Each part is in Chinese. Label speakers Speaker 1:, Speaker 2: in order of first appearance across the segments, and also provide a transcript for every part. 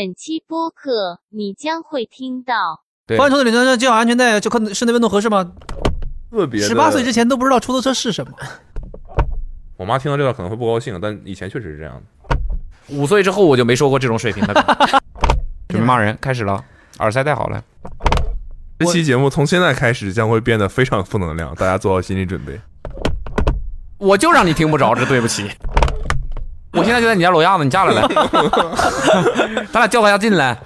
Speaker 1: 本期播客你将会听到
Speaker 2: 对
Speaker 3: 方向球的领航系系好安全带，就看室内温度合适吗？
Speaker 2: 特别
Speaker 3: 十八岁
Speaker 2: 前，
Speaker 3: 之前都不知道出租车是什么。
Speaker 2: 我妈听到这段可能会不高兴，但以前确实是这样的。
Speaker 4: 五岁之后我就没说过这种水平的梗。 准备骂人，开始了，耳塞戴好了。
Speaker 2: 这期节目从现在开始将会变得非常负能量，大家做好心理准备。
Speaker 4: 我就让你听不着，这对不起。我现在就在你家楼下呢，你下来来， 咱俩叫他家进来，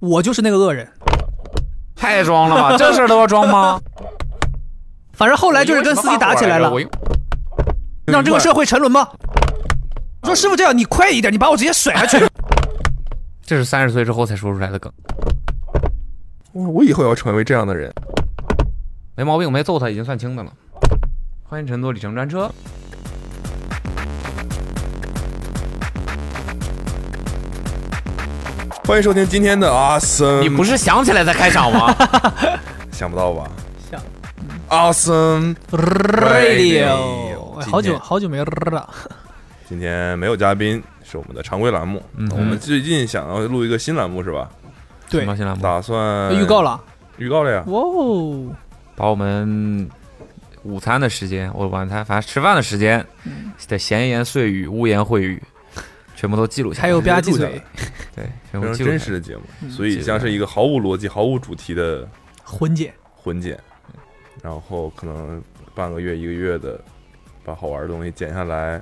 Speaker 3: 我就是那个恶人，
Speaker 4: 太装了吧？这事儿都要装吗？
Speaker 3: 反正后来就是跟司机打起来了
Speaker 4: 我，一
Speaker 3: 让这个社会沉沦吧。我说师傅这样，你快一点，你把我直接甩下去。
Speaker 4: 这是三十岁之后才说出来的梗，
Speaker 2: 我我以后要成为这样的人。
Speaker 4: 没毛病，没揍他已经算轻的了。欢迎乘坐里程专车，
Speaker 2: 欢迎收听今天的阿森，
Speaker 4: 你不是想起来再开场 吗？
Speaker 2: 想不到吧？
Speaker 3: 想
Speaker 2: 阿森，
Speaker 3: Radio，哎
Speaker 2: 今
Speaker 3: 好久
Speaker 2: 天
Speaker 3: 好久没了。
Speaker 2: 今天没有嘉宾，是我们的常规栏目。
Speaker 4: 嗯
Speaker 2: 我们最近想要录一个新栏目是吧？
Speaker 3: 对，
Speaker 4: 新栏目
Speaker 2: 打算
Speaker 3: 预告，了，
Speaker 2: 预告了呀。
Speaker 3: 哇哦，
Speaker 4: 把我们午餐的时间，我晚餐，反正吃饭的时间的闲言碎语、污言秽语，全部都记录下来。
Speaker 3: 还有吧唧
Speaker 2: 录下来
Speaker 3: 嘴，
Speaker 4: 对，全
Speaker 2: 非
Speaker 4: 部
Speaker 2: 常
Speaker 4: 记录
Speaker 2: 真
Speaker 4: 下
Speaker 2: 实
Speaker 4: 来。
Speaker 2: 的节目，所以将嗯是一个毫无逻辑、毫无主题的
Speaker 3: 混姐，
Speaker 2: 混剪，然后可能半个月、一个月的把好玩的东西剪下来，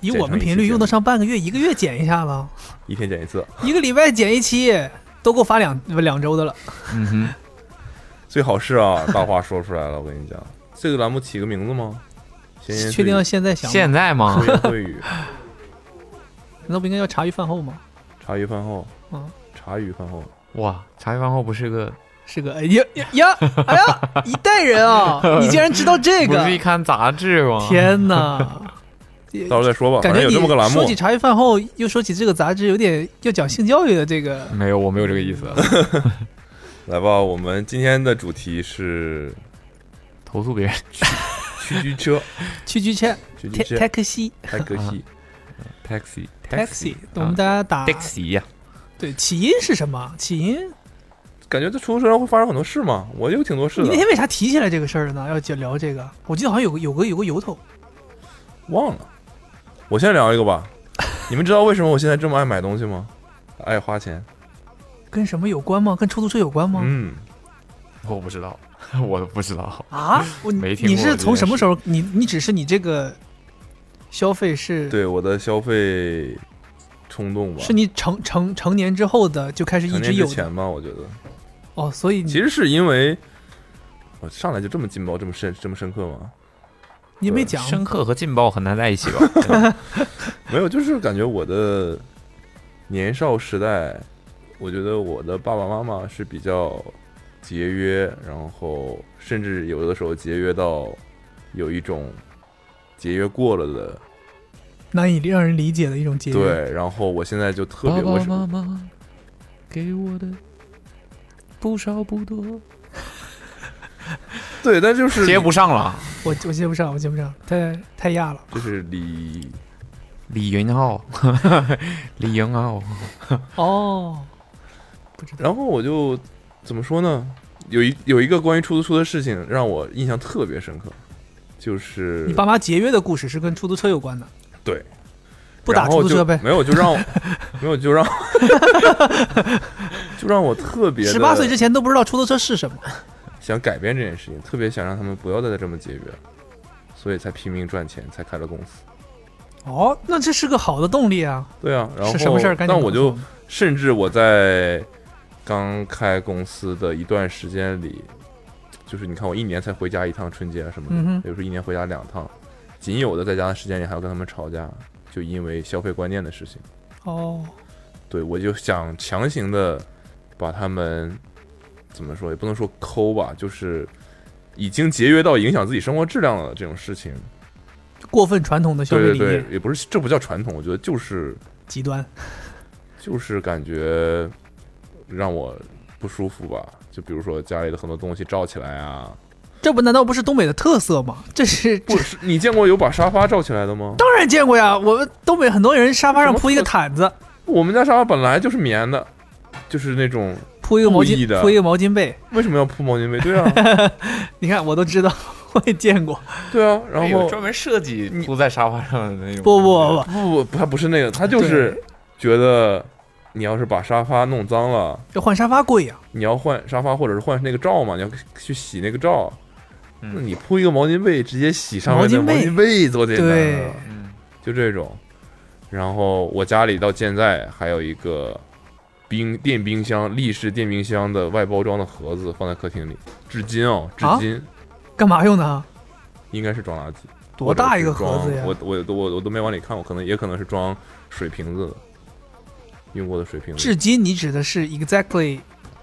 Speaker 3: 以我们频率用得上半个月，一个月剪一下 吧，
Speaker 2: 一天剪一次，
Speaker 3: 一个礼拜剪一期，都够发两两周的了。
Speaker 4: 嗯哼，
Speaker 2: 最好是啊，大话说出来了，我跟你讲，这个栏目起个名字吗？闲言
Speaker 3: 确
Speaker 2: 碎语
Speaker 3: 定要现在想吗？
Speaker 4: 现在吗
Speaker 2: 闲？言碎语，
Speaker 3: 难道不应该叫茶余饭后吗？
Speaker 2: 茶余饭后
Speaker 3: 嗯，
Speaker 2: 茶余饭后，
Speaker 4: 哇，茶余饭后不是个，
Speaker 3: 是个哎呀呀呀，哎呀，一代人啊！你竟然知道这
Speaker 4: 不
Speaker 3: 个
Speaker 4: 是？一刊杂志吗？
Speaker 3: 天哪！也
Speaker 2: 到时候再说吧，
Speaker 3: 感觉
Speaker 2: 反正有
Speaker 3: 你
Speaker 2: 这么个栏目
Speaker 3: 说起，茶余饭后，又说起这个杂志，有点要讲性教育的这个。
Speaker 4: 没有，我没有这个意思。啊
Speaker 2: 来吧，我们今天的主题是
Speaker 4: 投诉别人，
Speaker 2: 驱驱车，
Speaker 3: 区区车
Speaker 2: 驱 驱车，
Speaker 3: taxi
Speaker 2: 太可惜，
Speaker 4: taxi
Speaker 3: 啊 taxi，我们大家
Speaker 2: 啊
Speaker 3: 打
Speaker 4: taxi 呀，
Speaker 3: 对起因是什么？起因？
Speaker 2: 感觉在出租车上会发生很多事嘛，我有挺多事
Speaker 3: 你
Speaker 2: 的
Speaker 3: 那，天为啥提起来这个事儿呢？要讲聊这个，我记得好像有个有个有个由头。
Speaker 2: 忘了。我先聊一 个吧，你们知道为什么我现在这么爱买东西吗？爱花钱。
Speaker 3: 跟什么有关吗？跟出租车有关吗？
Speaker 2: 嗯，
Speaker 4: 我不知道， 我都不知道。
Speaker 3: 啊，我
Speaker 4: 没听过
Speaker 3: 你是从什么时候？你你只是你这个消费是
Speaker 2: 对我的消费冲动吧，
Speaker 3: 是你成成成年之后的就开始一
Speaker 2: 成
Speaker 3: 直
Speaker 2: 年之
Speaker 3: 有的
Speaker 2: 前吧，我觉得
Speaker 3: 哦，所以
Speaker 2: 其
Speaker 3: 你
Speaker 2: 实是因为我上来就这么劲爆，这么深，这么深刻吗？
Speaker 3: 你没
Speaker 2: 对
Speaker 3: 讲
Speaker 4: 深刻和劲爆很难在一起 吧？
Speaker 2: 没有，就是感觉我的年少时代，我觉得我的爸爸妈妈是比较节约，然后甚至有的时候节约到有一种节约过了的
Speaker 3: 难以让人理解的一种节约。
Speaker 2: 对，然后我现在就特别，我是
Speaker 4: 妈给我的不少不多，
Speaker 2: 对，但就是
Speaker 4: 接不上了。
Speaker 3: 我我接不上，我接不上，太太亚了。
Speaker 2: 就是李
Speaker 4: 李云浩， 李云浩，
Speaker 3: 哦，不知道。
Speaker 2: 然后我就怎么说呢？有一有一个关于出租车的事情让我印象特别深刻，就是
Speaker 3: 你爸妈节约的故事是跟出租车有关的，
Speaker 2: 对
Speaker 3: 不打
Speaker 2: 然后
Speaker 3: 出租车
Speaker 2: 就
Speaker 3: 呗。
Speaker 2: 没有就让我没有就让 就让我特别
Speaker 3: 十八岁
Speaker 2: 地
Speaker 3: 之前都不知道出租车是什么。
Speaker 2: 想改变这件事情，特别想让他们不要再这么节约，所以才拼命赚钱，才开了公司。
Speaker 3: 哦，那这是个好的动力啊。
Speaker 2: 对啊，然后
Speaker 3: 是什么事儿？赶紧
Speaker 2: 但
Speaker 3: 告
Speaker 2: 我
Speaker 3: 诉
Speaker 2: 就
Speaker 3: 们
Speaker 2: 甚至我在刚开公司的一段时间里，就是你看我一年才回家一趟春节啊什么
Speaker 3: 嗯哼
Speaker 2: 的，有时候一年回家两趟，仅有的在家的时间里还要跟他们吵架，就因为消费观念的事情。
Speaker 3: 哦，
Speaker 2: 对我就想强行的把他们怎么说，也不能说抠吧，就是已经节约到影响自己生活质量了这种事情。
Speaker 3: 过分传统的消费
Speaker 2: 对对
Speaker 3: 理念
Speaker 2: 对，也不是这不叫传统，我觉得就是
Speaker 3: 极端。
Speaker 2: 就是感觉让我不舒服吧。就比如说家里的很多东西罩起来啊，
Speaker 3: 这不难道不是东北的特色吗？这是
Speaker 2: 不是你见过有把沙发罩起来的吗？
Speaker 3: 当然见过呀，我们东北很多人沙发上铺一个毯子，
Speaker 2: 我们家沙发本来就是棉的，就是那种
Speaker 3: 铺一个毛
Speaker 2: 故意
Speaker 3: 巾，
Speaker 2: 的
Speaker 3: 铺一个毛巾被，
Speaker 2: 为什么要铺毛巾被？对 啊，
Speaker 3: 你看我都知道， 我也见过。
Speaker 2: 对啊。然
Speaker 4: 有
Speaker 2: 后
Speaker 4: 哎专门设计铺在沙发上的那种。
Speaker 3: 不不不不，
Speaker 2: 不不，他不是那个，他就是觉得你要是把沙发弄脏了，
Speaker 3: 这换沙发贵呀、
Speaker 2: 你要换沙发或者是换那个罩嘛，你要去洗那个罩。
Speaker 4: 嗯
Speaker 2: 那你铺一个毛巾被，直接洗上面的
Speaker 3: 毛
Speaker 2: 毛
Speaker 3: 巾被
Speaker 2: 巾被多简单
Speaker 3: 对
Speaker 2: 啊！
Speaker 4: 嗯，
Speaker 2: 就这种。然后我家里到现在还有一个冰电冰箱，立式电冰箱的外包装的盒子放在客厅里，至今哦，至
Speaker 3: 啊
Speaker 2: 今
Speaker 3: 干嘛用呢？
Speaker 2: 应该是装垃圾。
Speaker 3: 多大一个盒子呀？
Speaker 2: 或者是装我我都我我都没往里看，我可能也可能是装水瓶子的，用过的水瓶子。
Speaker 3: 至今你指的是 exactly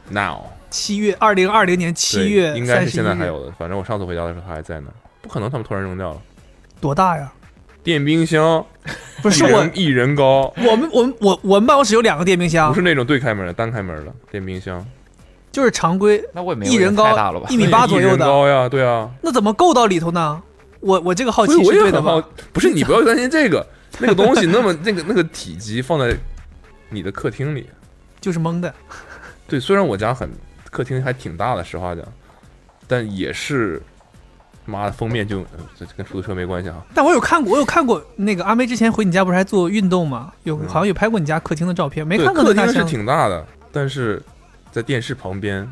Speaker 2: now
Speaker 3: 七月二零二零年七
Speaker 2: 对
Speaker 3: 月
Speaker 2: 应该
Speaker 3: 三
Speaker 2: 是
Speaker 3: 十一
Speaker 2: 现在还
Speaker 3: 日，
Speaker 2: 有的，反正我上次回家的时候它还在那儿，不可能他们突然扔掉了。
Speaker 3: 多大呀？
Speaker 2: 电冰箱
Speaker 3: 不
Speaker 2: 一
Speaker 3: 是我啊
Speaker 2: 人，一人高，
Speaker 3: 我们我们我我们办公室有两个电冰箱
Speaker 2: 不，是那种对开门的，单开门的电冰箱，
Speaker 3: 就是常规
Speaker 4: 那我也没有
Speaker 3: 一人
Speaker 4: 太大了
Speaker 3: 高
Speaker 4: 吧？
Speaker 3: 一米八左右
Speaker 2: 一人
Speaker 3: 的，
Speaker 2: 高呀，对啊。
Speaker 3: 那怎么够到里头呢？我我这个好奇
Speaker 2: 所以
Speaker 3: 是
Speaker 2: 我也
Speaker 3: 对的
Speaker 2: 很好
Speaker 3: 吧？，
Speaker 2: 不是你不要担心这个，那个东西那么那个那个体积放在你的客厅里，
Speaker 3: 就是蒙的，
Speaker 2: 对，虽然我家很客厅还挺大的，实话讲，但也是，妈的封面就呃这这跟出租车没关系啊。
Speaker 3: 但我有看过，我有看过那个阿梅之前回你家不是还做运动吗？有
Speaker 2: 嗯
Speaker 3: 好像有拍过你家客厅的照片，没
Speaker 2: 对，
Speaker 3: 看过
Speaker 2: 客
Speaker 3: 那大
Speaker 2: 厅是
Speaker 3: 箱。
Speaker 2: 挺大的，但是在电视旁边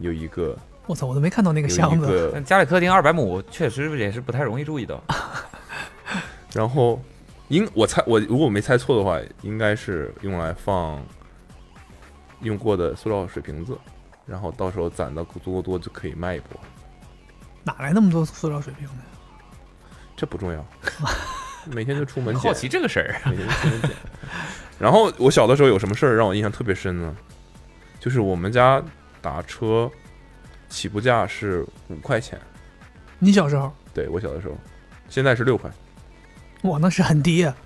Speaker 2: 有一个
Speaker 3: 我操，我都没看到那
Speaker 2: 有
Speaker 3: 个
Speaker 2: 一
Speaker 3: 箱子。
Speaker 2: 个，
Speaker 4: 但家里客厅二百亩，确实也是不太容易注意到。
Speaker 2: 然后应我猜我如果没猜错的话，应该是用来放用过的塑料水瓶子，然后到时候攒的足够多就可以卖一波，
Speaker 3: 哪来那么多塑料水瓶呢？
Speaker 2: 这不 重要，每天就出门捡
Speaker 4: 好。奇这个事儿，
Speaker 2: 每天天天见然后我小的时候有什么事儿让我印象特别深呢？就是我们家打车起步价是五块钱，
Speaker 3: 你小时候，
Speaker 2: 对我小的时候，现在是六块。
Speaker 3: 哇，那是很低啊呀、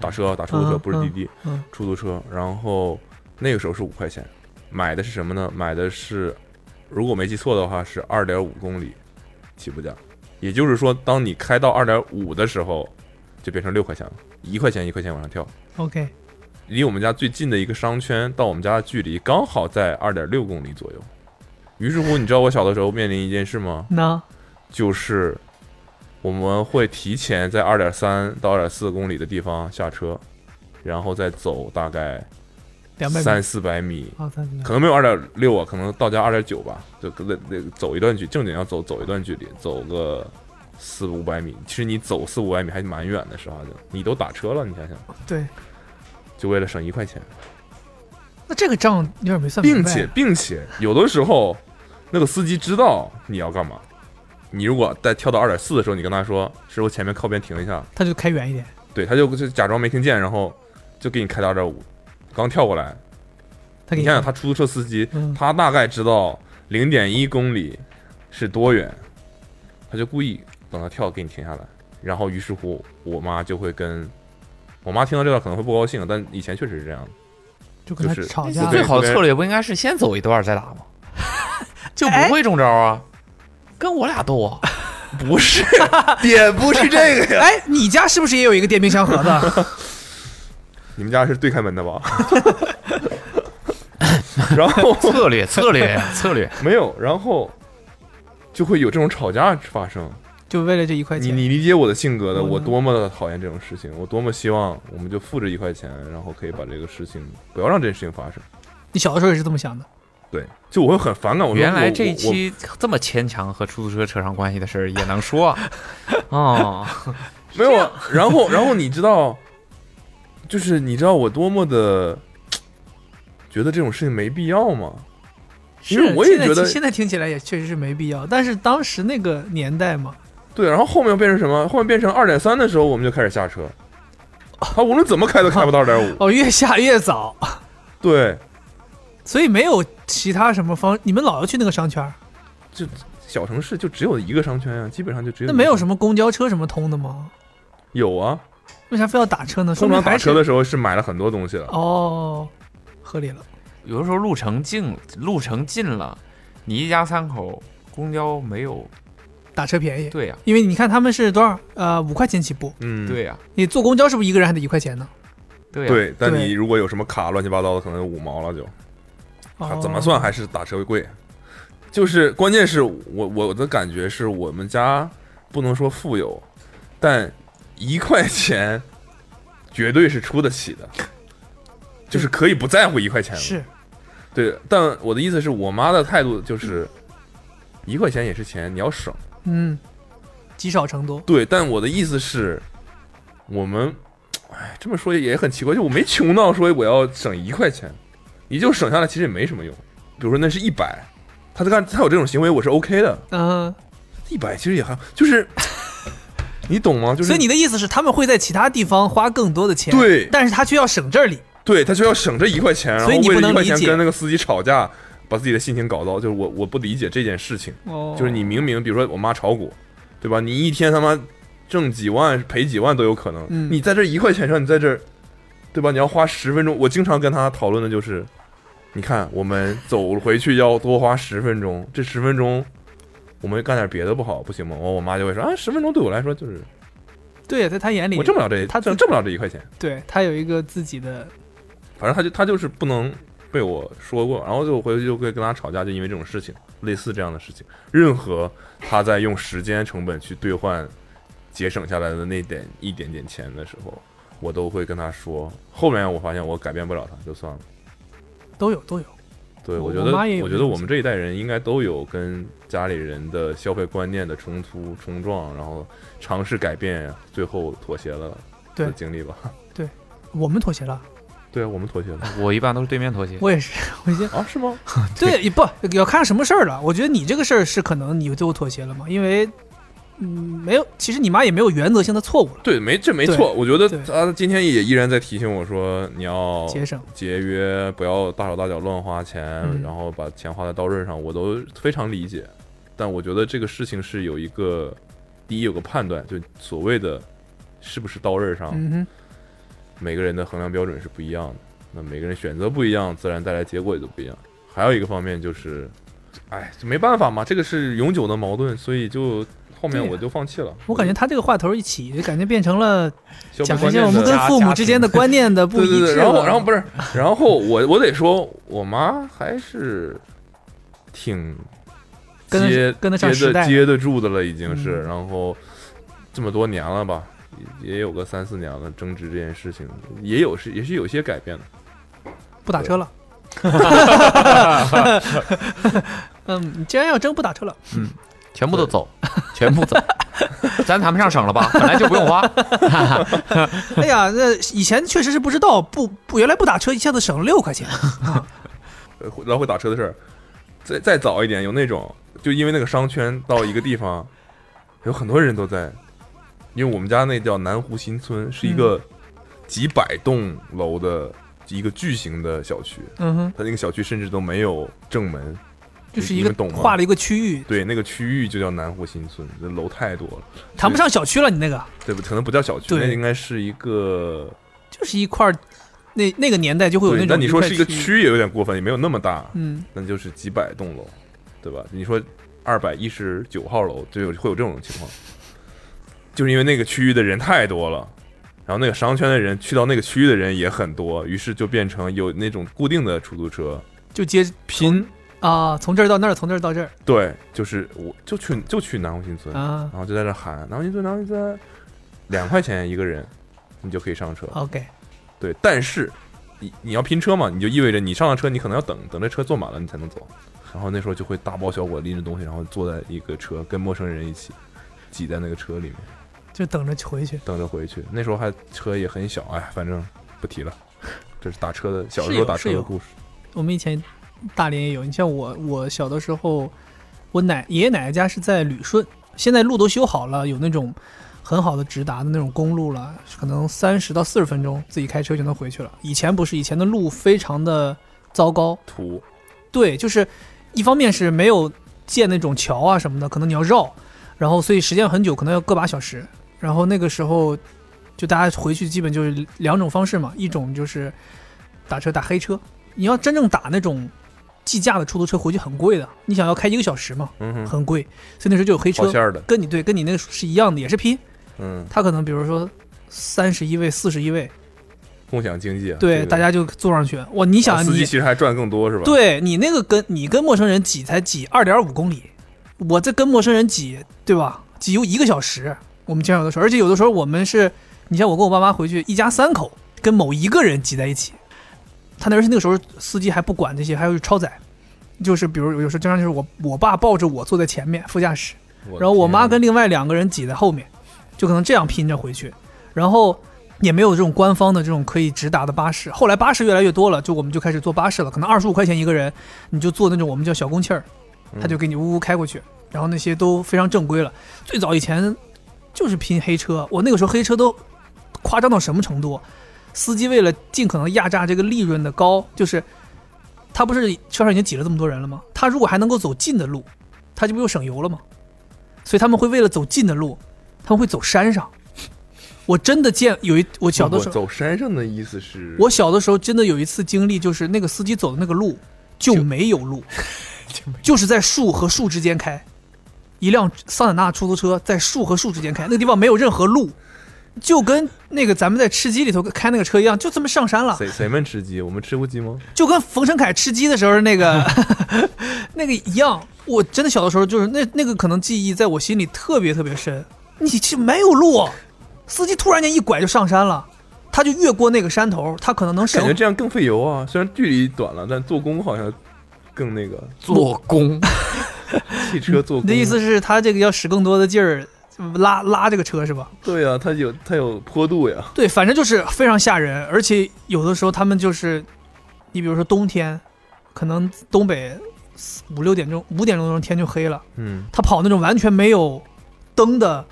Speaker 2: 打车打出租车
Speaker 3: 嗯
Speaker 2: 不是滴滴，
Speaker 3: 嗯，
Speaker 2: 出租车。然后那个时候是五块钱，买的是什么呢？买的是如果没记错的话是二点五公里起步价，也就是说，当你开到二点五的时候，就变成六块钱了，一块钱一块钱往上跳。
Speaker 3: OK，
Speaker 2: 离我们家最近的一个商圈到我们家的距离刚好在二点六公里左右。于是乎，你知道我小的时候面临一件事吗？
Speaker 3: 那
Speaker 2: 就是我们会提前在二点三到二点四公里的地方下车，然后再走大概
Speaker 3: 两百米，
Speaker 2: 三四百米，
Speaker 3: 啊，三十，
Speaker 2: 可能没有二点六啊，可能到家二点九吧，就那那走一段距，正经要走走一段距离，走个四五百米。其实你走四五百米还蛮远的，实话讲，你都打车了，你想想，
Speaker 3: 对，
Speaker 2: 就为了省一块钱。
Speaker 3: 那这个账有点没算明
Speaker 2: 并
Speaker 3: 白
Speaker 2: 且并且有的时候，那个司机知道你要干嘛。你如果在跳到二点四的时候，你跟他说师傅前面靠边停一下，
Speaker 3: 他就开远一点，
Speaker 2: 对，他就就假装没听见，然后就给你开到二点五，刚跳过来。
Speaker 3: 他给
Speaker 2: 你想想，他出租车司机，
Speaker 3: 嗯
Speaker 2: 他大概知道零点一公里是多远，他就故意等他跳给你停下来。然后于是乎，我妈就会跟我妈听到这段可能会不高兴，但以前确实是这样的。
Speaker 3: 就跟他
Speaker 2: 就是
Speaker 3: 吵
Speaker 2: 对
Speaker 3: 架，
Speaker 4: 最好的策略不应该是先走一段再打吗？ 就不会中招啊！跟我俩 斗啊！
Speaker 2: 不是，点不是这个呀。
Speaker 3: 哎，你家是不是也有一个电冰箱盒 子？
Speaker 2: 你们家是对开门 的吧？ 然后
Speaker 4: 策略，策略， 策略。
Speaker 2: 没有，然后就会有这种吵架发生。
Speaker 3: 就为了这一块
Speaker 2: 你
Speaker 3: 钱，
Speaker 2: 你理解我的性格的，
Speaker 3: 我
Speaker 2: 我多么的讨厌这种事情，我多么希望我们就付这一块钱，然后可以把这个事情不要让这件事情发生。
Speaker 3: 你小的时候也是这么想的？
Speaker 2: 对，就我会很反感。我说
Speaker 4: 原来
Speaker 2: 我
Speaker 4: 这一
Speaker 2: 我
Speaker 4: 期这么牵强和出租车扯上关系的事儿也能说 啊哦，
Speaker 2: 没有，啊，然后然后你知道，就是你知道我多么的觉得这种事情没必要吗？其实
Speaker 3: 是
Speaker 2: 我也
Speaker 3: 现在
Speaker 2: 觉得
Speaker 3: 现在听起来也确实是没必要，但是当时那个年代嘛，
Speaker 2: 对，然后后面又变成什么？后面变成二点三的时候，我们就开始下车。他无论怎么开都开不到二 点五。
Speaker 3: 哦，越下越早，
Speaker 2: 对，
Speaker 3: 所以没有其他什么方，你们老要去那个商圈儿，
Speaker 2: 就小城市就只有一个商圈啊，基本上就只有
Speaker 3: 那没有什
Speaker 2: 么
Speaker 3: 么公交车什么通的吗？
Speaker 2: 有啊。
Speaker 3: 为啥非要打车呢？说
Speaker 2: 通
Speaker 3: 明
Speaker 2: 常
Speaker 3: 还
Speaker 2: 打
Speaker 3: 是
Speaker 2: 车的时候是买了很多东西的，
Speaker 3: 哦，合理了。
Speaker 4: 有的时候路程近，路程近了，你一家三口公交没有，
Speaker 3: 打车便宜，
Speaker 4: 对呀、
Speaker 3: 因为你看他们是多少？呃，五块钱起步，
Speaker 2: 嗯，
Speaker 4: 对呀、
Speaker 3: 你坐公交是不是一个人还得一块钱呢？
Speaker 4: 对呀、
Speaker 2: 对，但
Speaker 3: 对
Speaker 2: 你如果有什么卡乱七八糟的，可能五毛了就，它
Speaker 3: 哦
Speaker 2: 怎么算还是打折贵。就是关键是我我的感觉是我们家不能说富有，但一块钱绝对是出得起的，就是可以不在乎一块钱了。
Speaker 3: 是
Speaker 2: 对，但我的意思是我妈的态度就是，一块钱也是钱，你要省。
Speaker 3: 嗯，积少成多。
Speaker 2: 对，但我的意思是，我们，哎，这么说也很奇怪，就我没穷到说我要省一块钱，也就省下来，其实也没什么用。比如说那是一百，他干他有这种行为，我是 OK 的，
Speaker 3: 嗯，
Speaker 2: 一百其实也还就是， 你懂吗？就是
Speaker 3: 所以你的意思是他们会在其他地方花更多的钱，
Speaker 2: 对
Speaker 3: 但是他却要省这里。
Speaker 2: 对他就要省这一块钱，然后
Speaker 3: 所以你
Speaker 2: 为
Speaker 3: 不
Speaker 2: 了
Speaker 3: 能
Speaker 2: 一块
Speaker 3: 理
Speaker 2: 钱
Speaker 3: 解
Speaker 2: 跟那个司机吵架，把自己的心情搞糟，就是我我不理解这件事情。
Speaker 3: 哦
Speaker 2: 就是你明明比如说我妈炒股，对吧？你一天他妈挣几万赔几万都有可能，
Speaker 3: 嗯
Speaker 2: 你在这一块钱上，你在这儿，对吧？你要花十分钟。我经常跟他讨论的就是，你看我们走回去要多花十分钟，这十分钟我们干点别的不好不行吗？我我妈就会说啊，十分钟对我来说就是
Speaker 3: 对，在他眼里，
Speaker 2: 我挣不了这，
Speaker 3: 他
Speaker 2: 挣挣不了这一块钱。
Speaker 3: 对他有一个自己的
Speaker 2: 反正他就他就是不能被我说过，然后就回去就会跟他吵架，就因为这种事情，类似这样的事情，任何他在用时间成本去兑换节省下来的那点一点点钱的时候，我都会跟他说。后面我发现我改变不了他，就算了。
Speaker 3: 都有都有。
Speaker 2: 对，
Speaker 3: 我
Speaker 2: 我觉
Speaker 3: 我
Speaker 2: 得，
Speaker 3: 妈也有
Speaker 2: 我
Speaker 3: 这
Speaker 2: 觉得
Speaker 3: 种
Speaker 2: 我们这一代人应该都有跟家里人的消费观念的冲突、冲撞，然后尝试改变，最后妥协了的
Speaker 3: 对
Speaker 2: 经 历吧。
Speaker 3: 我们妥协了，
Speaker 2: 对啊，我们妥协 了
Speaker 4: 我一般都是对面妥协。
Speaker 3: 我也是， 我先
Speaker 2: 啊？是吗？
Speaker 3: 对，不要看什么事儿了。我觉得你这个事儿是可能你最后妥协了嘛，因为嗯，没有，其实你妈也没有原则性的错误了，
Speaker 2: 对，没这没
Speaker 3: 对
Speaker 2: 错，我觉得
Speaker 3: 对
Speaker 2: 他今天也依然在提醒我说，你要
Speaker 3: 节省。
Speaker 2: 节约，不要大手大脚乱花钱，
Speaker 3: 嗯
Speaker 2: 然后把钱花在刀刃上，我都非常理解。但我觉得这个事情是有一个，第一有个判断，就所谓的是不是刀刃上，
Speaker 3: 嗯哼，
Speaker 2: 每个人的衡量标准是不一样的，那每个人选择不一样，自然带来结果也就不一样。还有一个方面就是，哎，就没办法嘛，这个是永久的矛盾，所以就后面
Speaker 3: 对呀
Speaker 2: 我就放弃了。
Speaker 3: 我感觉他这个话头一起，就感觉变成了
Speaker 2: 消费
Speaker 3: 讲一
Speaker 2: 观
Speaker 3: 些
Speaker 2: 念
Speaker 3: 我们
Speaker 2: 的
Speaker 3: 跟父母之间的观念 的不
Speaker 2: 对
Speaker 3: 一
Speaker 2: 对
Speaker 3: 致
Speaker 2: 对，
Speaker 3: 了。
Speaker 2: 然后然后不是，然后我我得说，我妈还是挺
Speaker 3: 跟得
Speaker 2: 接
Speaker 3: 跟得上
Speaker 2: 接
Speaker 3: 时
Speaker 2: 得
Speaker 3: 代
Speaker 2: 接得住的了，已经是。
Speaker 3: 嗯
Speaker 2: 然后这么多年了吧，也也有个三四年了，争执这件事情也有是也是有些改变的。
Speaker 3: 不打车了。嗯，你既然要争，不打车了。
Speaker 4: 全部都走，全部走， 咱谈不上省了 吧？本来就不用花，
Speaker 3: 哎呀，那以前确实是不知道，不不，原来不打车一下子省了六块 钱。
Speaker 2: 呃来回打车的事儿，再再早一点，有那种就因为那个商圈到一个地方，有很多人都在，因为我们家那叫南湖新村，是一
Speaker 3: 嗯
Speaker 2: 个几百栋楼的一个巨型的小区。
Speaker 3: 嗯哼，
Speaker 2: 它那个小区甚至都没有正门，
Speaker 3: 就是
Speaker 2: 你
Speaker 3: 一个
Speaker 2: 们懂吗
Speaker 3: 划了一个区域，
Speaker 2: 对，那个区域就叫南湖新村，这楼太多了，
Speaker 3: 谈不上小区了。你那个
Speaker 2: 对不？可能不叫小区，
Speaker 3: 对
Speaker 2: 那应该是一个。
Speaker 3: 就是一块儿，那那个年代就会有那
Speaker 2: 对，
Speaker 3: 种。
Speaker 2: 但你说是一个，区也有点过分，也没有那么大，
Speaker 3: 嗯，
Speaker 2: 那就是几百栋楼，对吧？你说二百一十九号楼就有会有这种情况，就是因为那个区域的人太多了。然后那个商圈的人去到那个区域的人也很多，于是就变成有那种固定的出租车
Speaker 3: 就接
Speaker 2: 拼，
Speaker 3: 啊，从这儿到那儿，从这儿到这儿
Speaker 2: 对，就是我就去就去南湖新村，
Speaker 3: 啊。
Speaker 2: 然后就在那喊“南京村，南京村”，两块钱一个人，你就可以上车。
Speaker 3: OK，
Speaker 2: 对，但是你你要拼车嘛，你就意味着你上了车，你可能要等等这车坐满了你才能走。然后那时候就会大包小裹拎着东西，然后坐在一个车，跟陌生人一起挤在那个车里面
Speaker 3: 就等着回去。
Speaker 2: 等着回去。那时候还车也很小，哎，反正不提了。这是打车的，小时
Speaker 3: 是
Speaker 2: 候
Speaker 3: 有
Speaker 2: 打车
Speaker 3: 是
Speaker 2: 的
Speaker 3: 有
Speaker 2: 故事。
Speaker 3: 我们以前大连也有，你像我，我小的时候，我奶爷爷奶奶家是在旅顺，现在路都修好了，有那种很好的直达的那种公路了，可能三十到四十分钟自己开车就能回去了。以前不是，以前的路非常的糟糕，
Speaker 2: 图
Speaker 3: 对，就是一方面是没有建那种桥啊什么的，可能你要绕，然后所以时间很久，可能要个把小时。然后那个时候，就大家回去基本就是两种方式嘛，一种就是打车打黑车，你要真正打那种计价的出租车回去很贵的，你想要开一个小时嘛，
Speaker 2: 嗯哼，
Speaker 3: 很贵，所以那时候就有黑
Speaker 2: 跑
Speaker 3: 车，
Speaker 2: 线儿的，
Speaker 3: 跟你对跟你那个是一样的，也是拼，
Speaker 2: 嗯，啊
Speaker 3: 他可能比如说三十一位、四十一位，
Speaker 2: 共享经济啊，
Speaker 3: 对，
Speaker 2: 这个
Speaker 3: 大家就坐上去。哇，你想
Speaker 2: 啊司
Speaker 3: 你
Speaker 2: 机其实还赚更多是吧？，
Speaker 3: 对你那个跟你跟陌生人挤才挤二点五公里，我这跟陌生人挤，对吧？挤有一个小时，我们经常有的时候，而且有的时候我们是，你像我跟我爸妈回去，一家三口跟某一个人挤在一起，他那而且那个时候司机还不管这些，还有超载，就是比如有时候经常就是我我爸抱着我坐在前面副驾驶，然后我
Speaker 2: 啊
Speaker 3: 妈跟另外两个人挤在后面，就可能这样拼着回去，然后也没有这种官方的这种可以直达的巴士。后来巴士越来越多了，就我们就开始坐巴士了，可能二十五块钱一个人，你就坐那种我们叫小公汽儿，他就给你呜呜开过去，然后那些都非常正规了。最早以前就是拼黑车，我那个时候黑车都夸张到什么程度？司机为了尽可能压榨这个利润的高，就是他不是车上已经挤了这么多人了吗？他如果还能够走近的路，他这不又省油了吗？所以他们会为了走近的路，他们会走山上。我真的见有一我小的时候，
Speaker 2: 走山上的意思是，
Speaker 3: 我小的时候真的有一次经历，就是那个司机走的那个路就没有 路，就是在树和树之间开，一辆桑塔纳出租车在树和树之间开，那个地方没有任何路，就跟那个咱们在吃鸡里头开那个车一样，就这么上山了，
Speaker 2: 谁谁们吃鸡？我们吃过鸡吗？
Speaker 3: 就跟冯程凯吃鸡的时候那个 那个一样。我真的小的时候就是那那个可能记忆在我心里特别特别深，你这没有路，司机突然间一拐就上山了。他就越过那个山头，他可能能
Speaker 2: 感
Speaker 3: 省
Speaker 2: 觉这样更费油啊，虽然距离短了，但做工好像更那个。
Speaker 4: 做工，
Speaker 2: 汽车做 工，
Speaker 3: 你的意思是，他这个要使更多的劲儿拉拉这个车是吧？
Speaker 2: 对啊，它有它有坡度呀，
Speaker 3: 对，反正就是非常吓人，而且有的时候他们就是，你比如说冬天，可能东北四五六点钟、五点钟钟天就黑了，
Speaker 2: 嗯
Speaker 3: 他跑那种完全没有灯的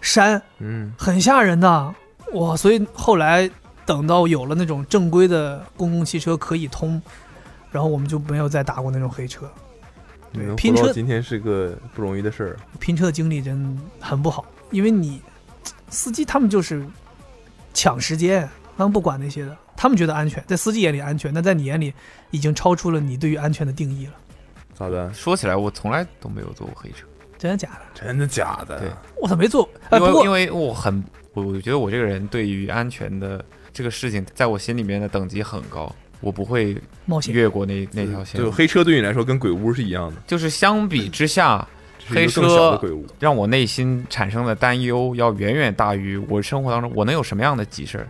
Speaker 3: 山，
Speaker 2: 嗯，
Speaker 3: 很吓人的哇！所以后来等到有了那种正规的公共汽车可以通，然后我们就没有再打过那种黑车。对
Speaker 2: 嗯你能
Speaker 3: 拼
Speaker 2: 活
Speaker 3: 车
Speaker 2: 到今天是个不容易的事儿。
Speaker 3: 拼车的经历真很不好，因为你司机他们就是抢时间，他们不管那些的，他们觉得安全，在司机眼里安全，但在你眼里已经超出了你对于安全的定义了，
Speaker 2: 咋的？
Speaker 4: 说起来我从来都没有坐过黑车，
Speaker 3: 真的假的？
Speaker 2: 真的假的？
Speaker 4: 对
Speaker 3: 我操，没做，哎，
Speaker 4: 因为
Speaker 3: 不
Speaker 4: 因
Speaker 3: 过
Speaker 4: 为我很，我我觉得我这个人对于安全的这个事情，在我心里面的等级很高，我不会
Speaker 3: 冒险，
Speaker 4: 越过那那条线
Speaker 2: 就。黑车对你来说跟鬼屋是一样的，
Speaker 4: 就是相比之下，
Speaker 2: 只是
Speaker 4: 黑
Speaker 2: 一个
Speaker 4: 车
Speaker 2: 更小的鬼屋。
Speaker 4: 让我内心产生的担忧要远远大于我生活当中我能有什么样的急事儿，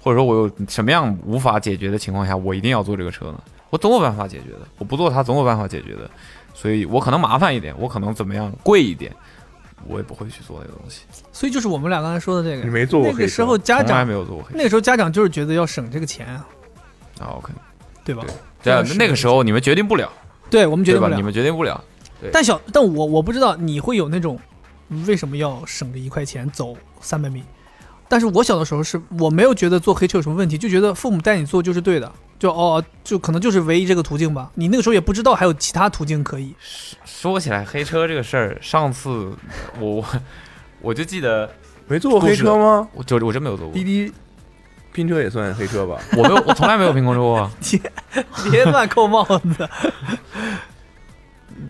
Speaker 4: 或者说我有什么样无法解决的情况下，我一定要坐这个车呢？我总有办法解决的，我不坐它总有办法解决的，所以我可能麻烦一点，我可能怎么样贵一点，我也不会去做那个东西，
Speaker 3: 所以就是我们俩刚才说的这
Speaker 2: 你
Speaker 3: 个，
Speaker 2: 没坐过
Speaker 3: 那
Speaker 2: 黑
Speaker 3: 个时
Speaker 2: 车？
Speaker 3: 候家
Speaker 4: 从来
Speaker 3: 长，
Speaker 4: 没有坐过黑车
Speaker 3: 那个时候家长就是觉得要省这个钱啊，
Speaker 4: 啊。OK，
Speaker 3: 对吧？
Speaker 4: 对啊
Speaker 3: 这个，是
Speaker 4: 那个时候你们决定不了，
Speaker 3: 对我们决
Speaker 4: 对
Speaker 3: 定
Speaker 4: 吧？
Speaker 3: 不了
Speaker 4: 你，们决定不了，
Speaker 3: 但小，但我我不知道你会有那种为什么要省着一块钱走三百米。但是我小的时候是我没有觉得坐黑车有什么问题，就觉得父母带你坐就是对的，就哦，就可能就是唯一这个途径吧。你那个时候也不知道还有其他途径可以。
Speaker 4: 说起来黑车这个事儿，上次我我我就记得，
Speaker 2: 没坐过黑车吗？
Speaker 4: 我就我真没有坐过
Speaker 2: 滴，滴拼车也算黑车吧？
Speaker 4: 我没有，我从来没有拼过车过啊。
Speaker 3: 别乱扣帽子，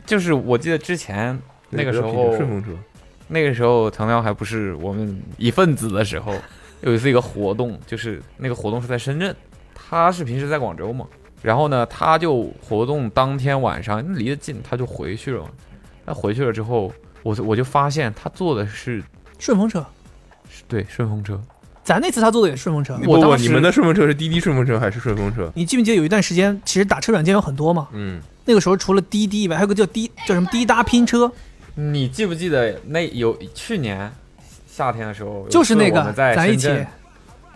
Speaker 4: 就是我记得之前那个时
Speaker 2: 不要拼
Speaker 4: 候
Speaker 2: 车，顺风车，
Speaker 4: 那个时候藤条还不是我们一份子的时候，有一次一个活动，就是那个活动是在深圳，他是平时在广州嘛，然后呢，他就活动当天晚上那离得近，他就回去了嘛。他回去了之后，我我就发现他坐的是
Speaker 3: 顺风车。
Speaker 4: 是对顺风车，
Speaker 3: 咱那次他坐的也是顺风车。
Speaker 4: 我
Speaker 2: 不不，
Speaker 4: 当时
Speaker 2: 你们的顺风车是滴滴顺风车还是顺风车？
Speaker 3: 你记不记得有一段时间，其实打车软件有很多嘛？
Speaker 2: 嗯，
Speaker 3: 那个时候除了滴滴以外，还有个叫滴叫什么滴答拼车，
Speaker 4: 你记不记得那有去年夏天的时候，
Speaker 3: 就是那
Speaker 4: 有一次我
Speaker 3: 个
Speaker 4: 们在
Speaker 3: 咱一
Speaker 4: 深
Speaker 3: 起，
Speaker 4: 圳，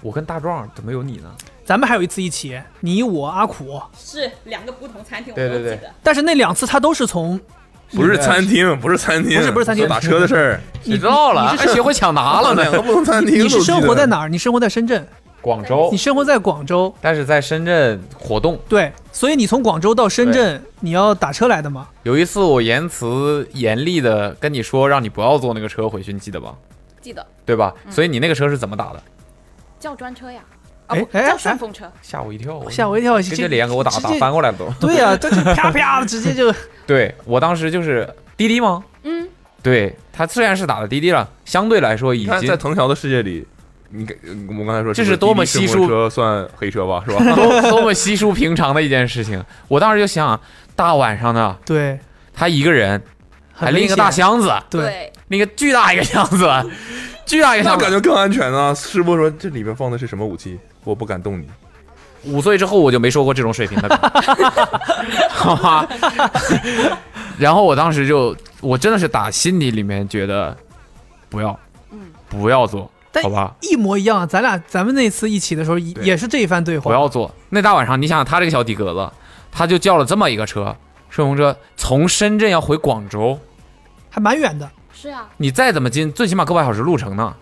Speaker 4: 我跟大壮怎么有你呢？
Speaker 3: 咱们还有一次一起，你我阿苦，
Speaker 5: 是两个不同餐厅，我
Speaker 4: 对
Speaker 5: 都记
Speaker 4: 对
Speaker 5: 得。
Speaker 4: 对
Speaker 3: 但是那两次他都是从
Speaker 2: 不是餐厅，不是餐厅，
Speaker 3: 不是不是餐厅
Speaker 2: 说打车的 事儿，
Speaker 4: 你知道了，哎
Speaker 3: 你是
Speaker 4: 还学会抢答了呢
Speaker 2: 两。个不同餐厅都
Speaker 3: 你
Speaker 2: 记得。
Speaker 3: 是生活在哪儿？你生活在深圳，
Speaker 4: 广州
Speaker 3: 你，生活在广州，
Speaker 4: 但是在深圳活动。
Speaker 3: 对，所以你从广州到深圳，你要打车来的嘛？
Speaker 4: 有一次我言辞严厉的跟你说，让你不要坐那个车回去，你记得吧？
Speaker 5: 记得嗯
Speaker 4: 对吧？所以你那个车是怎么打的？
Speaker 5: 叫专车呀，啊
Speaker 3: 哎
Speaker 5: 不
Speaker 3: 哎
Speaker 5: 叫顺风车，
Speaker 4: 吓我一跳！
Speaker 3: 吓我一跳，
Speaker 4: 跟
Speaker 3: 这
Speaker 4: 这脸给我打
Speaker 3: 直
Speaker 4: 打
Speaker 3: 接
Speaker 4: 翻过来了都。
Speaker 3: 对呀、这就啪啪的直接就
Speaker 4: 对我当时就是滴滴吗？
Speaker 5: 嗯，
Speaker 4: 对他虽然是打的滴滴了，相对来说已
Speaker 2: 你看，在
Speaker 4: 经
Speaker 2: 藤条的世界里，你给嗯我刚才说
Speaker 4: 这
Speaker 2: 什
Speaker 4: 是多么
Speaker 2: 滴
Speaker 4: 稀
Speaker 2: 滴顺风
Speaker 4: 疏
Speaker 2: 车算黑车吧，是 吧？
Speaker 4: 多多么稀疏平常的一件事情。我当时就想，大晚上的，
Speaker 3: 对，
Speaker 4: 他一个人
Speaker 3: 很
Speaker 4: 还拎一个
Speaker 3: 危
Speaker 4: 大
Speaker 3: 险，
Speaker 4: 箱子，
Speaker 3: 对，
Speaker 4: 拎个巨大一个箱子， 巨大一个
Speaker 2: 哎
Speaker 4: 箱
Speaker 2: 那感
Speaker 4: 子。
Speaker 2: 觉更安全啊！师傅说这里面放的是什么武器，我不敢动 你。
Speaker 4: 五岁之后我就没受过这种水平 的课，好吧？ 然后我当时就，我真的是打心底里面觉得，不要，
Speaker 5: 嗯
Speaker 4: 不要做，
Speaker 3: 但
Speaker 4: 好吧？
Speaker 3: 一模一样啊。咱俩咱们那次一起的时候也
Speaker 2: 对
Speaker 3: 也是这一番对话，
Speaker 4: 不要做。那大晚上，你想想他这个小底格子，他就叫了这么一个车，顺风车从深圳要回广州，
Speaker 3: 还蛮远的，
Speaker 5: 是啊，
Speaker 4: 你再怎么近，最起码个把小时路程呢。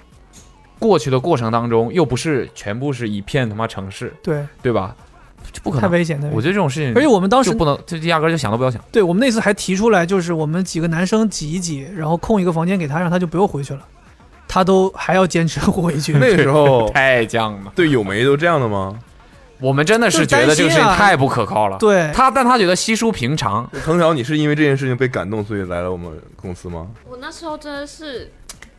Speaker 4: 过去的过程当中，又不是全部是一片他妈城市，
Speaker 3: 对，
Speaker 4: 对吧？这不可
Speaker 3: 太
Speaker 4: 能。
Speaker 3: 危险的。
Speaker 4: 我觉得这种事情，
Speaker 3: 而且我们当时
Speaker 4: 就不能，就压根儿就想都不要想。
Speaker 3: 对我们那次还提出来，就是我们几个男生挤一挤，然后空一个房间给他，让他就不用回去了，他都还要坚持 回去。
Speaker 2: 那个时候
Speaker 4: 太犟了，
Speaker 2: 对友媒都这样的吗？
Speaker 4: 我们真的是觉得这个事情太不可靠了。
Speaker 3: 对，
Speaker 4: 他，但他觉得稀疏平常，
Speaker 2: 藤条，你是因为这件事情被感动，所以来了我们公司吗？
Speaker 5: 我那时候真的是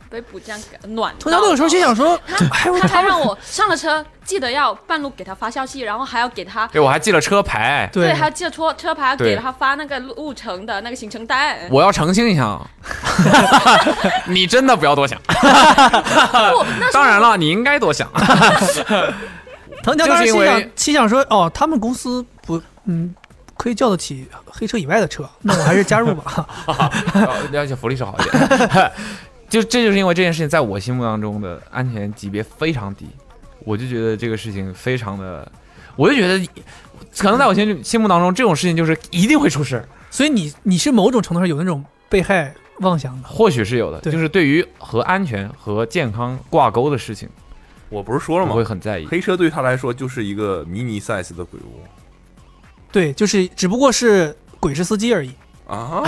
Speaker 5: 被补这样给暖到。
Speaker 3: 头条那个时候心想说，
Speaker 5: 他
Speaker 3: 哎呦，
Speaker 5: 他还
Speaker 3: 他们
Speaker 5: 让我上了车，记得要半路给他发消息，然后还要给他
Speaker 4: 对我还记了车牌。
Speaker 3: 对
Speaker 5: 还要记得车车牌，
Speaker 4: 对
Speaker 5: 给他发那个路路程的那个行程单。
Speaker 4: 我要澄清一下，啊，你真的不要多想。
Speaker 5: 不，那时候
Speaker 4: 当然了，你应该多想。
Speaker 3: 藤条当
Speaker 4: 就是
Speaker 3: 时
Speaker 4: 因
Speaker 3: 心
Speaker 4: 为
Speaker 3: 想心想说，哦，他们公司不，嗯，可以叫得起黑车以外的车，那我还是加入 吧。
Speaker 4: 了哦解福利是好一点。 就这就是因为这件事情在我心目当中的安全级别非常低，我就觉得这个事情非常的，我就觉得可能在我心心目当中这种事情就是一定会出事儿，
Speaker 3: 所以你你是某种程度上有那种被害妄想的，
Speaker 4: 或许是有的，
Speaker 3: 对
Speaker 4: 就是对于和安全和健康挂钩的事情，
Speaker 2: 我不是说了
Speaker 4: 我会
Speaker 2: 吗？
Speaker 4: 很在意。
Speaker 2: 黑车对他来说就是一个 mini size 的鬼屋
Speaker 3: 对，就是只不过是鬼是司机而已。
Speaker 2: 啊！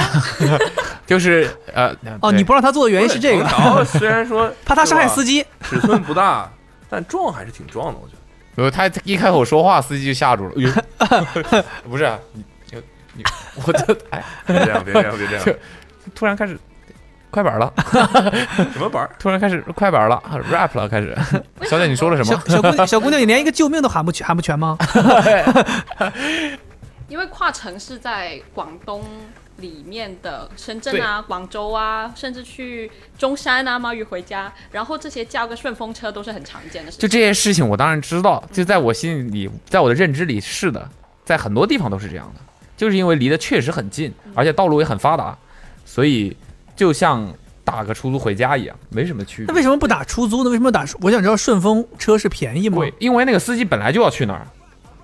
Speaker 4: 就是呃，
Speaker 3: 哦，
Speaker 4: 对
Speaker 3: 你不让他做的原因是这
Speaker 2: 藤
Speaker 3: 个，
Speaker 2: 条虽然说
Speaker 3: 怕他伤害司
Speaker 2: 机，
Speaker 3: 机。
Speaker 2: 尺寸不大，但壮还是挺壮的，我觉得。
Speaker 4: 没有他一开口说话，司机就吓住了。哎 呦不是、啊、你你你， 我就哎，
Speaker 2: 别这样，别这样，别 这样！
Speaker 4: 突然开始快板了。
Speaker 2: 什么板儿？
Speaker 4: 突然开始快板了，rap 了，开 始。小姐，你说了什
Speaker 3: 小
Speaker 4: 么？
Speaker 3: 小姑 娘，小姑娘，你连一个救命都喊不全喊不 全吗？
Speaker 5: 因为跨城市在广东里面的深圳啊、广州啊，甚至去中山啊、猫屿回家，然后这些叫个顺风车都是很常见的事
Speaker 4: 就
Speaker 5: 情。
Speaker 4: 这些事情，我当然知道，就在我心里，在我的认知里是的，在很多地方都是这样的，就是因为离得确实很近，
Speaker 3: 嗯
Speaker 4: 而且道路也很发达，所以就像打个出租回家一样，没什么区
Speaker 3: 那
Speaker 4: 别。
Speaker 3: 为什么不打出租呢？为什么打？我想知道顺风车是便宜吗？
Speaker 4: 贵，因为那个司机本来就要去那儿，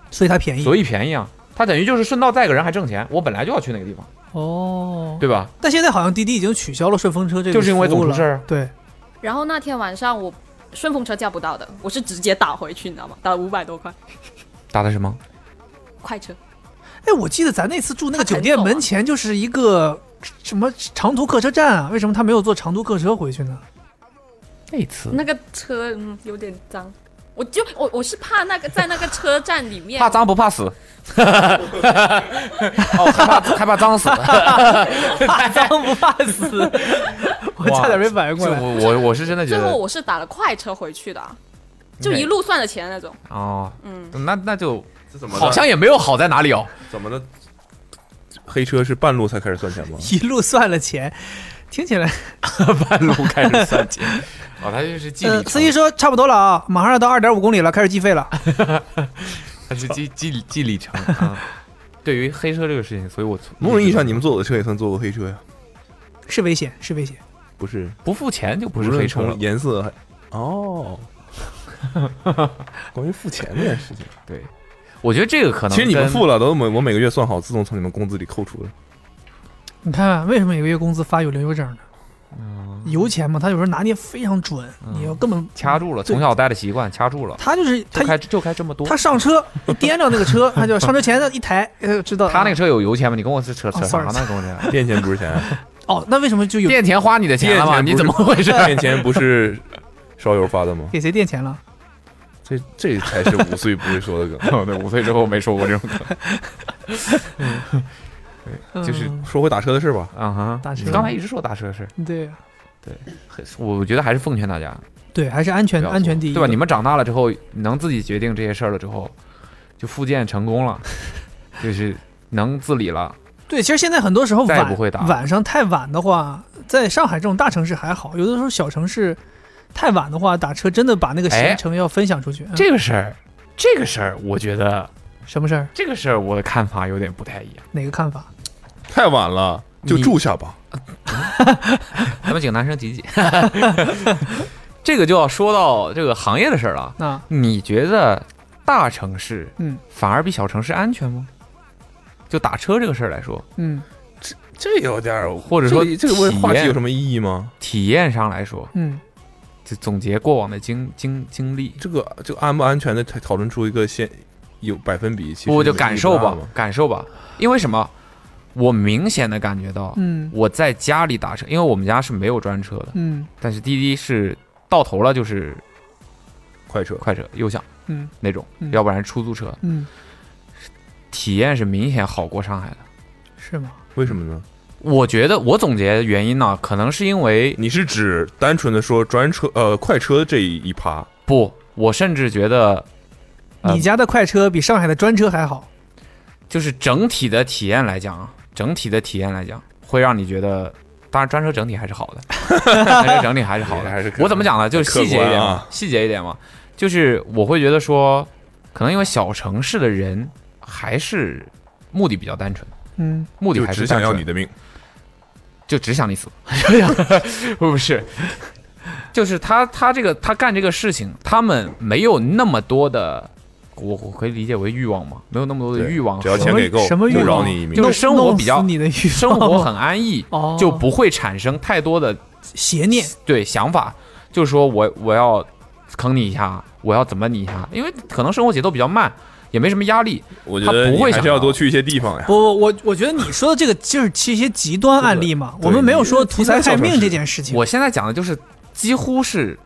Speaker 3: 所以它便宜。
Speaker 4: 所以便宜啊。他等于就是顺道载个人还挣钱，我本来就要去那个地方，
Speaker 3: 哦，
Speaker 4: 对吧？
Speaker 3: 但现在好像滴滴已经取消了顺风车这个，
Speaker 4: 就是因为总出事。儿啊。
Speaker 3: 对，
Speaker 5: 然后那天晚上我顺风车叫不到的，我是直接打回去，你知道吗？打了五百多块
Speaker 4: 打的什么？
Speaker 5: 快车，
Speaker 3: 哎，我记得咱那次住那个酒店
Speaker 5: 它很陡啊
Speaker 3: 门前就是一个什么长途客车站啊？为什么他没有坐长途客车 回去呢？
Speaker 4: 那次
Speaker 5: 那个车嗯有点脏。我就我我是怕那个在那个车站里面，
Speaker 4: 怕脏不怕死。 哦，害怕害怕脏死。
Speaker 3: 脏不怕 死，我差点没反应过
Speaker 4: 就
Speaker 3: 来。
Speaker 4: 我我我是真的觉
Speaker 5: 最
Speaker 4: 得
Speaker 5: 后我是打了快车回去的啊，就一路算的钱那种。
Speaker 4: 哦，
Speaker 5: 嗯，
Speaker 4: 那那就
Speaker 2: 这怎么 的
Speaker 4: 好像也没有好在哪里哦。
Speaker 2: 怎么的？黑车是半路才开始算钱吗？
Speaker 3: 一路算了钱，听起来，
Speaker 4: 半路开始算计，哦，他就是记
Speaker 3: 呃
Speaker 4: 里，程，
Speaker 3: 司机说差不多了啊，马上要到二点五公里了，开始计费了。
Speaker 4: 他是记记记里 程啊。对于黑车这个事情，所以我从
Speaker 2: 某种意义上，你们坐我的车也算坐过黑车呀？
Speaker 3: 是危险，是危险。
Speaker 2: 不是，
Speaker 4: 不付钱就不
Speaker 2: 不
Speaker 4: 是黑车了
Speaker 2: 从。颜色还哦。关于付钱这件事情，
Speaker 4: 对，我觉得这个可能
Speaker 2: 其实你们
Speaker 4: 跟
Speaker 2: 付了，都每我每个月算好，自动从你们工资里扣除的。
Speaker 3: 你看啊为什么每个月工资发有零油整呢？油钱嘛，他有时候拿捏非常准，你要根本
Speaker 4: 嗯掐住了，
Speaker 3: 对
Speaker 4: 从小带的习惯掐住了，
Speaker 3: 他就是
Speaker 4: 就
Speaker 3: 他
Speaker 4: 开就开这么多
Speaker 3: 他。上 车一掂量那个车，他就上车前的一抬，他就知道啊
Speaker 4: 他那个车有油钱吗？你跟我是扯扯
Speaker 3: 哦
Speaker 4: 啥
Speaker 3: ，sorry，
Speaker 4: 呢？跟我这样
Speaker 2: 垫钱不是钱，
Speaker 3: 哦，那为什么就有
Speaker 4: 垫钱花你的钱了吗？
Speaker 2: 垫钱不是
Speaker 4: 你怎么回 事？
Speaker 2: 垫钱不是烧油发的吗？
Speaker 3: 给谁垫钱了？
Speaker 2: 这这才是五岁不会说的梗。
Speaker 4: 哦，对，五岁之后没说过这种梗就是
Speaker 3: 嗯
Speaker 2: 说回打车的事吧，
Speaker 4: 啊哈。
Speaker 3: 打车
Speaker 4: 你刚才一直说打车是
Speaker 3: 对，
Speaker 4: 很我觉得还是奉劝大家，
Speaker 3: 对，还是安全
Speaker 4: 不要做
Speaker 3: 安全第一，
Speaker 4: 对吧？你们长大了之后，能自己决定这些事儿了之后，就复健成功 了，就是能自理了。
Speaker 3: 对，其实现在很多时候
Speaker 4: 再也
Speaker 3: 晚
Speaker 4: 不会打了
Speaker 3: 晚上太晚的话，在上海这种大城市还好，有的时候小城市太晚的话，打车真的把那个
Speaker 4: 哎
Speaker 3: 行程要分享出去。嗯
Speaker 4: 这个事儿，这个事儿，我觉得
Speaker 3: 什么事儿？
Speaker 4: 这个事儿我的看法有点不太 一样。
Speaker 3: 哪个看法？
Speaker 2: 太晚了，就
Speaker 4: 你
Speaker 2: 住下吧。
Speaker 4: 咱们几个男生挤 挤，这个就要说到这个行业的事儿了。
Speaker 3: 那
Speaker 4: 你觉得大城市
Speaker 3: 嗯
Speaker 4: 反而比小城市安全吗？就打车这个事儿来说，
Speaker 3: 嗯
Speaker 2: 这有点儿，
Speaker 4: 或者说
Speaker 2: 这个这个
Speaker 4: 体验
Speaker 2: 话题有什么意义吗？
Speaker 4: 体验上来说，
Speaker 3: 嗯，
Speaker 4: 就总结过往的经经经历，
Speaker 2: 这个这个安不安全的讨论出一个先有百分比，其实
Speaker 4: 我就
Speaker 2: 意义
Speaker 4: 感受
Speaker 2: 不
Speaker 4: 吧
Speaker 2: 大嘛，
Speaker 4: 感受吧。因为什么？我明显的感觉到，
Speaker 3: 嗯
Speaker 4: 我在家里打车，因为我们家是没有专车的，
Speaker 3: 嗯
Speaker 4: 但是滴滴是到头了就是
Speaker 2: 快车
Speaker 4: 快车、优享
Speaker 3: 嗯
Speaker 4: 那种，
Speaker 3: 嗯
Speaker 4: 要不然出租车，
Speaker 3: 嗯，
Speaker 4: 体验是明显好过上海的。
Speaker 3: 是吗？
Speaker 2: 为什么呢？
Speaker 4: 我觉得我总结原因呢，可能是因为
Speaker 2: 你是指单纯的说专车呃快车这一趴？
Speaker 4: 不，我甚至觉得呃
Speaker 3: 你家的快车比上海的专车还好。
Speaker 4: 就是整体的体验来讲啊，整体的体验来讲，会让你觉得，当然专车整体还是好的， 专车整体还是好的。
Speaker 2: 还是可
Speaker 4: 我怎么讲呢？就是细节一点
Speaker 2: 客观
Speaker 4: 嘛
Speaker 2: 啊，
Speaker 4: 细节一点嘛，就是我会觉得说，可能因为小城市的人还是目的比较单纯，
Speaker 3: 嗯
Speaker 4: 目的
Speaker 2: 就
Speaker 4: 还是
Speaker 2: 只想
Speaker 4: 单
Speaker 2: 要
Speaker 4: 纯
Speaker 2: 你的命，
Speaker 4: 就只想你 死，不是，就是他他这个他干这个事情，他们没有那么多的，我我可以理解为欲望嘛，没有那么多的
Speaker 2: 对
Speaker 4: 欲望
Speaker 2: 只要
Speaker 4: 和
Speaker 2: 钱给够，
Speaker 3: 什么欲
Speaker 2: 不饶
Speaker 3: 望
Speaker 2: 你一命
Speaker 4: 就。是生活比较
Speaker 3: 弄死你的欲望
Speaker 4: 生活很安逸，
Speaker 3: 哦，
Speaker 4: 就不会产生太多的
Speaker 3: 邪念。
Speaker 4: 对想法，就是说我我要坑你一下，我要怎么你一下，因为可能生活节奏比较慢，也没什么压力，
Speaker 2: 我觉
Speaker 4: 他
Speaker 2: 得
Speaker 4: 不
Speaker 2: 你
Speaker 4: 会
Speaker 2: 还
Speaker 4: 想
Speaker 2: 是要
Speaker 4: 到
Speaker 2: 多去一些地方呀。
Speaker 3: 不不，我我觉得你说的这个就是一些极端案例嘛，
Speaker 2: 对
Speaker 3: 我们没有
Speaker 2: 你
Speaker 3: 说
Speaker 2: 是
Speaker 3: 图财害
Speaker 2: 极端小城
Speaker 3: 命
Speaker 2: 市
Speaker 3: 这件事情。
Speaker 4: 我现在讲的就是几乎是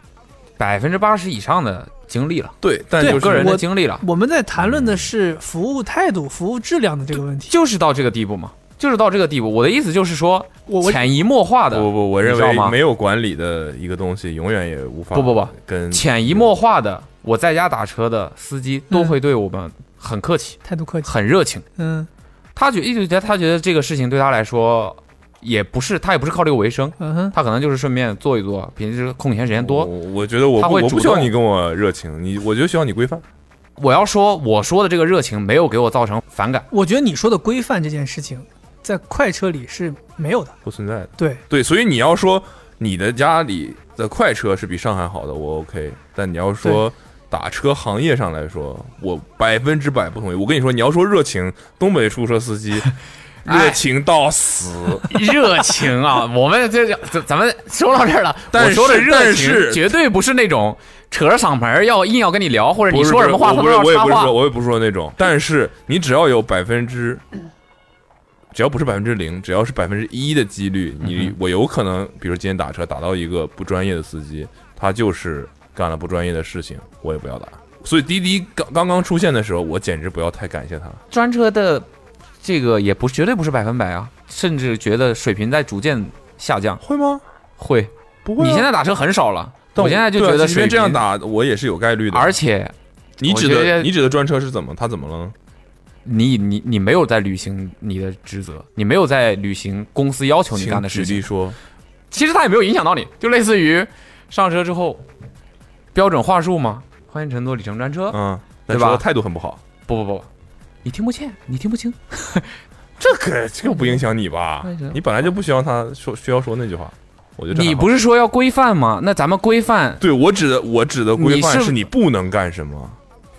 Speaker 4: 百分之八十以上的经历了，
Speaker 2: 对，但
Speaker 3: 对
Speaker 2: 就是
Speaker 4: 个人的
Speaker 3: 我
Speaker 4: 经历了，
Speaker 3: 我们在谈论的是服务态度、服务质量的这个问题。
Speaker 4: 就是到这个地步嘛，就是到这个地步。我的意思就是说，
Speaker 3: 我我
Speaker 4: 潜移默化的，
Speaker 2: 不不，我
Speaker 4: 你
Speaker 2: 认
Speaker 4: 知道吗
Speaker 2: 为没有管理的一个东西，永远也无法
Speaker 4: 不不不
Speaker 2: 跟
Speaker 4: 潜移默化的，我在家打车的司机
Speaker 3: 嗯
Speaker 4: 都会对我们很客气、
Speaker 3: 态度客气，
Speaker 4: 很热情。
Speaker 3: 嗯
Speaker 4: 他觉一直觉得他觉得这个事情对他来说也不是，他也不是靠这个为生，
Speaker 3: 嗯哼，
Speaker 4: 他可能就是顺便做一做，平时空闲时间
Speaker 2: 我
Speaker 4: 多。
Speaker 2: 我觉得我
Speaker 4: 他
Speaker 2: 不
Speaker 4: 会
Speaker 2: 我
Speaker 4: 主
Speaker 2: 不需要
Speaker 4: 动
Speaker 2: 你跟我热情，你我就需要你规范。
Speaker 4: 我要说，我说的这个热情没有给我造成反感，
Speaker 3: 我觉得你说的规范这件事情，在快车里是没有的。
Speaker 2: 不存在的。
Speaker 3: 对，
Speaker 2: 对，所以你要说你的家里的快车是比上海好的，我 OK。但你要说打车行业上来说，我百分之百不同意。我跟你说，你要说热情，东北出租车司机
Speaker 4: 哎
Speaker 2: 热情到死，
Speaker 4: 热情啊！我们这这咱咱们说到这 儿了，
Speaker 2: 但
Speaker 4: 我说的
Speaker 2: 是
Speaker 4: 热
Speaker 2: 但
Speaker 4: 情
Speaker 2: 是
Speaker 4: 绝对不是那种扯着嗓门儿要硬要跟你聊，或者你
Speaker 2: 不是
Speaker 4: 说什么话他
Speaker 2: 不
Speaker 4: 都
Speaker 2: 是
Speaker 4: 要
Speaker 2: 我也
Speaker 4: 插
Speaker 2: 不是说
Speaker 4: 话。
Speaker 2: 我也不是说那 种，但是你只要有百分之。只要不是百分之零，只要是百分之一的几率，你、我有可能，比如今天打车打到一个不专业的司机，他就是干了不专业的事情，我也不要打。所以滴滴刚刚刚出现的时候，我简直不要太感谢他。
Speaker 4: 专车的这个也不是绝对不是百分百啊，甚至觉得水平在逐渐下降。
Speaker 2: 会吗？
Speaker 4: 会，
Speaker 2: 不
Speaker 4: 你现在打车很少了，
Speaker 2: 但
Speaker 4: 我现在就觉
Speaker 2: 对啊
Speaker 4: 得
Speaker 2: 即
Speaker 4: 水平
Speaker 2: 便这样，打，我也是有概率的。
Speaker 4: 而且
Speaker 2: 你
Speaker 4: 我
Speaker 2: 指
Speaker 4: 觉
Speaker 2: 的
Speaker 4: 得
Speaker 2: 你指的专车是怎么？他怎么了呢？
Speaker 4: 你你你没有在履行你的职责，你没有在履行公司要求你
Speaker 2: 请
Speaker 4: 干的事
Speaker 2: 举例
Speaker 4: 情，
Speaker 2: 说，
Speaker 4: 其实它也没有影响到你，就类似于上车之后标准话术嘛，欢迎乘坐里程专车，
Speaker 2: 嗯，
Speaker 4: 哦
Speaker 2: 但
Speaker 4: 对吧
Speaker 2: 说的态度很不好。
Speaker 4: 不不不，你听不见，你听不清，
Speaker 2: 这个这个不影响你吧
Speaker 4: 为什么？
Speaker 2: 你本来就不希望他说需要说那句话，我觉得这
Speaker 4: 你
Speaker 2: 还好
Speaker 4: 不是说要规范吗？那咱们规范
Speaker 2: 对我指的我指的规
Speaker 4: 你
Speaker 2: 范
Speaker 4: 是
Speaker 2: 是你不能干什么，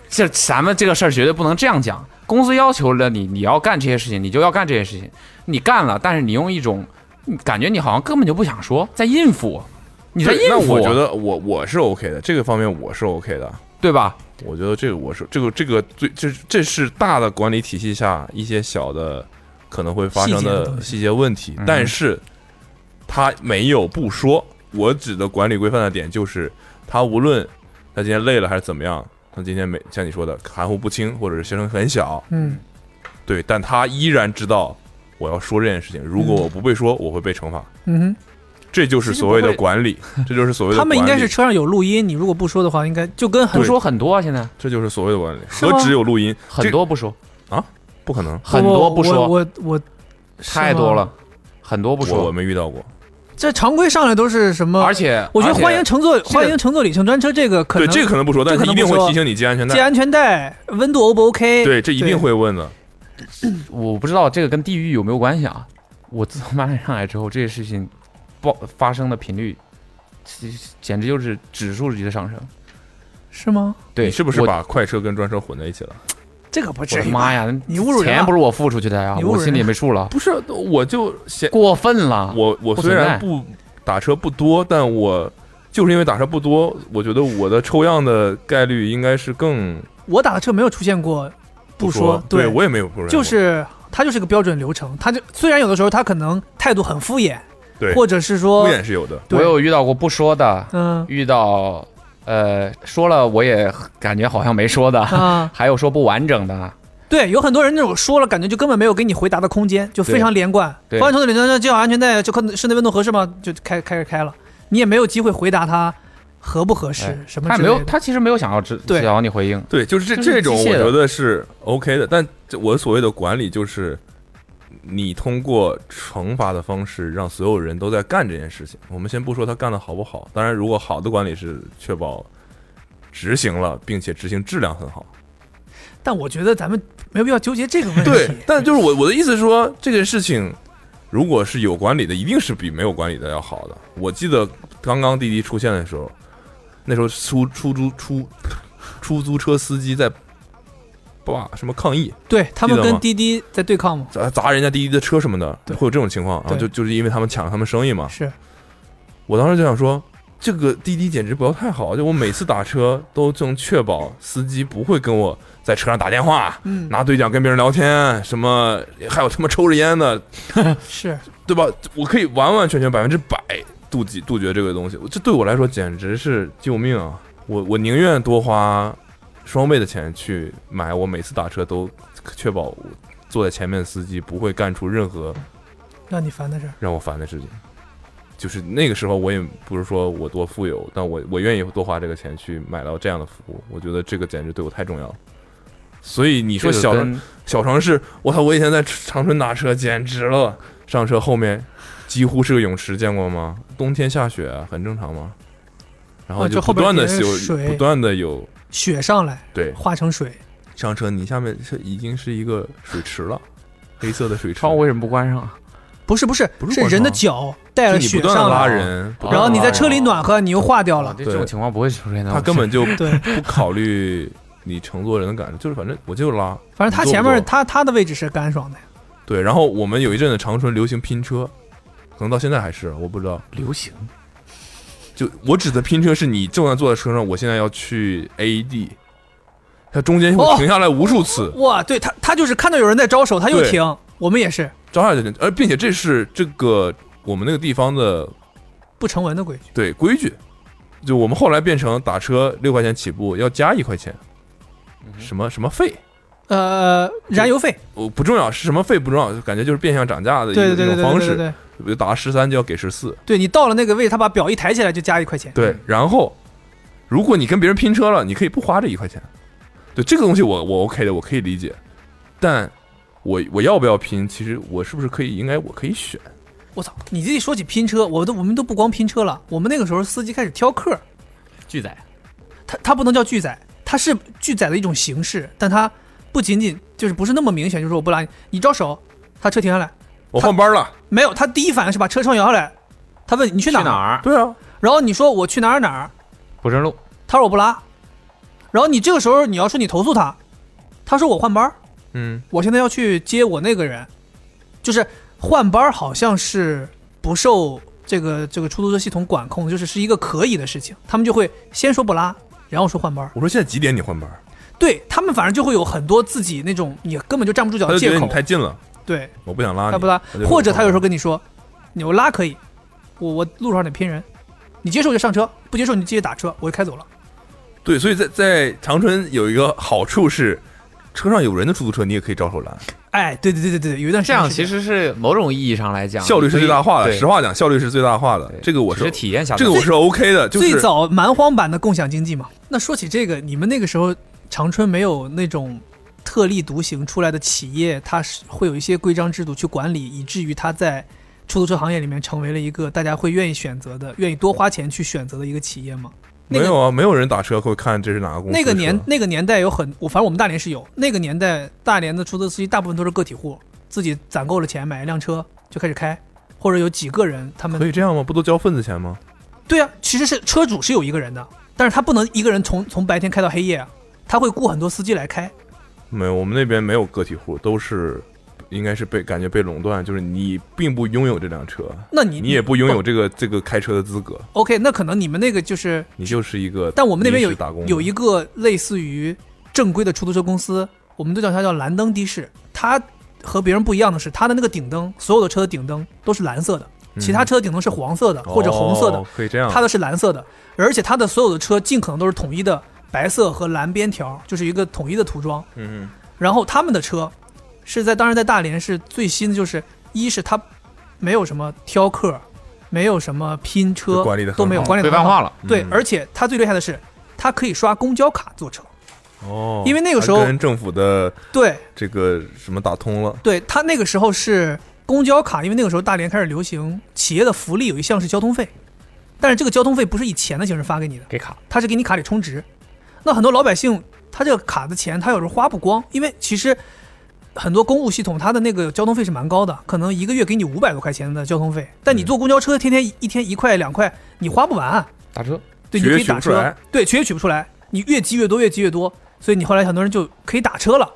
Speaker 4: 这咱们这个事儿绝对不能这样讲。公司要求了你，你要干这些事情，你就要干这些事情。你干了，但是你用一种你感觉你好像根本就不想说，在应付我，你在
Speaker 2: 对
Speaker 4: 应
Speaker 2: 那
Speaker 4: 付
Speaker 2: 我觉得我我是 OK 的，这个方面我是 OK 的。
Speaker 4: 对吧？
Speaker 2: 我觉得这个我是这个这个最这这是大的管理体系下一些小的可能会发生
Speaker 3: 细节的
Speaker 2: 的
Speaker 3: 东西
Speaker 2: 细节问题
Speaker 4: 嗯，
Speaker 2: 但是他没有不说。我指的管理规范的点就是，他无论他今天累了还是怎么样，他今天没像你说的含糊不清，或者是心声很小，
Speaker 3: 嗯，
Speaker 2: 对，但他依然知道我要说这件事情。如果
Speaker 3: 嗯
Speaker 2: 我不被说，我会被惩罚。
Speaker 3: 嗯哼，
Speaker 2: 这就是所谓
Speaker 4: 其
Speaker 2: 的
Speaker 4: 实不会
Speaker 2: 管理，这就是所谓
Speaker 3: 嗯
Speaker 2: 的
Speaker 3: 他
Speaker 2: 管
Speaker 3: 们
Speaker 2: 理。
Speaker 3: 应该是车上有录音，你如果不说的话，应该就跟很
Speaker 4: 不
Speaker 3: 多
Speaker 4: 说很多啊，现在
Speaker 2: 这就是所谓的管理，
Speaker 3: 是吗
Speaker 2: 何止有录音，
Speaker 4: 很多不说，
Speaker 2: 不可能，
Speaker 4: 很多不
Speaker 3: 我
Speaker 4: 说，
Speaker 3: 我我
Speaker 4: 太多，
Speaker 3: 是
Speaker 4: 了
Speaker 3: 吗，
Speaker 4: 很多不
Speaker 2: 我我
Speaker 4: 说，
Speaker 2: 没遇到过。
Speaker 3: 这常规上来都是什么？
Speaker 4: 而且
Speaker 3: 我觉得
Speaker 4: 而且
Speaker 3: 欢迎乘坐
Speaker 4: 个
Speaker 3: 欢迎乘坐里程专车这个可
Speaker 2: 对，
Speaker 3: 能
Speaker 2: 这个可能不说，但
Speaker 3: 这
Speaker 2: 是
Speaker 3: 可
Speaker 2: 他
Speaker 3: 能
Speaker 2: 一定会
Speaker 3: 不说
Speaker 2: 提醒你系安全
Speaker 3: 系
Speaker 2: 带。
Speaker 3: 安全带，温度 O 不 OK？
Speaker 2: 对，这一定会问的。
Speaker 4: 我不知道这个跟地域有没有关系啊。我自从搬上来之后，这些事情爆发生的频率，其实简直就是指数级的上升。
Speaker 3: 是吗？
Speaker 4: 对，
Speaker 2: 你是不是
Speaker 4: 我？
Speaker 2: 把快车跟专车混在一起了？
Speaker 3: 这个不
Speaker 4: 我
Speaker 3: 至
Speaker 4: 的
Speaker 3: 于。
Speaker 4: 妈！呀！
Speaker 3: 你侮辱人啊
Speaker 4: 钱不是我付出去的呀，
Speaker 3: 你侮辱
Speaker 4: 我
Speaker 3: 人啊
Speaker 4: 心里也没数了，
Speaker 2: 不是，我就嫌
Speaker 4: 过分了。
Speaker 2: 我我
Speaker 4: 不
Speaker 2: 虽
Speaker 4: 存
Speaker 2: 然
Speaker 4: 在
Speaker 2: 不打车不多，但我就是因为打车不多，我觉得我的抽样的概率应该是更
Speaker 3: 我打的车没有出现过不
Speaker 2: 说
Speaker 3: 说，。
Speaker 2: 对我也没有不说，
Speaker 3: 就是它就是个标准流程。它就虽然有的时候它可能态度很敷衍，
Speaker 2: 对
Speaker 3: 或者是
Speaker 2: 敷
Speaker 3: 说，
Speaker 2: 衍是有的。
Speaker 3: 对
Speaker 4: 我有遇到过不说的，
Speaker 3: 嗯
Speaker 4: 遇到呃说了我也感觉好像没说的，
Speaker 3: 啊，
Speaker 4: 还有说不完整的，
Speaker 3: 对，有很多人那种说了，感觉就根本没有给你回答的空间，就非常连贯。
Speaker 4: 对对
Speaker 3: 方向头里头系好安全带，就看室内温度合适吗？就开开始开了，你也没有机会回答他合不合适、
Speaker 4: 哎
Speaker 3: 什么
Speaker 4: 他
Speaker 3: 之
Speaker 4: 也
Speaker 3: 类
Speaker 4: 没
Speaker 3: 的。
Speaker 4: 有，他其实没有想要只
Speaker 3: 对
Speaker 4: 想要你回应。
Speaker 2: 对，就是这
Speaker 4: 就是
Speaker 2: 这种，
Speaker 4: 机
Speaker 2: 我
Speaker 4: 械的
Speaker 2: 觉得是 OK 的。但这我所谓的管理，就是你通过惩罚的方式，让所有人都在干这件事情。我们先不说他干的好不好，当然，如果好的管理是确保执行了，并且执行质量很好。
Speaker 3: 但我觉得咱们没有必要纠结这个问题。
Speaker 2: 对，但就是我我的意思是说，这件事情如果是有管理的，一定是比没有管理的要好的。我记得刚刚滴滴出现的时候，那时候出出租出出租车司机在罢什么抗议。
Speaker 3: 对他们
Speaker 2: 记得
Speaker 3: 跟
Speaker 2: 吗
Speaker 3: 滴滴在对抗嘛，
Speaker 2: 砸砸人家滴滴的车什么的，
Speaker 3: 对
Speaker 2: 会有这种情况啊，
Speaker 3: 对
Speaker 2: 就就是因为他们抢了他们生意嘛。
Speaker 3: 是
Speaker 2: 我当时就想说，这个滴滴简直不要太好，就我每次打车都能确保司机不会跟我在车上打电话，
Speaker 3: 嗯
Speaker 2: 拿对讲跟别人聊天，什么还有他妈抽着烟的，
Speaker 3: 是，
Speaker 2: 对吧？我可以完完全全百分之百杜绝杜绝这个东西，这对我来说简直是救命啊！我我宁愿多花双倍的钱去买，我每次打车都确保我坐在前面的司机不会干出任何
Speaker 3: 让你烦的事儿。
Speaker 2: 让我烦的事情。就是那个时候，我也不是说我多富有，但我我愿意多花这个钱去买到这样的服务，我觉得这个简直对我太重要了。所以你
Speaker 4: 你
Speaker 2: 说小城
Speaker 4: 跟
Speaker 2: 小城市，我操！我以前在长春打车，简直了，上车后面几乎是个泳池，见过吗？冬天下雪啊很正常吗？然后
Speaker 3: 啊
Speaker 2: 就
Speaker 3: 就
Speaker 2: 不
Speaker 3: 后边
Speaker 2: 断的
Speaker 3: 别人
Speaker 2: 有
Speaker 3: 水
Speaker 2: 不断的有
Speaker 3: 雪上来
Speaker 2: 对
Speaker 3: 化成水，
Speaker 2: 上车，你下面是已经是一个水池了，黑色的水池，
Speaker 4: 窗为什么不关上啊？
Speaker 3: 不是不是
Speaker 2: 不是
Speaker 3: 是
Speaker 2: 灌
Speaker 3: 人的
Speaker 2: 肠
Speaker 3: 脚带
Speaker 2: 啊就
Speaker 3: 了
Speaker 2: 你不
Speaker 3: 雪
Speaker 2: 断的
Speaker 3: 上
Speaker 2: 拉哦
Speaker 3: 来，
Speaker 2: 人，不
Speaker 4: 哦
Speaker 2: 断
Speaker 3: 然后
Speaker 2: 地
Speaker 3: 你
Speaker 2: 拉
Speaker 3: 在
Speaker 2: 人
Speaker 3: 车里暖和，你又化掉
Speaker 4: 好
Speaker 3: 了。
Speaker 4: 这种
Speaker 2: 对
Speaker 4: 情况不会出现的。
Speaker 2: 他根本就
Speaker 3: 对，
Speaker 2: 不考虑你乘坐人的感受， 就是反正我就拉。
Speaker 3: 反正 他
Speaker 2: 你坐
Speaker 3: 前
Speaker 2: 不
Speaker 3: 面
Speaker 2: 坐
Speaker 3: 他他的位置是干爽的呀。
Speaker 2: 对，然后我们有一阵子长春流行拼车，可能到现在还是我不知道。
Speaker 4: 流行，
Speaker 2: 就我指的拼车是你正在坐在车上，我现在要去 A D，它中间会
Speaker 3: 哦
Speaker 2: 停下来无数次，
Speaker 3: 哇，对他他就是看到有人在招手，他又
Speaker 2: 对
Speaker 3: 停。我们也是
Speaker 2: 照下就停。而并且这是这个我们那个地方的
Speaker 3: 不成文的规矩。
Speaker 2: 对规矩，就我们后来变成打车六块钱起步，要加一块钱，
Speaker 3: 嗯
Speaker 2: 什么什么费。
Speaker 3: 呃，燃油费，
Speaker 2: 我不重要是什么费不重要，感觉就是变相涨价的一
Speaker 3: 对
Speaker 2: 种
Speaker 3: 对对
Speaker 2: 一
Speaker 3: 对对
Speaker 2: 种
Speaker 3: 对
Speaker 2: 方
Speaker 3: 对
Speaker 2: 式。
Speaker 3: 对，
Speaker 2: 比如打十三就要给十四，
Speaker 3: 对你到了那个位，他把表一抬起来就加一块钱。
Speaker 2: 对，然后如果你跟别人拼车了，你可以不花这一块钱。对这个东西我我 OK 的，我可以理解。但我我要不要拼？其实我是不是可以？应该我可以选。
Speaker 3: 我操，你这一说起拼车，我都我们都不光拼车了，我们那个时候司机开始挑客，
Speaker 4: 拒载。
Speaker 3: 他他不能叫拒载，他是拒载的一种形式，但他不仅仅就是不是那么明显，就是我不拉你，你招手，他车停下来，
Speaker 2: 我换班了。
Speaker 3: 没有，他第一反应是把车窗摇下来，他问你去
Speaker 4: 去
Speaker 3: 哪
Speaker 4: 哪儿？
Speaker 2: 对啊，
Speaker 3: 然后你说我去哪儿哪儿，
Speaker 4: 不认路。
Speaker 3: 他说我不拉，然后你这个时候你要说你投诉他，他说我换班儿，
Speaker 2: 嗯，
Speaker 3: 我现在要去接我那个人，就是换班儿好像是不受这个这个出租车系统管控，就是是一个可以的事情，他们就会先说不拉，然后说换班儿，
Speaker 2: 我说现在几点你换班？
Speaker 3: 对他们反正就会有很多自己那种你根本就站不住脚
Speaker 2: 他
Speaker 3: 的
Speaker 2: 就觉
Speaker 3: 借
Speaker 2: 得你
Speaker 3: 口，
Speaker 2: 太近了，
Speaker 3: 对，
Speaker 2: 我不想拉
Speaker 3: 他
Speaker 2: 你。
Speaker 3: 不拉
Speaker 2: 我就，
Speaker 3: 或者他有时候
Speaker 2: 换班
Speaker 3: 跟你说，你我拉可以，我我路上得拼人，你接受就上车，不接受你继续打车，我就开走了。
Speaker 2: 对，所以在在长春有一个好处是，车上有人的出租车你也可以招手拦。
Speaker 3: 哎，对对对对对，有一段时
Speaker 4: 这
Speaker 3: 间
Speaker 4: 样
Speaker 3: 是
Speaker 4: 其实是某种意义上来
Speaker 3: 啊
Speaker 4: 讲，
Speaker 2: 效率是最大化的。
Speaker 4: 对
Speaker 2: 实话讲，效率是最大化的
Speaker 4: 对。
Speaker 2: 这个我
Speaker 4: 只是
Speaker 2: 是
Speaker 4: 体验下来，
Speaker 2: 这个我是 OK 的，就是
Speaker 3: 最早蛮荒版的共享经济嘛。那说起这个，你们那个时候长春没有那种特立独行出来的企业，它是会有一些规章制度去管理，以至于它在出租车行业里面成为了一个大家会愿意选择的、愿意多花钱去选择的一个企业吗？那
Speaker 2: 没
Speaker 3: 个
Speaker 2: 有啊，没有人打车会看这是哪个公司。
Speaker 3: 那个年
Speaker 2: 是吧
Speaker 3: 那个年代有很，我反正我们大连是有。那个年代，大连的出租车司机大部分都是个体户，自己攒够了钱买一辆车就开始开，或者有几个人他们
Speaker 2: 可以这样吗？不都交份子钱吗？
Speaker 3: 对啊，其实是车主是有一个人的，但是他不能一个人从从白天开到黑夜啊，他会雇很多司机来开。
Speaker 2: 没有，我们那边没有个体户，都是应该是被感觉被垄断，就是你并不拥有这辆车，
Speaker 3: 那你哦
Speaker 2: 你也不拥有这个这个开车的资格，
Speaker 3: OK，那可能你们那个就是，
Speaker 2: 你就是一个。
Speaker 3: 但我们那边有
Speaker 2: 打工的
Speaker 3: 有一个类似于正规的出租车公司，我们都叫它叫蓝灯的士。它和别人不一样的是，它的那个顶灯，所有的车的顶灯都是蓝色的，其他车的顶灯是黄色的或者红色的，
Speaker 2: 嗯哦可以这样。
Speaker 3: 它的是蓝色的，而且它的所有的车尽可能都是统一的白色和蓝边条，就是一个统一的涂装。
Speaker 2: 嗯
Speaker 3: 然后他们的车是在当时在大连是最新的，就是一是它没有什么挑客，没有什么拼车，
Speaker 2: 就管理得很好
Speaker 3: 都没有管理
Speaker 4: 规
Speaker 3: 的
Speaker 4: 范化。了。
Speaker 3: 对，
Speaker 2: 嗯
Speaker 3: 而且它最厉害的是，它可以刷公交卡坐车。
Speaker 2: 嗯，哦，
Speaker 3: 因为那个时候
Speaker 2: 它跟政府的
Speaker 3: 对，
Speaker 2: 这个什么打通了，
Speaker 3: 对，它那个时候是公交卡，因为那个时候大连开始流行企业的福利有一项是交通费，但是这个交通费不是以钱的形式发给你的，
Speaker 4: 给卡，
Speaker 3: 它是给你卡里充值。那很多老百姓他这个卡的钱，他有时候花不光，因为其实很多公务系统它的那个交通费是蛮高的，可能一个月给你五百多块钱的交通费，但你坐公交车天天一天一块两块，你花不完啊、
Speaker 4: 打车，
Speaker 3: 对，你
Speaker 2: 取也
Speaker 3: 可以
Speaker 2: 取不
Speaker 3: 打
Speaker 2: 出来
Speaker 3: 车，对，取也取不出来，你越积越多，越积越多，所以你后来很多人就可以打车了，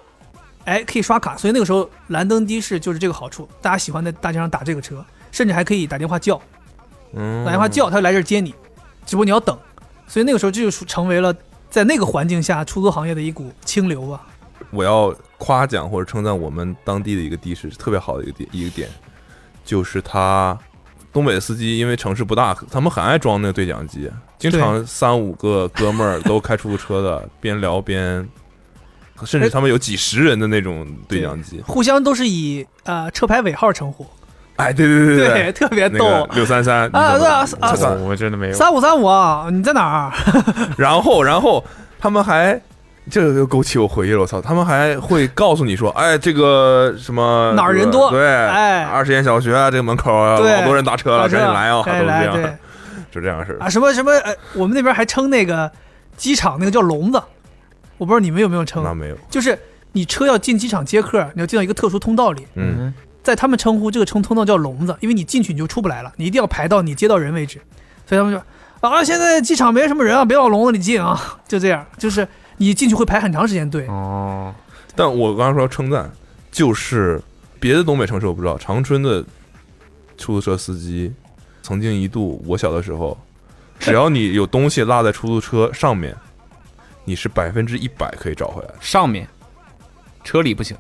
Speaker 3: 哎，可以刷卡，所以那个时候蓝灯的士就是这个好处，大家喜欢在大街上打这个车，甚至还可以打电话叫，
Speaker 2: 嗯，
Speaker 3: 打电话叫他就来这儿接你，只不过你要等，所以那个时候这就成为了在那个环境下出租行业的一股清流啊吧。
Speaker 2: 我要夸奖或者称赞我们当地的一个的士特别好的一个点一个点，就是他东北的司机，因为城市不大，他们很爱装那个对讲机，经常三五个哥们儿都开出租车的，边聊边，呃甚至他们有几十人的那种对讲机。
Speaker 3: 互相都是以呃车牌尾号称呼，
Speaker 2: 哎，对对对
Speaker 3: 对，，特别
Speaker 2: 那个
Speaker 3: 逗。
Speaker 2: 六三三
Speaker 3: 啊啊啊
Speaker 4: 我我真的没有。
Speaker 3: 三五三五啊，你在哪儿？
Speaker 2: 然后然后他们还。这个又勾起我回忆了，我操！他们还会告诉你说，哎，这个什么
Speaker 3: 哪儿人多
Speaker 2: 对，
Speaker 3: 哎
Speaker 2: 二实验小学啊，这个门口啊，
Speaker 3: 对
Speaker 2: 好多人打车了，赶紧来啊，都
Speaker 3: 赶
Speaker 2: 是
Speaker 3: 紧
Speaker 2: 这
Speaker 3: 哎来，
Speaker 2: 样
Speaker 3: 对
Speaker 2: 的，。就这样的事儿。
Speaker 3: 啊，什么什么，呃，我们那边还称那个机场那个叫笼子，我不知道你们有没有
Speaker 2: 那
Speaker 3: 称，
Speaker 2: 没有，
Speaker 3: 就是你车要进机场接客，你要进到一个特殊通道里，
Speaker 2: 嗯，
Speaker 4: 嗯，
Speaker 3: 在他们称呼这个称通道叫笼子，因为你进去你就出不来了，你一定要排到你接到人为止，所以他们就说啊，现在机场没什么人啊，别往笼子里进啊，就这样，就是你进去会排很长时间
Speaker 2: 嗯
Speaker 3: 队，
Speaker 4: 哦，
Speaker 2: 但我刚刚说称赞，就是别的东北城市我不知道，长春的出租车司机，曾经一度我小的时候，只要你有东西落在出租车上面，你是百分之一百可以找回来的。
Speaker 4: 上面车里不行，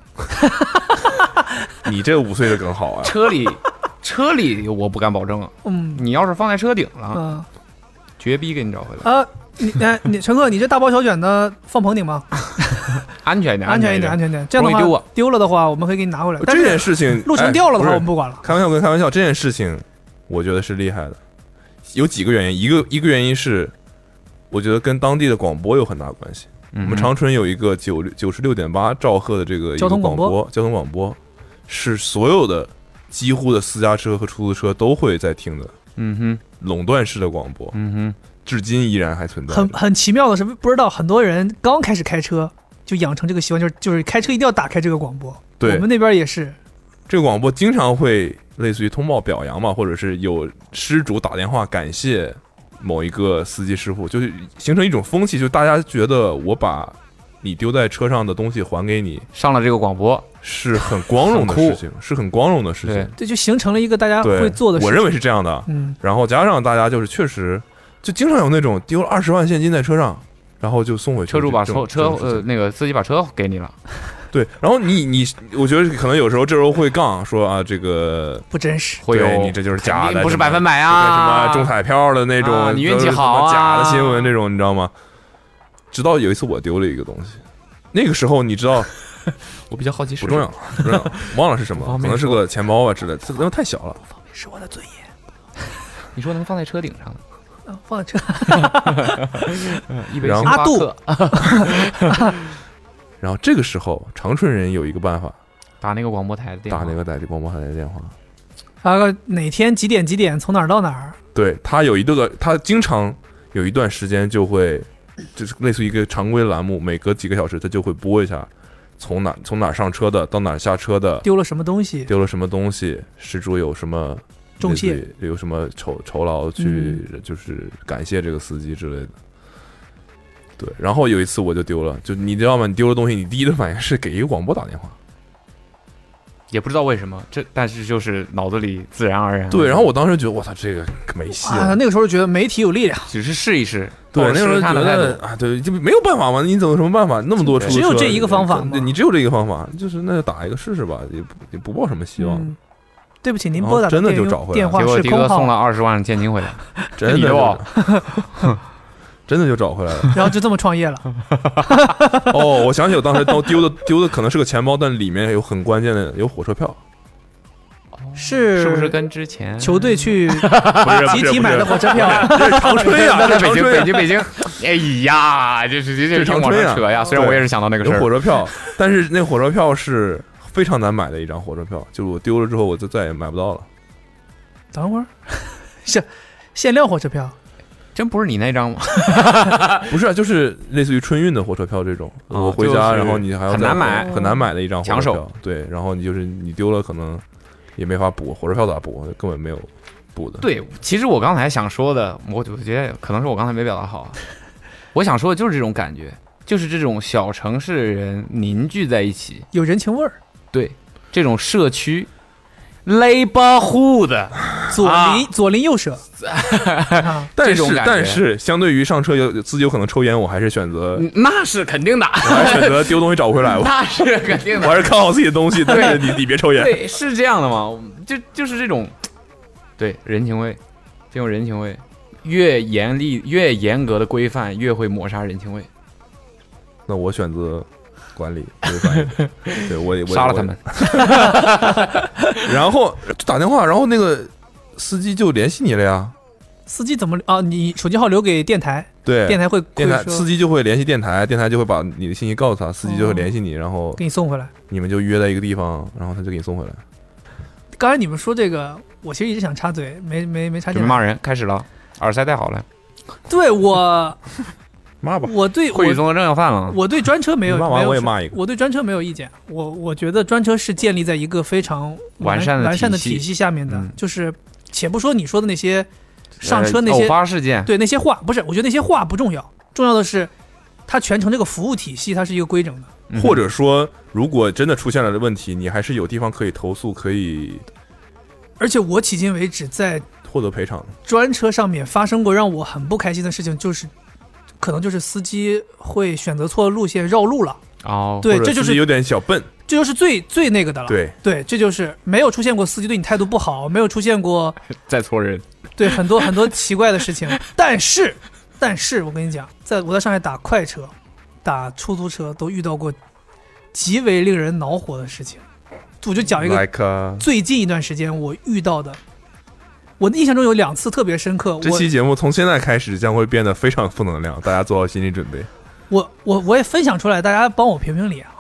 Speaker 2: 你这五岁的梗好啊！
Speaker 4: 车里 车里我不敢保证啊。
Speaker 3: 嗯
Speaker 4: 你要是放在车顶了，
Speaker 3: 嗯
Speaker 4: 绝逼给你找回来，
Speaker 3: 啊。你哎，你乘客，你这大包小卷的放棚顶吗？
Speaker 4: 安全一点，
Speaker 3: 安全
Speaker 4: 全
Speaker 3: 一点，安。全一点。这样的
Speaker 4: 容易丢
Speaker 3: 话
Speaker 4: 啊，
Speaker 3: 丢了的话，我们可以给你拿回来。但
Speaker 2: 这件
Speaker 3: 是
Speaker 2: 事情
Speaker 3: 路程
Speaker 2: 哎
Speaker 3: 掉了的话，
Speaker 2: 不
Speaker 3: 我
Speaker 2: 是
Speaker 3: 们不管了。
Speaker 2: 开玩笑归开玩笑，这件事情我觉得是厉害的，有几个原因，一个一个原因是，我觉得跟当地的广播有很大关系。
Speaker 4: 我
Speaker 3: 嗯
Speaker 2: 我们长春有一个九九十六点八兆赫的这个一个
Speaker 3: 交通广
Speaker 2: 广
Speaker 3: 播
Speaker 2: 播，交通广播是所有的几乎的私家车和出租车都会在听的
Speaker 4: 嗯哼，
Speaker 2: 垄断式的广播，
Speaker 4: 嗯哼，
Speaker 2: 至今依然还存在着。
Speaker 3: 很很奇妙的是，不知道很多人刚开始开车就养成这个习惯，就是就是开车一定要打开这个广播。
Speaker 2: 对
Speaker 3: 我们那边也是，
Speaker 2: 这个广播经常会类似于通报表扬嘛，或者是有失主打电话感谢某一个司机师傅，就是形成一种风气，就大家觉得我把你丢在车上的东西还给你
Speaker 4: 上了这个广播，
Speaker 2: 是 很光荣的
Speaker 4: 很酷
Speaker 2: 事情，是很光荣的事
Speaker 4: 对
Speaker 2: 情。
Speaker 3: 这就形成了一个大家
Speaker 2: 对，
Speaker 3: 会做的事。
Speaker 2: 我认为是这样的。
Speaker 3: 嗯，
Speaker 2: 然后加上大家就是确实，就经常有那种丢了二十万现金在车上，然后就送回去
Speaker 4: 车
Speaker 2: 这
Speaker 4: 主把
Speaker 2: 这
Speaker 4: 车
Speaker 2: 种
Speaker 4: 车
Speaker 2: 这种事情
Speaker 4: 呃那个司机把车给你了，
Speaker 2: 对，然后你你，我觉得可能有时候这时候会杠说啊，这个
Speaker 3: 不真实。
Speaker 4: 会
Speaker 2: 对
Speaker 4: 有
Speaker 2: 你这就是假的
Speaker 4: 肯定不是
Speaker 2: 什么
Speaker 4: 百分百
Speaker 2: 就跟
Speaker 4: 啊，
Speaker 2: 什么中彩票的那种，
Speaker 4: 啊你运
Speaker 2: 都
Speaker 4: 气
Speaker 2: 是什么
Speaker 4: 好啊
Speaker 2: 假的 新闻这种，你知道吗？直到有一次我丢了一个东西，那个时候你知道，
Speaker 4: 我比较好奇是
Speaker 2: 不重要，不重要，忘了是什么，
Speaker 4: 不方
Speaker 2: 可
Speaker 4: 便
Speaker 2: 能是
Speaker 4: 说
Speaker 2: 个钱包啊之类的，这东西太小了。
Speaker 3: 是我的尊严
Speaker 4: 什么，你说能放在车顶上的
Speaker 3: 啊！放在这，
Speaker 4: 一杯
Speaker 2: 然后
Speaker 4: 星巴
Speaker 3: 阿杜
Speaker 4: 克，
Speaker 2: 然后这个时候，长春人有一个办法，
Speaker 4: 打那个广播台的电
Speaker 2: 打
Speaker 4: 话
Speaker 2: 那个打这广播台的电话。
Speaker 3: 发个哪天几点几点从哪儿到哪儿，
Speaker 2: 对他有一段个，他经常有一段时间就会，就是类似于一个常规栏目，每隔几个小时他就会播一下，从哪从哪儿上车的，到哪儿下车的，
Speaker 3: 丢了什么东西，
Speaker 2: 丢了什么东西，失主有什么
Speaker 3: 中
Speaker 2: 类
Speaker 3: 介
Speaker 2: 似于有什么酬酬劳去，
Speaker 3: 嗯
Speaker 2: 就是感谢这个司机之类的。对，然后有一次我就丢了，就你知道吗？你丢了东西，你第一的反应是给一个广播打电话。
Speaker 4: 也不知道为什么，这但是就是脑子里自然而然。
Speaker 2: 对，然后我当时觉得，我操，这个没戏
Speaker 3: 啊！
Speaker 2: 了。
Speaker 3: 那个时候就觉得媒体有力量，
Speaker 4: 只是试一试，
Speaker 2: 对，
Speaker 4: 抱着
Speaker 2: 那时候
Speaker 4: 试试
Speaker 2: 觉
Speaker 4: 看的态
Speaker 2: 得
Speaker 4: 度。
Speaker 2: 啊，对，就没有办法嘛，你怎么有什么办法？那么多出租
Speaker 3: 只有
Speaker 2: 车
Speaker 3: 这一个方法嘛
Speaker 2: 你你只有这一个方法，就是那就打一个试试吧，也不也不抱什么希望，
Speaker 3: 嗯，对不起，您
Speaker 2: 然后
Speaker 3: 拨打
Speaker 2: 真的
Speaker 3: 电
Speaker 2: 就
Speaker 3: 用
Speaker 2: 找回来
Speaker 3: 电
Speaker 2: 了
Speaker 3: 话
Speaker 4: 结果
Speaker 3: 是
Speaker 4: 迪
Speaker 3: 空
Speaker 4: 哥送
Speaker 3: 号，
Speaker 4: 了二十万现金回来，
Speaker 2: 真的
Speaker 4: 你
Speaker 2: 就
Speaker 4: 的
Speaker 2: 是
Speaker 4: 哦，
Speaker 2: 真的就找回来了。
Speaker 3: 然后就这么创 业了。
Speaker 2: 哦，我想起我当时都丢的丢的可能是个钱包，但里面有很关键的有火车票，
Speaker 3: 是
Speaker 4: 是不是跟之前
Speaker 3: 球 队去
Speaker 2: 不是
Speaker 3: 集体买的火车票，
Speaker 2: 长春呀，
Speaker 4: 那在北
Speaker 2: 长
Speaker 4: 京，
Speaker 2: 春
Speaker 4: 北
Speaker 2: 呀
Speaker 4: 京，北京，哎呀，这是这
Speaker 2: 这
Speaker 4: 是
Speaker 2: 长
Speaker 4: 往
Speaker 2: 春呀
Speaker 4: 上扯呀！虽然我也是想到那个
Speaker 2: 有
Speaker 4: 事儿，
Speaker 2: 火车票， 但是那火车票是非常难买的一张火车票，就是我丢了之后我就再也买不到了。
Speaker 3: 等会儿 是限量火车票，
Speaker 4: 真不是你那 张吗？
Speaker 2: 不是啊，就是类似于春运的火车票这种，
Speaker 4: 哦
Speaker 2: 我回
Speaker 4: 就
Speaker 2: 家
Speaker 4: 是
Speaker 2: 然后你还要
Speaker 4: 很
Speaker 2: 再
Speaker 4: 难
Speaker 2: 回
Speaker 4: 买
Speaker 2: 很难买的一张火车
Speaker 4: 抢手
Speaker 2: 票，对，然后你就是你丢了可能也没法补，火车票咋补？啊根本没有补的。，
Speaker 4: 对，其实我刚才想说的，我我觉得可能是我刚才没表达好啊，我想说的就是这种感觉，就是这种小城市人凝聚在一起，
Speaker 3: 有人情味儿，
Speaker 4: 对这种社区。neighborhood，
Speaker 3: 左
Speaker 4: 啊
Speaker 3: 邻左邻右舍 啊，
Speaker 4: 这
Speaker 2: 但是
Speaker 4: 种感觉
Speaker 2: 但是相对于上车有自己有可能抽烟，我还是选 择
Speaker 4: 嗯那是肯定的，
Speaker 2: 我还是选择丢东西找不回来吧。
Speaker 4: 那是肯定
Speaker 2: 我
Speaker 4: 的，
Speaker 2: 还是看好自己的东西，但是你你别抽烟。
Speaker 4: 对，是这样的嘛，就就是这种，对人情味，这种人情味，越严厉、越严格的规范，越会抹杀人情味，
Speaker 2: 那我选择管理，规范一 点对我也我也
Speaker 4: 杀了他们。
Speaker 2: 然后就打电话，然后那个司机就联系你了呀。
Speaker 3: 司机怎么啊？你手机号留给电台，
Speaker 2: 对，
Speaker 3: 电台会
Speaker 2: 电台
Speaker 3: 会
Speaker 2: 司
Speaker 3: 说
Speaker 2: 机就会联系电台，电台就会把你的信息告诉他，司机就会
Speaker 3: 哦
Speaker 2: 联系你，然后
Speaker 3: 给你送回来。
Speaker 2: 你们就约在一个地方，然后他就给你送回来。
Speaker 3: 刚才你们说这个，我其实一直想插嘴，没没没插
Speaker 4: 准备
Speaker 3: 进来。
Speaker 4: 骂人，开始了，耳塞戴好了，
Speaker 3: 对我，
Speaker 2: 骂吧，
Speaker 3: 我对我
Speaker 4: 会语综合症要犯了。
Speaker 3: 我对专车没有
Speaker 2: 你骂完
Speaker 3: 没有
Speaker 2: 我也
Speaker 3: 什
Speaker 2: 骂一个
Speaker 3: 我对专车没有意见。我我觉得专车是建立在一个非常
Speaker 4: 完善的
Speaker 3: 完善的
Speaker 4: 体系
Speaker 3: 体系下面的
Speaker 4: 嗯，
Speaker 3: 就是且不说你说的那些上车那
Speaker 4: 呃
Speaker 3: 些
Speaker 4: 偶发事件，
Speaker 3: 对那些话，不是，我觉得那些话不重要，重要的是它全程这个服务体系它是一个规整的。
Speaker 4: 嗯
Speaker 2: 或者说，如果真的出现了问题，你还是有地方可以投诉，可以
Speaker 3: 而且我迄今为止在
Speaker 2: 获得赔偿的。
Speaker 3: 专车上面发生过让我很不开心的事情，就是可能就是司机会选择错路线绕路了。
Speaker 4: 哦，
Speaker 3: 对，
Speaker 2: 或者
Speaker 3: 这就
Speaker 2: 司
Speaker 3: 是
Speaker 2: 机
Speaker 3: 啊
Speaker 2: 有点小笨。
Speaker 3: 这就是最最那个的了。
Speaker 2: 对，
Speaker 3: 这就是没有出现过司机对你态度不好，没有出现过
Speaker 4: 在搓人，
Speaker 3: 对很多很多奇怪的事 情。但是，但是我跟你讲，在我在上海打快车、打出租车都遇到过极为令人恼火的事情。我就讲一个
Speaker 2: like，a-
Speaker 3: 最近一段时间我遇到的，我的印象中有两次特别深刻。
Speaker 2: 这
Speaker 3: 我
Speaker 2: 期节目从现在开始将会变得非常负能量，大家做好心理准备。
Speaker 3: 我我我也分享出来，大家帮我评评理啊！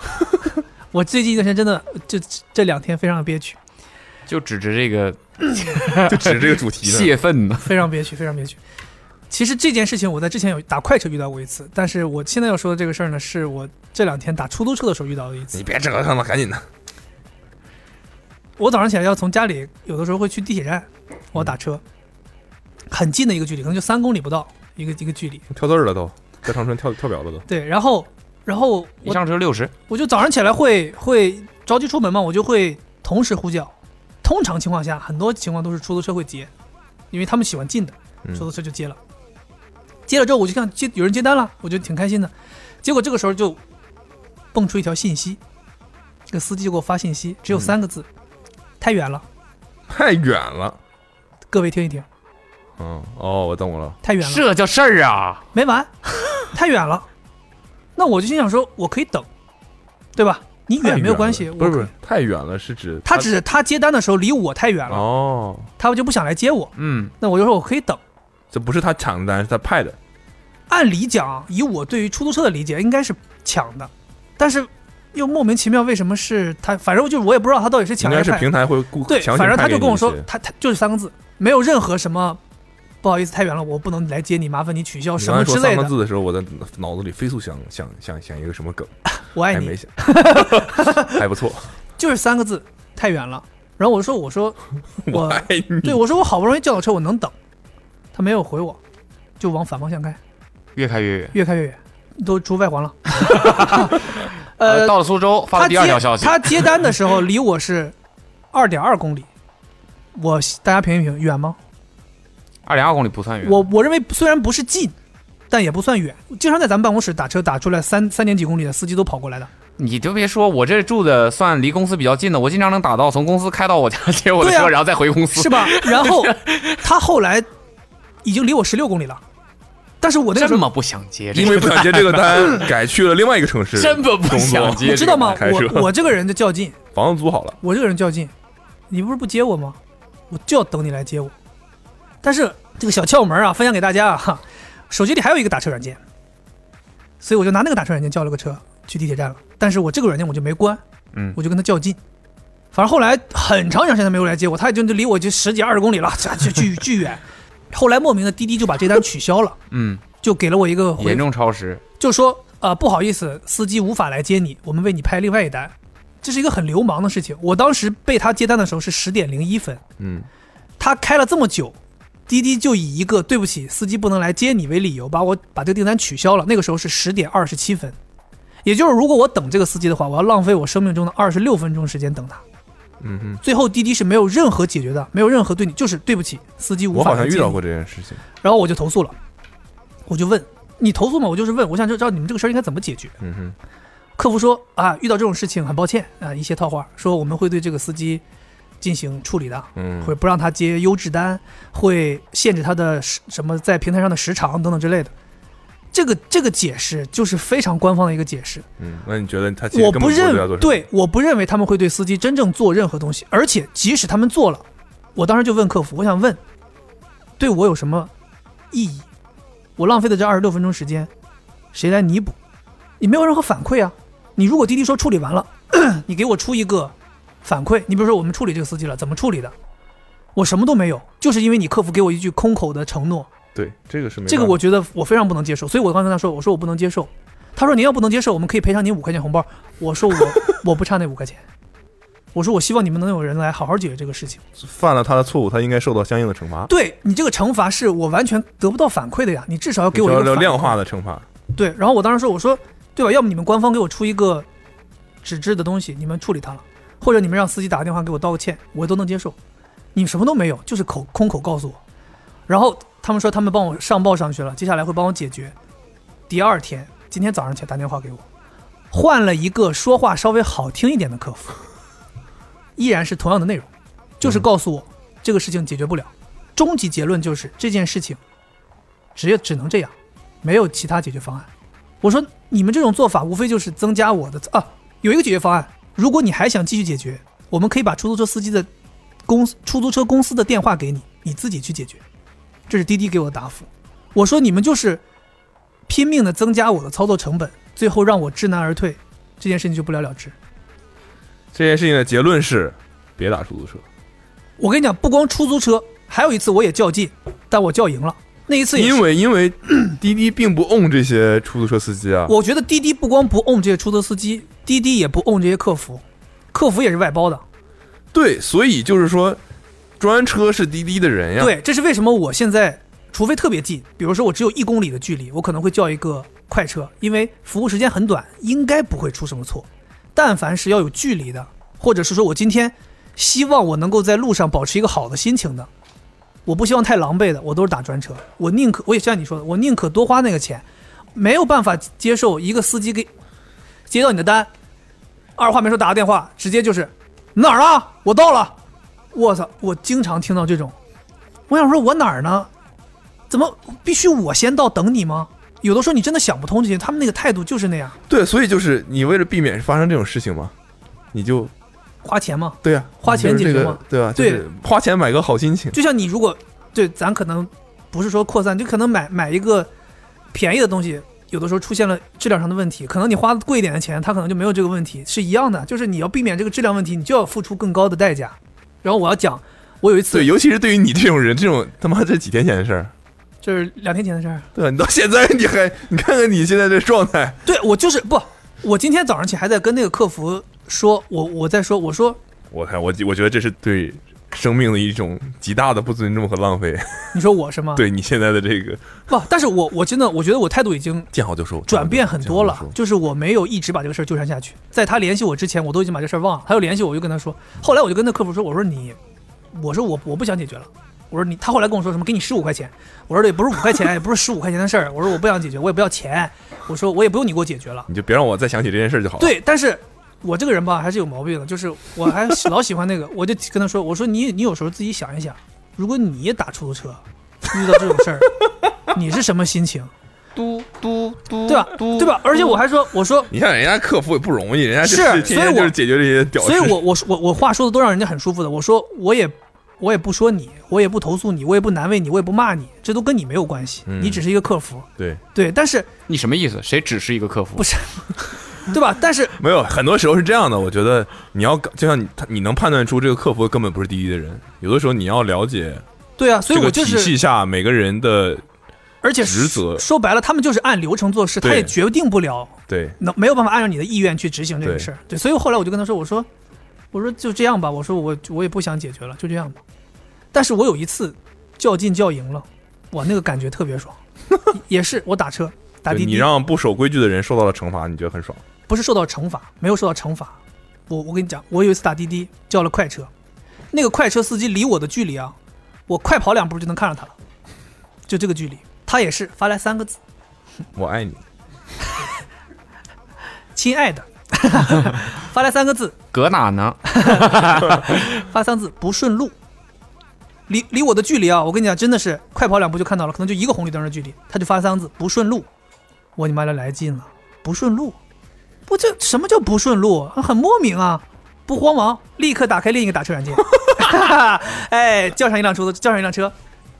Speaker 3: 我最近一段时间真的这这两天非常憋屈。
Speaker 4: 就指着这个
Speaker 2: 就指着这个主 题呢，
Speaker 4: 泄愤呢。
Speaker 3: 非常憋屈，非常憋屈。其实这件事情我在之前有打快车遇到过一次，但是我现在要说的这个事儿呢，是我这两天打出租车的时候遇到的一
Speaker 2: 你
Speaker 3: 次。
Speaker 2: 别折腾了，赶紧的。
Speaker 3: 我早上起来要从家里，有的时候会去地铁站，我打车，很近的一个距离，可能就三公里不到一个一个距离。
Speaker 2: 跳字儿了都，在长春跳跳表 了都。
Speaker 3: 对，然后然后
Speaker 4: 一
Speaker 3: 我
Speaker 4: 上车六十，
Speaker 3: 我就早上起来会会着急出门嘛，我就会同时呼叫。通常情况下，很多情况都是出租车会接，因为他们喜欢近的，
Speaker 2: 嗯
Speaker 3: 出租车就接了。接了之后，我就看接有人接单了，我就挺开心的。结果这个时候就蹦出一条信息，这个司机就给我发信息，只有
Speaker 2: 嗯
Speaker 3: 三个字：太远了，
Speaker 2: 太远了。
Speaker 3: 各位听一听，
Speaker 2: 嗯，哦，我懂了。
Speaker 3: 太远了。
Speaker 4: 这叫事儿啊！
Speaker 3: 没完，太远了。那我就心想说，我可以等，对吧？你
Speaker 2: 太
Speaker 3: 远没有
Speaker 2: 了
Speaker 3: 关系，
Speaker 2: 不
Speaker 3: 我
Speaker 2: 是不
Speaker 3: 可
Speaker 2: 是太远了，是指
Speaker 3: 他只是他接单的时候离我太远了，
Speaker 2: 哦，
Speaker 3: 他就不想来接我，
Speaker 4: 嗯，
Speaker 3: 那我就说我可以等。
Speaker 2: 这不是他抢的单，是他派的。
Speaker 3: 按理讲，以我对于出租车的理解，应该是抢的，但是又莫名其妙为什么是他？反正就是我也不知道他到底是
Speaker 2: 应
Speaker 3: 抢还
Speaker 2: 该
Speaker 3: 是
Speaker 2: 是
Speaker 3: 派。
Speaker 2: 平台会雇
Speaker 3: 对，
Speaker 2: 强行
Speaker 3: 反正
Speaker 2: 派
Speaker 3: 他
Speaker 2: 给
Speaker 3: 就
Speaker 2: 你
Speaker 3: 跟我说哦
Speaker 2: 一些，
Speaker 3: 他他就是三个字，没有任何什么不好意思太远了，我不能来接你，麻烦你取消
Speaker 2: 你
Speaker 3: 什
Speaker 2: 刚才
Speaker 3: 么
Speaker 2: 说
Speaker 3: 之类
Speaker 2: 三个
Speaker 3: 的。
Speaker 2: 字的时候，我在脑子里飞速想想想想一个什么梗，
Speaker 3: 我爱
Speaker 2: 还
Speaker 3: 你
Speaker 2: 没，想，还不错。
Speaker 3: 就是三个字，太远了。然后我说我说
Speaker 2: 我
Speaker 3: 我
Speaker 2: 爱你，
Speaker 3: 对我说我好不容易叫到车，我能等，他没有回我，就往反方向开，
Speaker 4: 越开越远。
Speaker 3: 越开越远，都出外环 了。
Speaker 4: 呃，到了苏州，发
Speaker 3: 他
Speaker 4: 了第二条
Speaker 3: 接
Speaker 4: 消息，
Speaker 3: 他接单的时候离我是二点二公里，我大家评一评，远吗？
Speaker 4: 二点二公里不算远。
Speaker 3: 我我认为虽然不是近，但也不算远。经常在咱们办公室打车打出来三三点几公里的司机都跑过 来的。
Speaker 4: 你就别说，我这住的算离公司比较近的，我经常能打到从公司开到我家 接我的
Speaker 3: 对啊
Speaker 4: 车，然后再回公司。
Speaker 3: 是吧？然后他后来已经离我十六公里了，但是我那个时
Speaker 4: 这
Speaker 3: 候
Speaker 4: 么不想接这
Speaker 2: 因
Speaker 4: 个，
Speaker 2: 为不想接这个单，改去了另外一个城 市，
Speaker 4: 真的不
Speaker 2: 工作
Speaker 4: 想接这个，
Speaker 3: 你知道吗？
Speaker 2: 开车
Speaker 3: 我我这个人就较劲，
Speaker 2: 房子租好了，
Speaker 3: 我这个人较劲，你不是不接我吗？我就要等你来接我。但是这个小窍门啊，分享给大家啊，哈手机里还有一个打车软件，所以我就拿那个打车软件叫了个车去地铁站了。但是我这个软件我就没关，
Speaker 4: 嗯
Speaker 3: 我就跟他较劲。反正后来很长一段时间没有来接我，他已经就离我就十几二十公里了，这这巨巨远。后来莫名的滴滴就把这单取消了，
Speaker 4: 嗯，
Speaker 3: 就给了我一个回
Speaker 4: 严
Speaker 3: 复，
Speaker 4: 重超时。
Speaker 3: 就说呃不好意思，司机无法来接你，我们为你拍另外一单。这是一个很流氓的事情。我当时被他接单的时候是十点零一分，
Speaker 2: 嗯，
Speaker 3: 他开了这么久，滴滴就以一个对不起，司机不能来接你为理由，把我把这个订单取消了。那个时候是十点二十七分，也就是如果我等这个司机的话，我要浪费我生命中的二十六分钟时间等他。
Speaker 2: 嗯哼，
Speaker 3: 最后滴滴是没有任何解决的，没有任何对你，就是对不起，司机无
Speaker 2: 我
Speaker 3: 法
Speaker 2: 好
Speaker 3: 来
Speaker 2: 像
Speaker 3: 接
Speaker 2: 遇
Speaker 3: 你
Speaker 2: 到过这件事情，
Speaker 3: 然后我就投诉了，我就问你投诉吗？我就是问，我想知道你们这个事儿应该怎么解决。
Speaker 2: 嗯哼，
Speaker 3: 客服说啊，遇到这种事情很抱歉啊，一些套话说我们会对这个司机进行处理的，
Speaker 2: 嗯，
Speaker 3: 会不让他接优质单，会限制他的时什么在平台上的时长等等之类的。这个这个解释就是非常官方的一个解释，
Speaker 2: 嗯，那你觉得他其实
Speaker 3: 我
Speaker 2: 根本不知道
Speaker 3: 认
Speaker 2: 做什么？
Speaker 3: 对，我不认为他们会对司机真正做任何东西，而且即使他们做了，我当时就问客服，我想问，对我有什么意义？我浪费的这二十六分钟时间，谁来弥补？你没有任何反馈啊！你如果滴滴说处理完了， 你给我出一个反馈，你比如说我们处理这个司机了，怎么处理的？我什么都没有，就是因为你客服给我一句空口的承诺，
Speaker 2: 对，这个是没
Speaker 3: 这个
Speaker 2: 办法
Speaker 3: 我觉得我非常不能接受，所以我刚才跟他说，我说我不能接受。他说您要不能接受，我们可以赔偿您五块钱红包。我 说我我不差那五块钱，我说我希望你们能有人来好好解决这个事情。
Speaker 2: 犯了他的错误，他应该受到相应的惩罚，
Speaker 3: 对你这个惩罚是我完全得不到反馈的呀，你至少要给我一
Speaker 2: 要
Speaker 3: 个
Speaker 2: 要
Speaker 3: 反
Speaker 2: 量化的惩罚，
Speaker 3: 对，然后我当时说，我说对吧？要么你们官方给我出一个纸质的东西，你们处理它了，或者你们让司机打个电话给我道个歉，我都能接受。你什么都没有，就是口空口告诉我。然后他们说他们帮我上报上去了，接下来会帮我解决。第二天，今天早上起来打电话给我，换了一个说话稍微好听一点的客服，依然是同样的内容，就是告诉我、这个事情解决不了。终极结论就是这件事情只也只能这样，没有其他解决方案。我说你们这种做法无非就是增加我的啊，有一个解决方案，如果你还想继续解决，我们可以把出租车司机的公出租车公司的电话给你，你自己去解决。这是滴滴给我的答复。我说你们就是拼命的增加我的操作成本，最后让我知难而退，这件事情就不了了之。
Speaker 2: 这件事情的结论是，别打出租车，
Speaker 3: 我跟你讲，不光出租车，还有一次我也较劲，但我较赢了。那一次也是
Speaker 2: 因为 因为滴滴并不 own 这些出租车司机啊，
Speaker 3: 我觉得滴滴不光不 own 这些出租车司机，滴滴也不 own 这些客服，客服也是外包的。
Speaker 2: 对，所以就是说，专车是滴滴的人呀，，
Speaker 3: 对，这是为什么我现在除非特别近，比如说我只有一公里的距离，我可能会叫一个快车，因为服务时间很短，应该不会出什么错。但凡是要有距离的，或者是说我今天希望我能够在路上保持一个好的心情的，我不希望太狼狈的，我都是打专车。我宁可我也像你说的，我宁可多花那个钱，没有办法接受一个司机给接到你的单，二话没说打个电话，直接就是你哪儿啊？我到了。我操！我经常听到这种，我想说，我哪儿呢？怎么必须我先到等你吗？有的时候你真的想不通这些，他们那个态度就是那样。
Speaker 2: 对，所以就是你为了避免发生这种事情嘛，你就
Speaker 3: 花钱嘛，
Speaker 2: 对啊，
Speaker 3: 花钱
Speaker 2: 就是这
Speaker 3: 解决
Speaker 2: 个
Speaker 3: 嘛
Speaker 2: 对啊，就
Speaker 3: 对
Speaker 2: 是花钱买个好心情，
Speaker 3: 就像你如果对咱可能不是说扩散，就可能买买一个便宜的东西，有的时候出现了质量上的问题，可能你花贵一点的钱，它可能就没有这个问题，是一样的。就是你要避免这个质量问题，你就要付出更高的代价。然后我要讲，我有一次
Speaker 2: 对，尤其是对于你这种人，这种他妈这几天前的事儿，
Speaker 3: 就是两天前的事儿，
Speaker 2: 对吧？你到现在你还你看看你现在这状态，
Speaker 3: 对我就是不，我今天早上起还在跟那个客服说，我我在说，我说
Speaker 2: 我看我我觉得这是对生命的一种极大的不尊重和浪费，
Speaker 3: 你说我什么？
Speaker 2: 对你现在的这个
Speaker 3: 不，但是我我真的我觉得我态度已经
Speaker 2: 见好就收，
Speaker 3: 转变很多
Speaker 2: 见
Speaker 3: 了
Speaker 2: 好，就收
Speaker 3: 就是我没有一直把这个事儿纠缠下去。在他联系我之前，我都已经把这事儿忘了。他又联系我，我就跟他说，后来我就跟那客服说，我说你，我说我我不想解决了。我说你，他后来跟我说什么？给你十五块钱。我说这也不是五块钱，也不是十五块钱的事儿。我说我不想解决，我也不要钱。我说我也不用你给我解决了。
Speaker 2: 你就别让我再想起这件事就好了。
Speaker 3: 对，但是我这个人吧，还是有毛病的，就是我还老喜欢那个，我就跟他说，我说你你有时候自己想一想，如果你也打出租车，遇到这种事儿，你是什么心情，
Speaker 4: 嘟嘟嘟，
Speaker 3: 对吧？对吧？而且我还说，我说
Speaker 2: 你看人家客服也不容易，人家就是
Speaker 3: 所
Speaker 2: 天
Speaker 3: 以
Speaker 2: 天
Speaker 3: 我
Speaker 2: 就是解决这些屌
Speaker 3: 所
Speaker 2: 事。
Speaker 3: 以我我说我我话说的都让人家很舒服的。我说我也我也不说你，我也不投诉你，我也不难为你，我也不骂你，这都跟你没有关系，
Speaker 2: 嗯
Speaker 3: 你只是一个客服。
Speaker 2: 对，
Speaker 3: 对，但是
Speaker 4: 你什么意思？谁只是一个客服？
Speaker 3: 不是对吧？但是
Speaker 2: 没有很多时候是这样的。我觉得你要就像你，他你能判断出这个客服根本不是第一的人。有的时候你要了解
Speaker 3: 对啊，所
Speaker 2: 这
Speaker 3: 以我
Speaker 2: 个
Speaker 3: 就
Speaker 2: 体
Speaker 3: 是，
Speaker 2: 系下每个人的
Speaker 3: 而且
Speaker 2: 职责
Speaker 3: 说白了，他们就是按流程做事，他
Speaker 2: 对
Speaker 3: 也决定不了，
Speaker 2: 对
Speaker 3: 能没有办法按照你的意愿去执行这个
Speaker 2: 对
Speaker 3: 事儿。对，所以后来我就跟他说，我说我说就这样吧，我说我我也不想解决了，就这样吧。但是我有一次较劲较赢了，哇，那个感觉特别爽， 也是我打车打
Speaker 2: 对
Speaker 3: 滴滴，
Speaker 2: 你让不守规矩的人受到了惩罚，你觉得很爽？
Speaker 3: 不是受到惩罚，没有受到惩罚。我我跟你讲，我有一次打滴滴叫了快车，那个快车司机离我的距离啊，我快跑两步就能看着他了，就这个距离。他也是发来三个字
Speaker 2: 我爱你，
Speaker 3: “亲爱的”， 发来三个字，
Speaker 4: 搁哪呢？
Speaker 3: 发三个字不顺路。离离我的距离啊，我跟你讲，真的是快跑两步就看到了，可能就一个红绿灯的距离，他就发三个字不顺路。我你妈的来劲了，不顺路，我这什么叫不顺路？很莫名啊！不慌忙，立刻打开另一个打车 软件，哎，叫上一辆出租，叫上一辆车，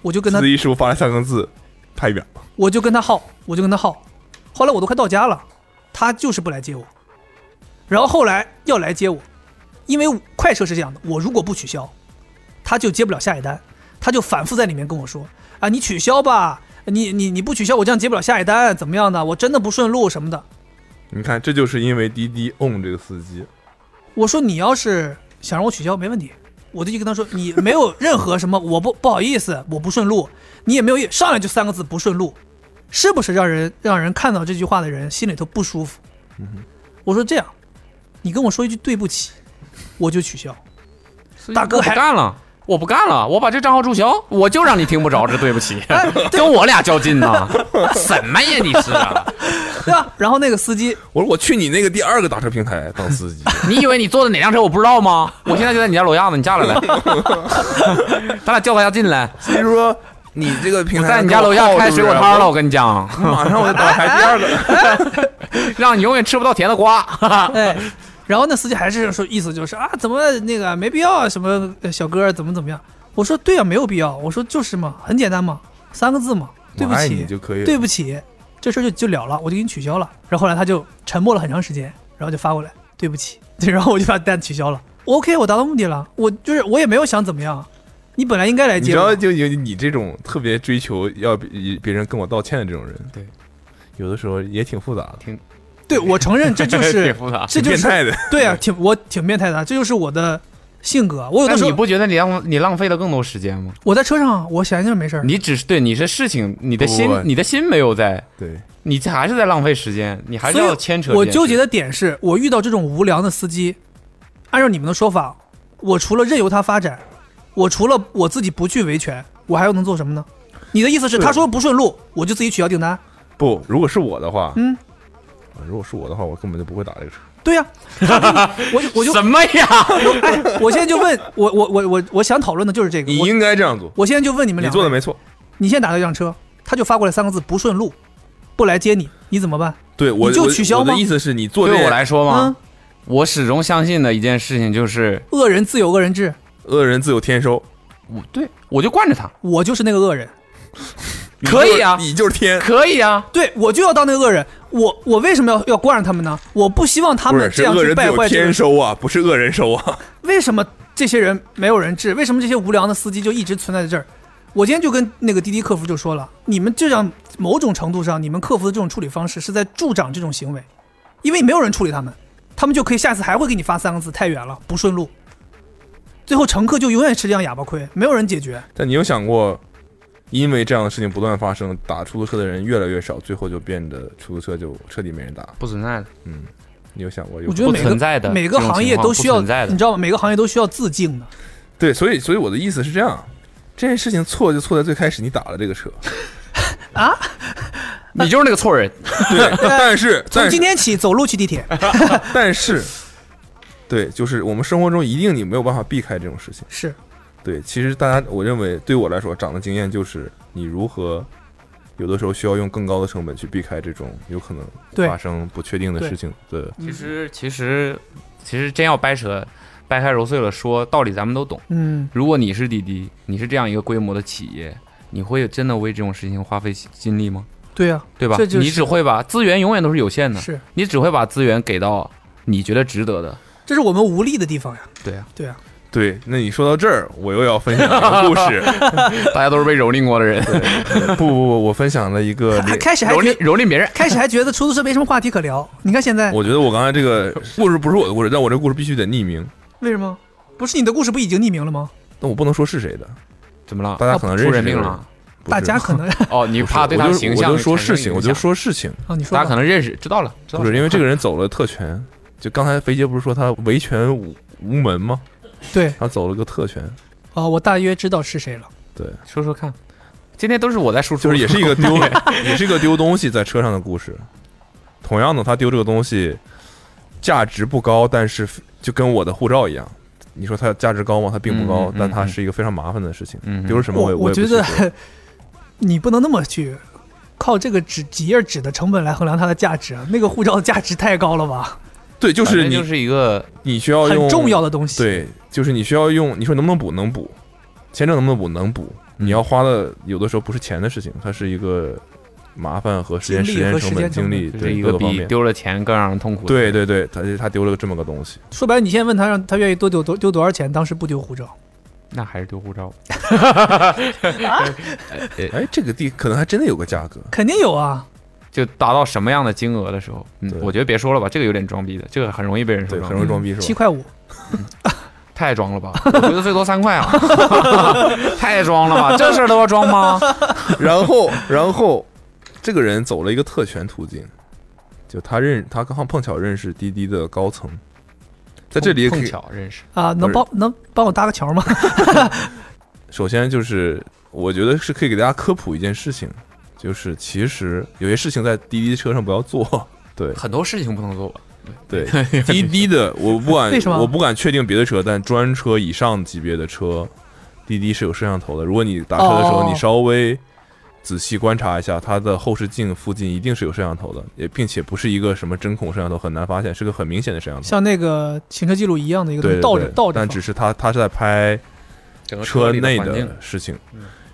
Speaker 3: 我就跟他
Speaker 2: 司机师傅发来三个字，太远了。
Speaker 3: 我就跟他耗，我就跟他耗。后来我都快到家了，他就是不来接我。然后后来要来接我，因为快车是这样的，我如果不取消，他就接不了下一单，他就反复在里面跟我说啊，你取消吧，你你你不取消，我这样接不了下一单，怎么样的？我真的不顺路什么的。
Speaker 2: 你看，这就是因为滴滴 on 这个司机，
Speaker 3: 我说你要是想让我取消，没问题。我就一直跟他说，你没有任何什么，我不不好意思，我不顺路，你也没有一上来就三个字不顺路，是不是让人让人看到这句话的人心里头不舒服？
Speaker 2: 嗯
Speaker 3: 我说这样，你跟我说一句对不起，我就取消。大哥
Speaker 4: 我不
Speaker 3: 还
Speaker 4: 干 了。我不干了，我把这账号注销，我就让你听不着，这对不 起，
Speaker 3: 哎
Speaker 4: 跟我俩较劲呢，什么呀你是啊？
Speaker 3: 对吧？然后那个司机
Speaker 2: 我说我去你那个第二个打车平台当 司机，
Speaker 4: 你以为你坐的哪辆车我不知道吗？我现在就在你家楼下呢，你下来来，咱俩叫他家进来，
Speaker 2: 司机说你这个平
Speaker 4: 我
Speaker 2: 台
Speaker 4: 在你家楼下开水果摊了，我跟你 讲，
Speaker 2: 马上我就打开第二个，
Speaker 4: 让你永远吃不到甜的瓜。
Speaker 3: 哎，然后那司机还是说意思就是啊，怎么那个没必要啊什么呃小哥怎么怎么样？我说对啊，没有必要。我说就是嘛，很简单嘛，三个字嘛， 对不
Speaker 2: 我爱
Speaker 3: 起
Speaker 2: 你就可以了。
Speaker 3: 对不起，这事儿就就了了，我就给你取消了。然后后来他就沉默了很长时间，然后就发过来对不起， 对，然后我就把单取消了。OK，我达到目的了，我就是我也没有想怎么样，你本来应该来
Speaker 2: 你
Speaker 3: 接
Speaker 2: 知道，
Speaker 3: 我，
Speaker 2: 就有你这种特别追求要别别人跟我道歉的这种人，
Speaker 4: 对，
Speaker 2: 有的时候也挺复杂的，
Speaker 3: 对我承认这 就
Speaker 4: 挺
Speaker 3: 是
Speaker 4: 复杂。
Speaker 3: 这
Speaker 2: 挺
Speaker 3: 就
Speaker 2: 变
Speaker 3: 是
Speaker 2: 态的。
Speaker 3: 对啊，挺我挺变态的，这就是我的性格。我有
Speaker 4: 那
Speaker 3: 的时
Speaker 4: 你
Speaker 3: 候
Speaker 4: 不觉得你浪你浪费了更多时间吗？
Speaker 3: 我在车上我闲着没事儿，
Speaker 4: 你只是对你是事情，你的心
Speaker 2: 不
Speaker 4: 你的心没有在，
Speaker 2: 对，
Speaker 4: 你还是在浪费时间，你还是
Speaker 3: 所以
Speaker 4: 要牵扯这件
Speaker 3: 我
Speaker 4: 事。
Speaker 3: 纠结的点是我遇到这种无良的司机，按照你们的说法，我除了任由他发展，我除了我自己不去维权，我还要能做什么呢？你的意思是
Speaker 2: 对
Speaker 3: 他说不顺路，我就自己取消订单？
Speaker 2: 不，如果是我的话，啊
Speaker 3: 嗯，
Speaker 2: 如果是我的话，我根本就不会打这个车。
Speaker 3: 对呀、他给你我就我就
Speaker 4: 什么呀？
Speaker 3: 哎，我现在就问我我我我我想讨论的就是这个。
Speaker 2: 你
Speaker 3: 我
Speaker 2: 应该这样做，
Speaker 3: 我现在就问你们
Speaker 2: 你
Speaker 3: 俩，
Speaker 2: 做的没错。
Speaker 3: 你现在打了一辆车，他就发过来三个字不顺路，不来接你，你怎么办？
Speaker 2: 对我
Speaker 3: 你就
Speaker 2: 我
Speaker 3: 取消
Speaker 2: 我的
Speaker 3: 吗
Speaker 2: 意思是你做
Speaker 4: 对
Speaker 2: 这
Speaker 4: 我来说嘛，
Speaker 3: 嗯，
Speaker 4: 我始终相信的一件事情就是，
Speaker 3: 恶人自有恶人治，
Speaker 2: 恶人自有天收，
Speaker 4: 我对我就惯着他，
Speaker 3: 我就是那个恶人，
Speaker 4: 可以啊，
Speaker 2: 你就是天，
Speaker 4: 可以啊，
Speaker 3: 对我就要当那个恶人。我我为什么要要惯着他们呢？我不希望他
Speaker 2: 不
Speaker 3: 们
Speaker 2: 是是
Speaker 3: 这样
Speaker 2: 恶
Speaker 3: 去
Speaker 2: 人自
Speaker 3: 败
Speaker 2: 有
Speaker 3: 坏这
Speaker 2: 天
Speaker 3: 个。
Speaker 2: 收啊，不是恶人收啊。
Speaker 3: 为什么这些人没有人治？为什么这些无良的司机就一直存在在这儿？我今天就跟那个滴滴客服就说了，你们这样某种程度上，你们客服的这种处理方式是在助长这种行为，因为没有人处理他们，他们就可以下次还会给你发三个字：太远了，不顺路。最后乘客就永远吃这样哑巴亏，没有人解决。
Speaker 2: 但你有想过，因为这样的事情不断发生，打出租车的人越来越少，最后就变得出租车就彻底没人打。
Speaker 4: 不存在的，
Speaker 2: 你有想过？有
Speaker 3: 我觉得
Speaker 4: 不
Speaker 3: 每
Speaker 4: 存
Speaker 3: 个
Speaker 4: 在的
Speaker 3: 每个
Speaker 4: 这种
Speaker 3: 行
Speaker 4: 情
Speaker 3: 业
Speaker 4: 况
Speaker 3: 都
Speaker 4: 不
Speaker 3: 需要，
Speaker 4: 存在的
Speaker 3: 你知道吗？每个行业都需要自净的。
Speaker 2: 对，所以所以我的意思是这样，这件事情错就错在最开始你打了这 个车，
Speaker 4: 你就是那个错人，
Speaker 2: 对，但是
Speaker 3: 从
Speaker 2: 但
Speaker 3: 今
Speaker 2: 是哎
Speaker 3: 天起，走路去地 铁。
Speaker 2: 但是，对，就是我们生活中一定你没有办法避开这种事情。
Speaker 3: 是，
Speaker 2: 对，其实大家我认为对我来说，长的经验就是你如何。有的时候需要用更高的成本去避开这种有可能
Speaker 3: 对
Speaker 2: 发生不确定的
Speaker 3: 对
Speaker 2: 事情的
Speaker 4: 其实其实其实真要掰扯，掰开揉碎了说，道理咱们都懂。
Speaker 3: 嗯，
Speaker 4: 如果你是滴滴，你是这样一个规模的企业，你会真的为这种事情花费精力吗？
Speaker 3: 对呀、
Speaker 4: 对吧？
Speaker 3: 这就是
Speaker 4: 你只会把资源永远都是有限
Speaker 2: 嗯
Speaker 4: 的，
Speaker 3: 是，
Speaker 4: 你只会把资源给到你觉得值得的。
Speaker 3: 这是我们无力的地方呀。
Speaker 4: 对啊，
Speaker 3: 对呀、
Speaker 2: 对，那你说到这儿，我又要分享一个故事。
Speaker 4: 大家都是被蹂躏过的人，
Speaker 2: 不不不，我分享了一个
Speaker 3: 还
Speaker 2: 连，
Speaker 3: 开始 还
Speaker 4: 蹂
Speaker 3: 觉
Speaker 4: 躏蹂躏别人。
Speaker 3: 开始还觉得出租车没什么话题可聊，你看现在
Speaker 2: 我觉得我刚才这个故事不是我的故事，但我这故事必须得匿名，
Speaker 3: 为什么？不是你的故事不已经匿名了吗？
Speaker 2: 但我不能说是谁的，
Speaker 4: 怎么了？
Speaker 2: 大家可能认
Speaker 4: 出
Speaker 2: 识
Speaker 4: 人
Speaker 2: 这
Speaker 4: 命
Speaker 2: 个人
Speaker 4: 了。
Speaker 2: 不
Speaker 3: 大
Speaker 2: 是
Speaker 3: 家可 能啊，
Speaker 4: 哦，你
Speaker 2: 不是
Speaker 4: 怕对他
Speaker 2: 我
Speaker 4: 的
Speaker 2: 就
Speaker 4: 形象
Speaker 2: 我就说
Speaker 4: 产生
Speaker 2: 事情，我
Speaker 4: 影
Speaker 2: 就
Speaker 4: 响
Speaker 2: 说事情，
Speaker 3: 哦你说
Speaker 4: 大家可
Speaker 3: 吧，
Speaker 4: 能认识，知道了，知道
Speaker 2: 不
Speaker 4: 了
Speaker 2: 是因为这个人走了特权，就刚才肥杰不是说他维权无无门吗？
Speaker 3: 对
Speaker 2: 他走了个特权，
Speaker 3: 哦，我大约知道是谁了。
Speaker 2: 对，
Speaker 4: 说说看。今天都是我在输出，
Speaker 2: 就是也是一个丢，也是一个丢东西在车上的故事。同样的，他丢这个东西价值不高，但是就跟我的护照一样，你说它价值高吗？它并不高，
Speaker 4: 嗯嗯
Speaker 2: 但它
Speaker 4: 嗯
Speaker 2: 是一个非常麻烦的事情。
Speaker 4: 嗯嗯
Speaker 2: 丢什么我也
Speaker 3: 我
Speaker 2: 也
Speaker 3: 觉
Speaker 2: 不
Speaker 3: 得
Speaker 2: 清楚
Speaker 3: 你不能那么去靠这个纸几页纸的成本来衡量它的价值啊，那个护照的价值太高了吧？
Speaker 2: 对，就
Speaker 4: 反
Speaker 2: 是
Speaker 4: 正
Speaker 2: 你、
Speaker 4: 就是一个
Speaker 2: 你需要用
Speaker 3: 很重要的东西。，
Speaker 2: 对，就是你需要用，你说能不能补？能补，签证能不能补？能补。
Speaker 4: 嗯
Speaker 2: 你要花的有的时候不是钱的事情，它是一个麻烦和时间、
Speaker 3: 精
Speaker 2: 时
Speaker 3: 力和
Speaker 2: 间
Speaker 3: 时
Speaker 2: 成
Speaker 3: 间
Speaker 2: 本、
Speaker 3: 成
Speaker 2: 精
Speaker 3: 本
Speaker 2: 力，
Speaker 4: 就是
Speaker 2: 对
Speaker 4: 一
Speaker 2: 各
Speaker 4: 个
Speaker 2: 个方
Speaker 4: 比
Speaker 2: 面。
Speaker 4: 丢了钱更让人痛苦。
Speaker 2: 对，对对，他他丢了个这么个东西，
Speaker 3: 说白了，你现在问他让他愿意多丢多丢多少钱，当时不丢护照，
Speaker 4: 那还是丢护照。
Speaker 2: 哎，这个地可能还真的有个价格，
Speaker 3: 肯定有啊。
Speaker 4: 就达到什么样的金额的时候，嗯
Speaker 2: 对，
Speaker 4: 我觉得别说了吧，这个有点装逼的，这个很容易被人说
Speaker 2: 对，很
Speaker 4: 装嗯
Speaker 2: 容
Speaker 4: 逼，
Speaker 2: 易装逼是
Speaker 3: 七
Speaker 2: 吧？
Speaker 3: 块五，
Speaker 4: 太装了吧？我觉得最多三块啊， 太装了 吧？这事儿都要装吗？
Speaker 2: 然后然后这个人走了一个特权途径，就他认他刚好碰巧认识滴滴的高层，在这里也可
Speaker 4: 碰
Speaker 2: 以
Speaker 4: 巧认识，
Speaker 3: 啊，能帮能帮我搭个桥吗？
Speaker 2: 首先就是我觉得是可以给大家科普一件事情，就是其实有些事情在滴滴车上不要做。对
Speaker 4: 很多事情不能做吧？
Speaker 2: 对，滴滴的我不敢
Speaker 3: 为什么
Speaker 2: 我不敢确定别的车，但专车以上级别的车，滴滴是有摄像头的。如果你打车的时候，
Speaker 3: 哦
Speaker 2: 你稍微仔细观察一下，它的后视镜附近一定是有摄像头的，也并且不是一个什么针孔摄像头，很难发现，是个很明显的摄像头。
Speaker 3: 像那个行车记录一样的一个东
Speaker 2: 对，
Speaker 3: 西，倒着
Speaker 2: 对
Speaker 3: 倒着
Speaker 2: 但
Speaker 3: 放
Speaker 2: 只是它它是在拍
Speaker 4: 整个
Speaker 2: 车
Speaker 4: 里
Speaker 2: 内
Speaker 4: 环境
Speaker 2: 的事情。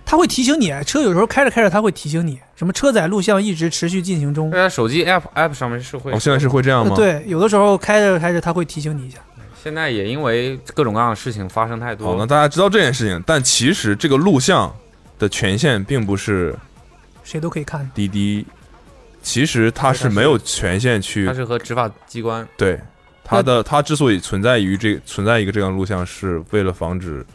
Speaker 3: 它会提醒你，车有时候开着开着它会提醒你，什么车载录像一直持续进行中。
Speaker 4: 对啊，手机 app app 上面是会
Speaker 2: 哦，，现在是会这样
Speaker 3: 呃
Speaker 2: 吗？
Speaker 3: 对，有的时候开着开着它会提醒你一下。
Speaker 4: 现在也因为各种各样的事情发生太多
Speaker 2: 好，那
Speaker 4: 了，
Speaker 2: 大家知道这件事情，但其实这个录像的权限并不是
Speaker 3: 谁都可以看。
Speaker 2: 滴滴，其实它是没有权限去
Speaker 4: 它是和执法机关
Speaker 2: 对它的它之所以存在于这存在一个这样的录像，是为了防止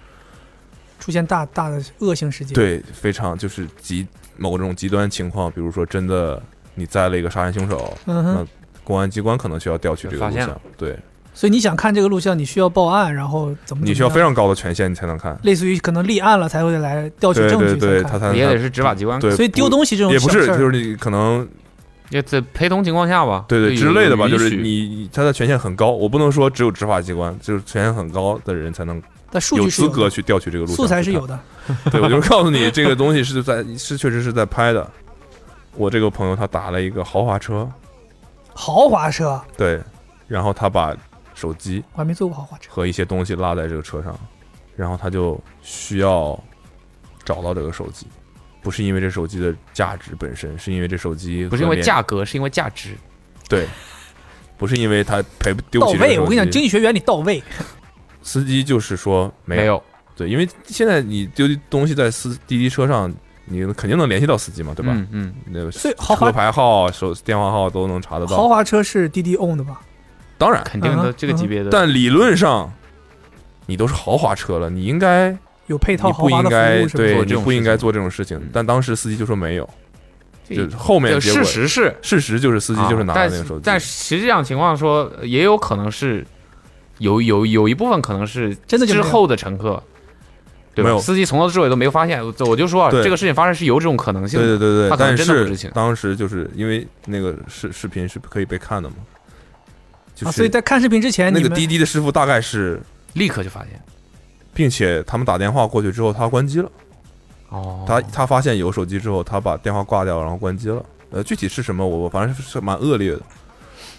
Speaker 3: 出现大大的恶性事件。，
Speaker 2: 对非常就是极某种极端情况，比如说真的你栽了一个杀人凶手，
Speaker 3: 嗯哼。
Speaker 2: 公安机关可能需要调取这个
Speaker 4: 发
Speaker 2: 录
Speaker 4: 现
Speaker 2: 像，对
Speaker 3: 所以你想看这个录像，你需要报案，然后怎么
Speaker 2: 你需要非
Speaker 3: 常
Speaker 2: 常高的权限你才能看，
Speaker 3: 类似于可能立案了才会来调取
Speaker 2: 对
Speaker 3: 证
Speaker 2: 对
Speaker 3: 据
Speaker 2: 对，
Speaker 3: 才
Speaker 2: 他
Speaker 3: 看。
Speaker 2: 才
Speaker 4: 也得
Speaker 2: 能
Speaker 4: 是执法机关，
Speaker 2: 嗯对
Speaker 3: 所以丢
Speaker 2: 不
Speaker 3: 东西这种
Speaker 2: 也不
Speaker 3: 小
Speaker 2: 是，
Speaker 3: 事儿
Speaker 2: 就是你可能
Speaker 4: 也在陪同情况下吧，
Speaker 2: 对对
Speaker 4: 就
Speaker 2: 之
Speaker 4: 有
Speaker 2: 类的吧，
Speaker 4: 有
Speaker 2: 就是
Speaker 4: 允许
Speaker 2: 你他的权限很高，我不能说只有执法机关，就是权限很高的人才能
Speaker 3: 但数
Speaker 2: 有
Speaker 3: 据是
Speaker 2: 资
Speaker 3: 有
Speaker 2: 格
Speaker 3: 的，
Speaker 2: 去调取这个录像
Speaker 3: 素材是
Speaker 2: 去看
Speaker 3: 有。的。
Speaker 2: 对，我就是告诉你，这个东西是在是确实是在拍的。我这个朋友他打了一个豪华车，
Speaker 3: 豪华车
Speaker 2: 对，然后他把手机
Speaker 3: 我还没坐过豪华车。
Speaker 2: 和一些东西落在这个车上，然后他就需要找到这个手机，不是因为这手机的价值本身，是因为这手机
Speaker 4: 不是因为
Speaker 2: 和联
Speaker 4: 价格，是因为价值。
Speaker 2: 对，不是因为他赔不丢
Speaker 3: 到
Speaker 2: 弃这个
Speaker 3: 位，
Speaker 2: 手
Speaker 3: 我跟你讲，
Speaker 2: 机
Speaker 3: 经济学原理到位。
Speaker 2: 司机就是说没有
Speaker 4: 有，
Speaker 2: 对，因为现在你丢东西在司滴滴车上，你肯定能联系到司机嘛，对吧？
Speaker 4: 嗯嗯，
Speaker 2: 那个
Speaker 3: 所以豪华
Speaker 2: 车牌号、啊手电话号都能查得
Speaker 3: 豪
Speaker 2: 到。
Speaker 3: 华车是滴滴 own 的吧？
Speaker 2: 当然，
Speaker 4: 肯定的，
Speaker 3: 嗯
Speaker 4: 这个级别的。
Speaker 2: 但理论上，你都是豪华车了，你应该
Speaker 3: 有配套
Speaker 2: 你
Speaker 3: 豪
Speaker 2: 不
Speaker 3: 华的
Speaker 2: 应
Speaker 3: 服
Speaker 2: 该
Speaker 3: 务是吧？
Speaker 2: 对，
Speaker 4: 做
Speaker 2: 你
Speaker 4: 这种
Speaker 2: 不应
Speaker 4: 事
Speaker 2: 该
Speaker 4: 情
Speaker 2: 做这种事情
Speaker 4: 嗯。
Speaker 2: 但当时司机就说没有，
Speaker 4: 这
Speaker 2: 就后面
Speaker 4: 这
Speaker 2: 的结
Speaker 4: 事
Speaker 2: 果
Speaker 4: 实是，
Speaker 2: 事实就是司机就是
Speaker 4: 啊
Speaker 2: 拿了
Speaker 4: 但
Speaker 2: 那个手机，
Speaker 4: 但实际上情况说，呃也有可能是有有有一部分可能是
Speaker 3: 真的就
Speaker 4: 之
Speaker 3: 没有啊
Speaker 4: 后的乘客，对吧
Speaker 2: 没有
Speaker 4: 司机从头至尾都没有发现。我我就说啊，
Speaker 2: 对
Speaker 4: 这个事情发生是有这种可能性
Speaker 2: 对
Speaker 4: 的。
Speaker 2: 对对
Speaker 4: 他
Speaker 2: 对，
Speaker 4: 可能
Speaker 2: 但
Speaker 4: 真的不知
Speaker 2: 是
Speaker 4: 情
Speaker 2: 当时就是因为那个视视频是可以被看的嘛，就
Speaker 3: 啊，所以
Speaker 2: 是
Speaker 3: 在看视频之前，
Speaker 2: 那
Speaker 3: 你
Speaker 2: 个
Speaker 3: 们
Speaker 2: 滴滴的师傅大概是，
Speaker 4: 立刻就发现。
Speaker 2: 并且他们打电话过去之后，他关机了，
Speaker 4: 哦，
Speaker 2: 他他发现有手机之后，他把电话挂掉，然后关机了。呃，具体是什么，我我反正是蛮恶劣的，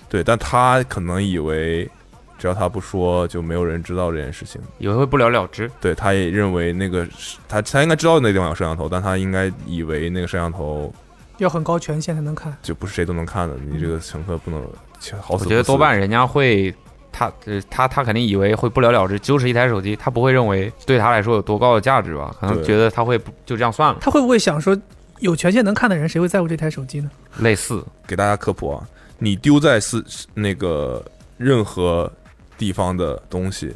Speaker 2: 对，但他可能以为只要他不说，就没有人知道这件事情。
Speaker 4: 以为会不了了之。
Speaker 2: 对，他也认为那个是他他应该知道那地方有摄像头，但他应该以为那个摄像头
Speaker 3: 要很高权限才能看。
Speaker 2: 就不是谁都能看的，你这个乘客不能好死
Speaker 4: 嗯我
Speaker 2: 不死。
Speaker 4: 觉得多半人家会，他呃他他肯定以为会不了了之，就是一台手机，他不会认为对他来说有多高的价值吧？可能
Speaker 2: 对
Speaker 4: 觉得他会不就这样算了，
Speaker 3: 他会不会想说，有权限能看的人，谁会在乎这台手机呢？
Speaker 4: 类似
Speaker 2: 给大家科普啊，你丢在私那个任何地方的东西，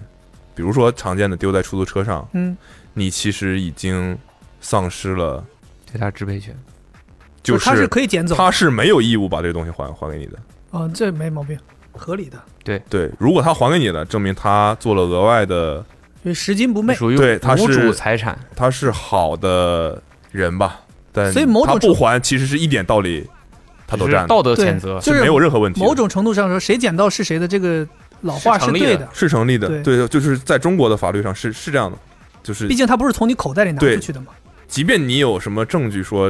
Speaker 2: 比如说常见的丢在出租车上，
Speaker 3: 嗯，
Speaker 2: 你其实已经丧失了，
Speaker 4: 对他支配权。
Speaker 2: 就
Speaker 3: 他是
Speaker 2: 是
Speaker 3: 可以捡走
Speaker 2: 他是没有义务把这个东西还还给你的。
Speaker 3: 啊，这没毛病，合理的，
Speaker 2: 对，如果他还给你了，证明他做了额外的，
Speaker 3: 因为拾金不昧。
Speaker 4: 属于
Speaker 2: 对他
Speaker 4: 无
Speaker 2: 是
Speaker 4: 主财产，
Speaker 2: 他是好的人吧？但
Speaker 3: 所以某种
Speaker 2: 他不还，其实是一点道理，他都
Speaker 4: 只是
Speaker 2: 占的，
Speaker 4: 道德
Speaker 3: 对
Speaker 4: 谴责。
Speaker 3: 就是
Speaker 2: 没有任何问题的。
Speaker 3: 某种程度上说，谁捡到是谁的这个老话
Speaker 4: 是
Speaker 3: 是
Speaker 4: 成立的
Speaker 3: 对的，
Speaker 2: 是成立的，
Speaker 3: 对
Speaker 2: 对，就是在中国的法律上是是这样的，就是
Speaker 3: 毕竟他不是从你口袋里拿
Speaker 2: 对
Speaker 3: 出去的嘛。
Speaker 2: 即便你有什么证据说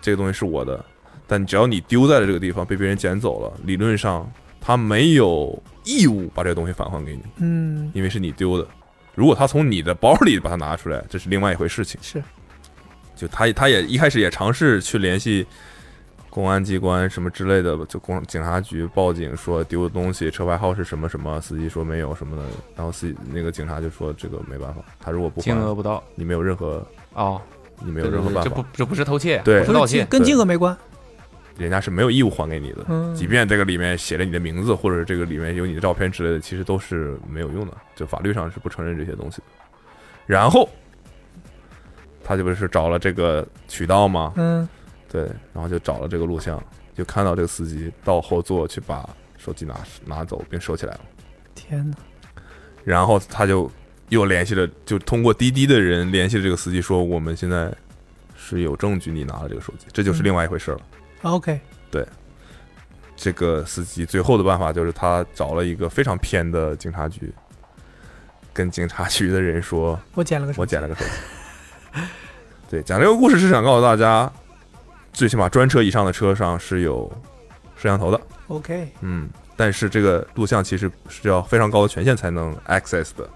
Speaker 2: 这个东西是我的，但只要你丢在了这个地方被别人捡走了，理论上他没有义务把这个东西返还给你，
Speaker 3: 嗯，
Speaker 2: 因为是你丢的。如果他从你的包里把它拿出来，这是另外一回事情。
Speaker 3: 是，
Speaker 2: 就他他也一开始也尝试去联系公安机关什么之类的，就公警察局报警说丢的东西，车牌号是什么什么，司机说没有什么的，然后司机那个警察就说这个没办法，他如果不
Speaker 4: 金额
Speaker 2: 还，
Speaker 4: 不到
Speaker 2: 你没有任何
Speaker 4: 哦，
Speaker 2: 你没
Speaker 4: 没
Speaker 2: 有任何办
Speaker 4: 这
Speaker 2: 法
Speaker 4: 不，这不是偷窃，
Speaker 2: 对
Speaker 4: 不是
Speaker 3: 不
Speaker 4: 盗
Speaker 3: 是金
Speaker 4: 窃，
Speaker 3: 跟金额没关。
Speaker 2: 人家是没有义务还给你的。
Speaker 3: 嗯，
Speaker 2: 即便这个里面写着你的名字，或者这个里面有你的照片之类的，其实都是没有用的，就法律上是不承认这些东西的。然后他就不是找了这个渠道吗？
Speaker 3: 嗯，
Speaker 2: 对，然后就找了这个录像，就看到这个司机到后座去把手机拿拿走并收起来了。
Speaker 3: 天哪，
Speaker 2: 然后他就又联系了，就通过滴滴的人联系了这个司机，说我们现在是有证据你拿了这个手机，这就是另外一回事了。
Speaker 3: 啊 OK，
Speaker 2: 这个司机最后的办法就是他找了一个非常偏的警察局，跟警察局的人说
Speaker 3: 我捡了个手
Speaker 2: 我捡了个手机。对，讲这个故事是想告诉大家，最起码专车以上的车上是有摄像头的。
Speaker 3: OK，
Speaker 2: 嗯，但是这个录像其实是要非常高的权限才能 access 的，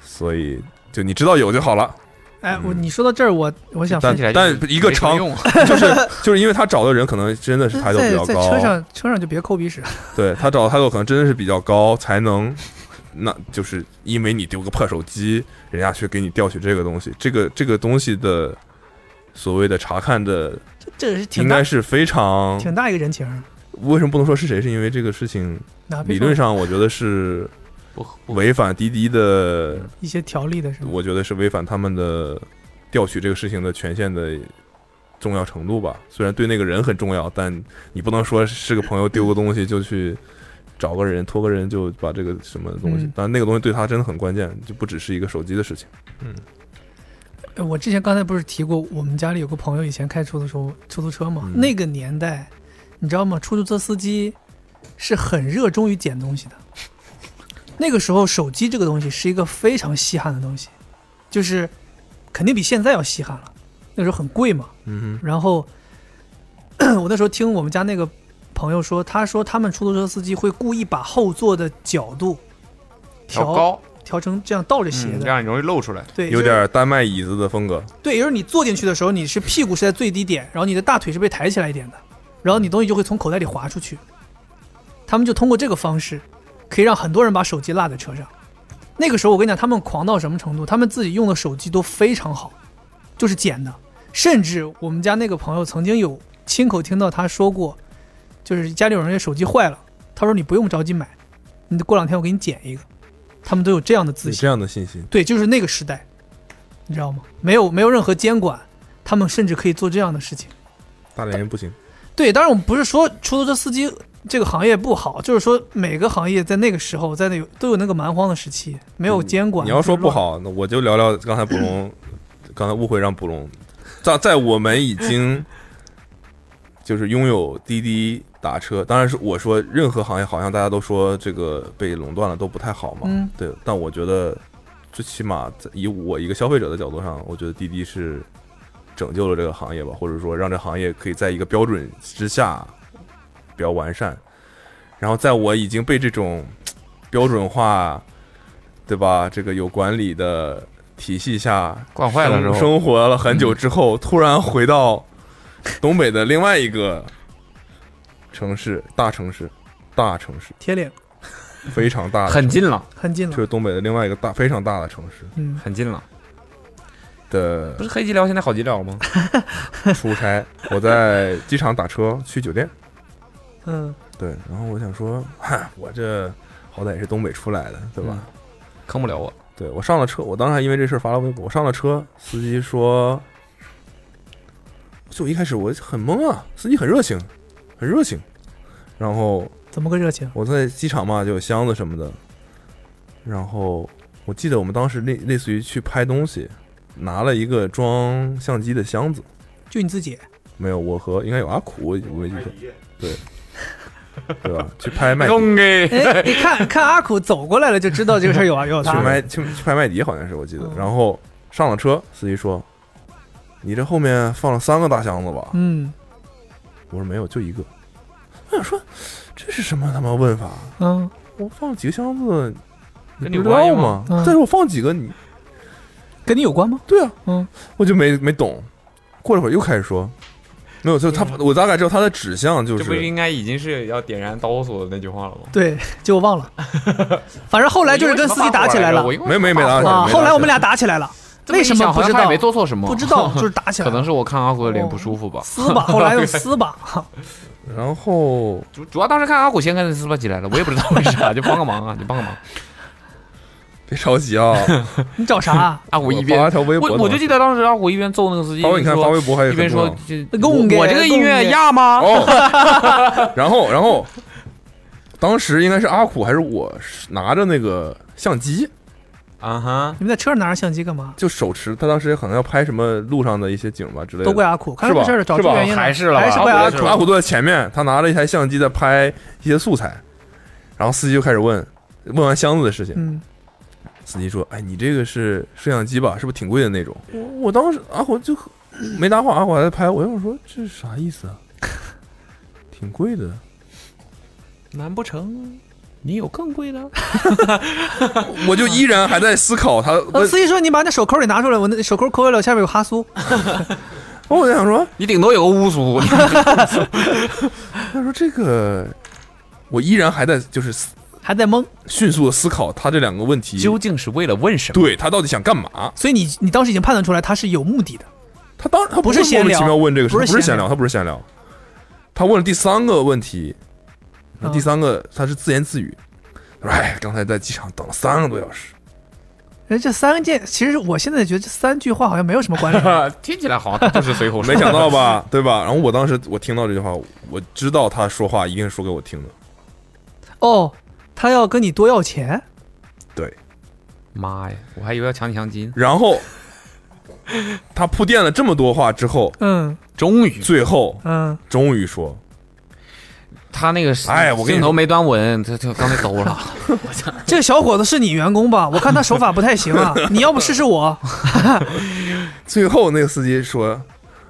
Speaker 2: 所以就你知道有就好了。
Speaker 3: 哎，我
Speaker 2: 嗯
Speaker 3: 你说到这儿，我我想
Speaker 4: 听
Speaker 2: 但
Speaker 4: 起来就
Speaker 2: 但一个
Speaker 4: 没什么
Speaker 2: 长，
Speaker 4: 用
Speaker 2: 就是就是因为他找的人可能真的是抬头比
Speaker 3: 在
Speaker 2: 较
Speaker 3: 在
Speaker 2: 高，
Speaker 3: 车上车上就别抠鼻屎，
Speaker 2: 对他找的抬头可能真的是比较高，才能那就是因为你丢个破手机，人家去给你调取这个东西，这个这个东西的所谓的查看的，
Speaker 3: 这这是挺
Speaker 2: 应
Speaker 3: 大
Speaker 2: 该是非常
Speaker 3: 挺大一个人情儿。
Speaker 2: 为什么不能说是谁？是因为这个事情
Speaker 3: 哪怕
Speaker 2: 理论上我觉得是
Speaker 4: 不不
Speaker 2: 违反滴滴的
Speaker 3: 一些条例的什么，
Speaker 2: 我觉得是违反他们的调取这个事情的权限的重要程度吧。虽然对那个人很重要，但你不能说是个朋友丢个东西就去找个人托个人就把这个什么东西
Speaker 3: 嗯，
Speaker 2: 但那个东西对他真的很关键，就不只是一个手机的事情。
Speaker 3: 呃我之前刚才不是提过，我们家里有个朋友以前开出租车，出租车嘛，
Speaker 2: 嗯
Speaker 3: 那个年代，你知道吗？出租车司机是很热衷于捡东西的。那个时候，手机这个东西是一个非常稀罕的东西，就是肯定比现在要稀罕了。那时候很贵嘛，
Speaker 2: 嗯
Speaker 3: 然后 我那时候听我们家那个朋友说，他说他们出租车司机会故意把后座的角度
Speaker 4: 调
Speaker 3: 调
Speaker 4: 高，
Speaker 3: 调成这样倒着斜
Speaker 4: 嗯，
Speaker 3: 的，
Speaker 4: 让你容易露出来。
Speaker 3: 对，就
Speaker 2: 有
Speaker 3: 是
Speaker 2: 点丹麦椅子的风格。
Speaker 3: 对，也就是你坐进去的时候，你是屁股是在最低点，然后你的大腿是被抬起来一点的，然后你东西就会从口袋里滑出去。他们就通过这个方式，可以让很多人把手机落在车上。那个时候我跟你讲，他们狂到什么程度？他们自己用的手机都非常好，就是捡的。甚至我们家那个朋友曾经有亲口听到他说过，就是家里有人的手机坏了，他说你不用着急买，你过两天我给你捡一个。他们都有这样的自
Speaker 2: 有
Speaker 3: 信。
Speaker 2: 这样的信心，
Speaker 3: 对，就是那个时代，你知道吗？没有没有任何监管，他们甚至可以做这样的事情。
Speaker 2: 大连人不行。
Speaker 3: 对，当然我们不是说出租车司机这个行业不好，就是说每个行业在那个时候，在那有都有那个蛮荒的时期，没有监管。
Speaker 2: 嗯你要说
Speaker 3: 就是
Speaker 2: 不
Speaker 3: 乱，
Speaker 2: 好，那我就聊聊刚才捕龙，刚才误会让捕龙，在在我们已经就是拥有滴滴打车，当然是我说任何行业好像大家都说这个被垄断了都不太好嘛，
Speaker 3: 嗯
Speaker 2: 对，但我觉得最起码在以我一个消费者的角度上，我觉得滴滴是拯救了这个行业吧，或者说让这行业可以在一个标准之下比较完善。然后在我已经被这种呃标准化，对吧？这个有管理的体系下
Speaker 4: 惯坏了之
Speaker 2: 生
Speaker 4: 后
Speaker 2: 生活了很久之后，突然回到东北的另外一个城市，大城市，大城市，
Speaker 3: 贴脸
Speaker 2: 非常大的
Speaker 4: 很近了，
Speaker 3: 很近了。
Speaker 2: 就是东北的另外一个大非常大的城市
Speaker 3: 嗯，
Speaker 4: 很近了。
Speaker 2: 的
Speaker 4: 不是黑吉辽现在好极了吗？
Speaker 2: 出差，我在机场打车去酒店，
Speaker 3: 嗯，
Speaker 2: 对，然后我想说，嗨，我这好歹也是东北出来的，对吧？
Speaker 4: 坑不了我。
Speaker 2: 对我上了车，我当时还因为这事儿发了微博。我上了车，司机说，就一开始我很懵啊，司机很热情，很热情。然后
Speaker 3: 怎么个热情？
Speaker 2: 我在机场嘛，就有箱子什么的。然后我记得我们当时类类似于去拍东西，拿了一个装相机的箱子，
Speaker 3: 就你自 己，
Speaker 2: 没有我和应该有阿苦，我没记错，对对吧？去拍卖。
Speaker 4: 东给
Speaker 3: 哎，你看看阿苦走过来了，就知道这个事儿有啊有
Speaker 2: 去
Speaker 3: 他。
Speaker 2: 麦去去拍麦迪好像是我记得
Speaker 3: 嗯，
Speaker 2: 然后上了车，司机说：“你这后面放了三个大箱子吧
Speaker 3: 嗯？”
Speaker 2: 我说：“没有，就一个。”我想说，这是什么他妈问法？
Speaker 3: 嗯，
Speaker 2: 我放了几个箱子，
Speaker 4: 跟
Speaker 2: 你
Speaker 4: 你
Speaker 2: 不知
Speaker 4: 有关系
Speaker 2: 道
Speaker 4: 吗
Speaker 2: 吗？
Speaker 3: 嗯
Speaker 2: 再说我放几个，你
Speaker 3: 跟你有关吗？
Speaker 2: 对啊，
Speaker 3: 嗯，
Speaker 2: 我就没没懂。过了会儿又开始说，没有，就他，我大概知道他的指向就
Speaker 4: 嗯这不
Speaker 2: 是
Speaker 4: 应该已经是要点燃导火索的那句话了吗？
Speaker 3: 对，就我忘了。反正后来就是跟司机打起来了
Speaker 4: 我因为
Speaker 2: 没没没打起来
Speaker 3: 啊。
Speaker 2: 没
Speaker 3: 后来我们俩打起来了，
Speaker 4: 这么
Speaker 3: 为
Speaker 4: 一
Speaker 3: 什
Speaker 4: 想
Speaker 3: 么不知
Speaker 4: 好像他也
Speaker 3: 道
Speaker 4: 没？做错什么，
Speaker 3: 不知 道，啊哦就是打起来
Speaker 4: 可
Speaker 3: 了。
Speaker 4: 能是我看阿虎的脸不舒服吧。
Speaker 3: 撕吧，后来又撕吧，
Speaker 2: 然后
Speaker 4: 主主要当时看阿虎先开始撕巴起来了，我也不知道为 啥，就帮个忙啊，就帮个忙。
Speaker 2: 别着急啊，
Speaker 3: 你找啥？
Speaker 4: 阿虎
Speaker 2: 我
Speaker 4: 一
Speaker 2: 发
Speaker 4: 边
Speaker 2: 了，条微 博
Speaker 4: 我
Speaker 2: 呢，
Speaker 4: 我就记得当时阿虎一边揍那个司机，
Speaker 2: 包括你看发微博还有
Speaker 4: 一边
Speaker 2: 很多啊
Speaker 4: 说
Speaker 2: 呢
Speaker 4: 这
Speaker 3: 贡给
Speaker 4: 我这个音
Speaker 3: 贡
Speaker 4: 乐
Speaker 3: 给
Speaker 4: 压吗？
Speaker 2: 哦， 然后然后，当时应该是阿苦还是我是拿着那个相机，
Speaker 4: 啊哈，
Speaker 3: 你们在车上拿着相机干嘛？
Speaker 2: 就手持，他当时可能要拍什么路上的一些景吧之类的。
Speaker 3: 都怪阿苦，看
Speaker 2: 是
Speaker 3: 来没
Speaker 2: 吧
Speaker 3: 事儿了，找
Speaker 2: 是
Speaker 3: 出
Speaker 2: 吧
Speaker 3: 原因
Speaker 4: 还是了吧
Speaker 3: 还是怪
Speaker 4: 阿
Speaker 2: 阿
Speaker 3: 阿
Speaker 4: 苦
Speaker 2: 苦，阿苦坐在前面，他拿着一台相机在拍一些素材，然后司机就开始问，问完箱子的事情，
Speaker 3: 嗯，
Speaker 2: 司机说：“哎，你这个是摄像机吧？是不是挺贵的那种？”
Speaker 3: 嗯
Speaker 2: 我我当时阿虎就没搭话，阿虎还在拍，我想说这是啥意 思啊？挺贵的，
Speaker 4: 难不成你有更贵的？
Speaker 2: 我就依然还在思考他
Speaker 3: 呃，
Speaker 2: 问
Speaker 3: 司机说你把那手抠里拿出来，我那手抠抠下来，我下面有哈苏，
Speaker 2: 我在想说，
Speaker 4: 你顶多有个乌 苏，
Speaker 2: 他说这个，我依然还在就是思
Speaker 3: 还在懵，
Speaker 2: 迅速的思考他这两个问题，
Speaker 4: 究竟是为了问什么？
Speaker 2: 对他到底想干嘛？
Speaker 3: 所以你你当时已经判断出来他是有目的的，
Speaker 2: 他当然他
Speaker 3: 不是
Speaker 2: 是
Speaker 3: 闲
Speaker 2: 莫名其
Speaker 3: 聊
Speaker 2: 妙问这个事，
Speaker 3: 不
Speaker 2: 他
Speaker 3: 是
Speaker 2: 不是
Speaker 3: 闲
Speaker 2: 闲
Speaker 3: 聊
Speaker 2: 聊，他不是闲聊，他问了第三个问题，那
Speaker 3: 啊
Speaker 2: 第三个他是自言自语，他说：“哎，刚才在机场等了三个多小时，
Speaker 3: 哎，这三件其实我现在觉得这三句话好像没有什么关联，
Speaker 4: 听起来好像就是随口 说
Speaker 2: 没想 到吧，对吧？”然后我当时我听到这句话，我知道他说话一定是说给我听的，
Speaker 3: 哦，他要跟你多要钱，
Speaker 2: 对。
Speaker 4: 妈呀，我还以为要抢你相机呢。
Speaker 2: 然后他铺垫了这么多话之后，
Speaker 3: 嗯
Speaker 4: 终于，
Speaker 2: 最后
Speaker 3: 嗯，
Speaker 2: 终于说。
Speaker 4: 他那个
Speaker 2: 哎我跟你
Speaker 4: 镜
Speaker 2: 说
Speaker 4: 头没端稳，他他刚才抖了。
Speaker 3: 这个小伙子是你员工吧？我看他手法不太行啊，你要不试试我？
Speaker 2: 最后那个司机说：“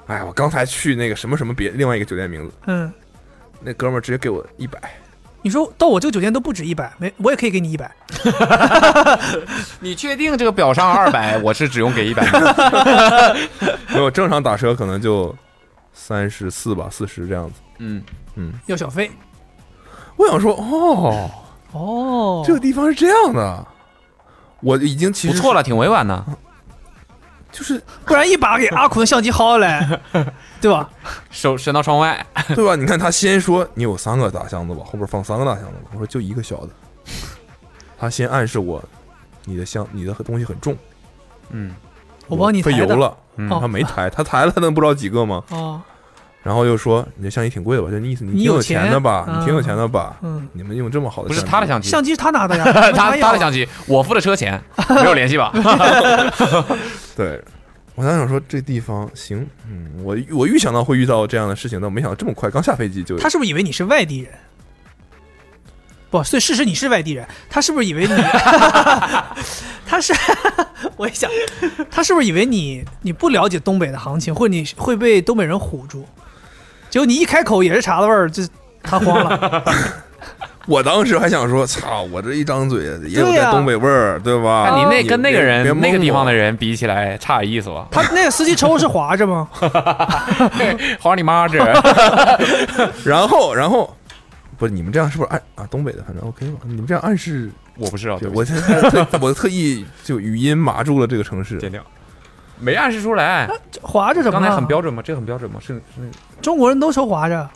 Speaker 2: 哎，我刚才去那个什么什么别另外一个酒店名字，
Speaker 3: 嗯，
Speaker 2: 那哥们儿直接给我一百，
Speaker 3: 你说到我这个酒店都不止一百，没我也可以给你一百。
Speaker 4: 你确定这个表上二 百，我是只用给一百？
Speaker 2: 没有正常打车可能就三十四吧，四十这样子。
Speaker 4: 嗯，
Speaker 3: 要小费。
Speaker 2: 我想说，哦，
Speaker 3: 哦
Speaker 2: 这个地方是这样的，我已经其
Speaker 4: 不
Speaker 2: 实
Speaker 4: 错了，挺委婉的。
Speaker 2: 就是
Speaker 3: 不然一把给阿苦的相机薅下来，对吧？
Speaker 4: 手伸到窗外，
Speaker 2: 对吧？你看他先说你有三个大箱子吧，后边放三个大箱子吧。我说就一个小的。他先暗示我，你的箱你的东西很重，
Speaker 4: 嗯，
Speaker 3: 我帮你
Speaker 2: 费
Speaker 3: 抬
Speaker 2: 油
Speaker 3: 的。
Speaker 2: 了。
Speaker 4: 嗯
Speaker 2: 他没抬，他抬了他能不知道几个吗？
Speaker 3: 哦，
Speaker 2: 然后又说你这相机挺贵的吧？就你意思你
Speaker 3: 你
Speaker 2: 挺
Speaker 3: 有
Speaker 2: 钱
Speaker 3: 钱
Speaker 2: 的吧？你挺有
Speaker 3: 嗯
Speaker 2: 钱的吧？
Speaker 3: 嗯，
Speaker 2: 你们用这么好的
Speaker 4: 不是他的
Speaker 2: 机
Speaker 4: 相机，
Speaker 3: 相机是他 拿的呀，
Speaker 4: 他他的
Speaker 3: 机。
Speaker 4: 相机，我付的车 钱，没有联系吧？
Speaker 2: 对，我当时想说这地方行，嗯，我我预想到会遇到这样的事情，但我没想到这么快，刚下飞机就
Speaker 3: 他是不是以为你是外地人？不，所以事实你是外地人，他是不是以为你？ 他是， 我一想，他是不是以为你你不了解东北的行情，或者你会被东北人唬住？结果你一开口也是茶的味儿，就他慌了。
Speaker 2: 我当时还想说，操，我这一张嘴也有
Speaker 3: 对
Speaker 2: 带
Speaker 3: 呀
Speaker 2: 东北味儿，对吧？
Speaker 4: 啊那你那跟那个
Speaker 2: 别
Speaker 4: 人
Speaker 2: 别
Speaker 4: 那个地方的
Speaker 2: 人，
Speaker 4: 人比起来，差点意思吧？
Speaker 3: 他那个司机抽是划着吗？
Speaker 4: 花你妈这！
Speaker 2: 然后然后不是你们这样是不是暗啊东北的，反正 OK 吧？你们这样暗示，
Speaker 4: 我不知啊哦道，对不
Speaker 2: 我
Speaker 4: 起
Speaker 2: 现在特 我特意就语音麻住了这个城市，
Speaker 4: 剪掉，没暗示出来。
Speaker 3: 划着什么
Speaker 4: 刚
Speaker 3: 了？
Speaker 4: 才很标准吗？这很标准吗？是是那个
Speaker 3: 中国人都抽划着，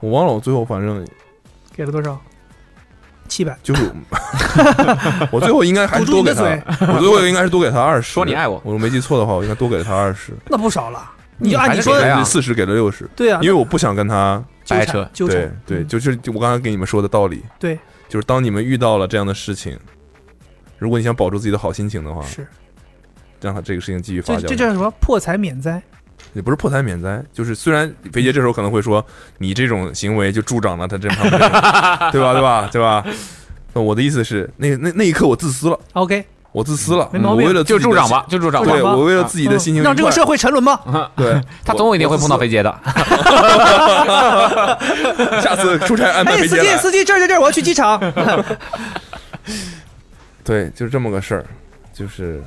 Speaker 2: 我忘了我最后反正
Speaker 3: 给了多少？七百。
Speaker 2: 就是我 最后应该还是
Speaker 3: 堵住
Speaker 2: 多
Speaker 3: 你
Speaker 2: 给
Speaker 3: 的
Speaker 2: 他
Speaker 3: 嘴，
Speaker 2: 我最后应该是多给他二十。
Speaker 4: 说你爱我
Speaker 2: 我没记错的话，我应该多给了他二十。
Speaker 3: 那不少了。你就按
Speaker 4: 还
Speaker 3: 你
Speaker 4: 是
Speaker 3: 说
Speaker 4: 给
Speaker 3: 的，
Speaker 4: 呀
Speaker 2: 百分之四嗯十给了六十，
Speaker 3: 对啊，
Speaker 2: 因为我不想跟他
Speaker 3: 纠
Speaker 4: 白
Speaker 3: 缠
Speaker 4: 扯
Speaker 3: 纠
Speaker 2: 对
Speaker 3: 缠，
Speaker 2: 对，
Speaker 3: 嗯
Speaker 2: 就是我刚刚跟你们说的道理，
Speaker 3: 对，
Speaker 2: 就是当你们遇到了这样的事情，如果你想保住自己的好心情的话，
Speaker 3: 是，
Speaker 2: 让他这个事情继续发
Speaker 3: 这
Speaker 2: 酵
Speaker 3: 这，叫什么破财免灾？
Speaker 2: 也不是破财免灾，就是虽然肥杰这时候可能会说你这种行为就助长了他这方面， 对吧？对吧？对吧？那我的意思是，那那那一刻我自私了，
Speaker 3: OK，
Speaker 2: 我自私了，
Speaker 3: 没毛
Speaker 2: 我
Speaker 3: 病
Speaker 2: 为了自己
Speaker 4: 就助
Speaker 2: 的
Speaker 4: 长
Speaker 2: 心，
Speaker 4: 吧，就助长吧啊
Speaker 3: 助。
Speaker 2: 对
Speaker 3: 长吧
Speaker 2: 我为了自己的心情愉快，
Speaker 3: 嗯让这个社会沉 沦吧。
Speaker 2: 对，
Speaker 4: 他
Speaker 2: 我
Speaker 4: 总有一天会碰到
Speaker 2: 我
Speaker 4: 飞
Speaker 2: 自
Speaker 4: 姐的。
Speaker 2: 私了下次出差安排
Speaker 3: 哎，
Speaker 2: 肥
Speaker 3: 司
Speaker 2: 杰
Speaker 3: 机，
Speaker 2: 来，
Speaker 3: 司机，这儿这儿这儿，我要去机 场。
Speaker 2: 对，就是这么个事儿，就是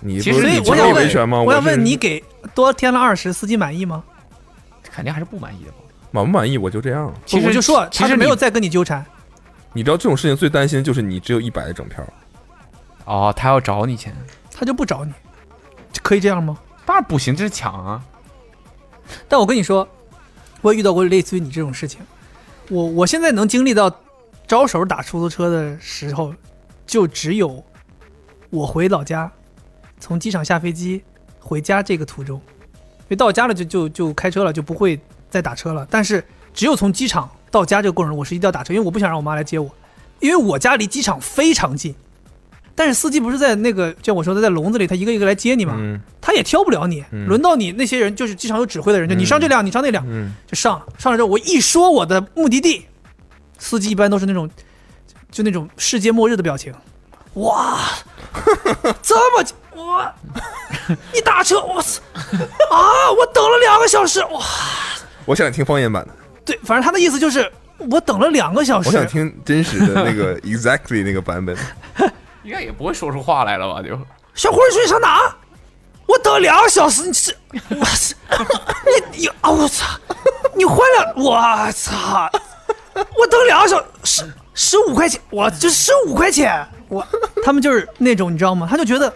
Speaker 2: 你
Speaker 4: 其
Speaker 2: 不
Speaker 4: 实
Speaker 3: 所
Speaker 2: 是
Speaker 3: 以
Speaker 2: 你
Speaker 3: 我
Speaker 2: 不
Speaker 3: 想
Speaker 2: 以维权
Speaker 3: 问，
Speaker 2: 吗？
Speaker 3: 我想
Speaker 2: 是
Speaker 3: 问你给多添了二十，司机满意吗？
Speaker 4: 肯定还是不满意的吧？
Speaker 2: 满不满意？我就这样了。
Speaker 4: 其实
Speaker 3: 我就说，
Speaker 4: 其
Speaker 3: 他
Speaker 4: 实
Speaker 3: 是没
Speaker 4: 你
Speaker 3: 有再跟你纠缠。
Speaker 2: 你知道这种事情最担心的就是你只有一百的整票，
Speaker 4: 哦，他要找你钱，
Speaker 3: 他就不找你，可以这样吗？
Speaker 4: 当然不行，这是抢啊！
Speaker 3: 但我跟你说，我也遇到过类似于你这种事情。我我现在能经历到招手打出租车的时候，就只有我回老家，从机场下飞机回家这个途中，因为到家了就就就开车了，就不会再打车了。但是只有从机场到家这个过程中，我是一定要打车，因为我不想让我妈来接我，因为我家离机场非常近。但是司机不是在那个，就像我说的，在笼子里，他一个一个来接你嘛。
Speaker 2: 嗯
Speaker 3: 他也挑不了你。
Speaker 2: 嗯
Speaker 3: 轮到你那些人，就是机场有指挥的人，就
Speaker 2: 嗯
Speaker 3: 你上这辆，你上那辆，
Speaker 2: 嗯，
Speaker 3: 就上了。上了之后，我一说我的目的地，司机一般都是那种，就那种世界末日的表情。 哇，这么我一打车，我操啊！我等了两个小时，哇，
Speaker 2: 我想听方言版的，
Speaker 3: 对，反正他的意思就是我等了两个小时。
Speaker 2: 我想听真实的那个 exactly 那个版本。
Speaker 4: 应该也不会说出话来了吧？就
Speaker 3: 小辉儿说你上哪儿？我等两个小时，你是我是你你啊！我操！你换了我操！我等两个小时，十十五块钱，我这十五块钱，我他们就是那种你知道吗？他就觉得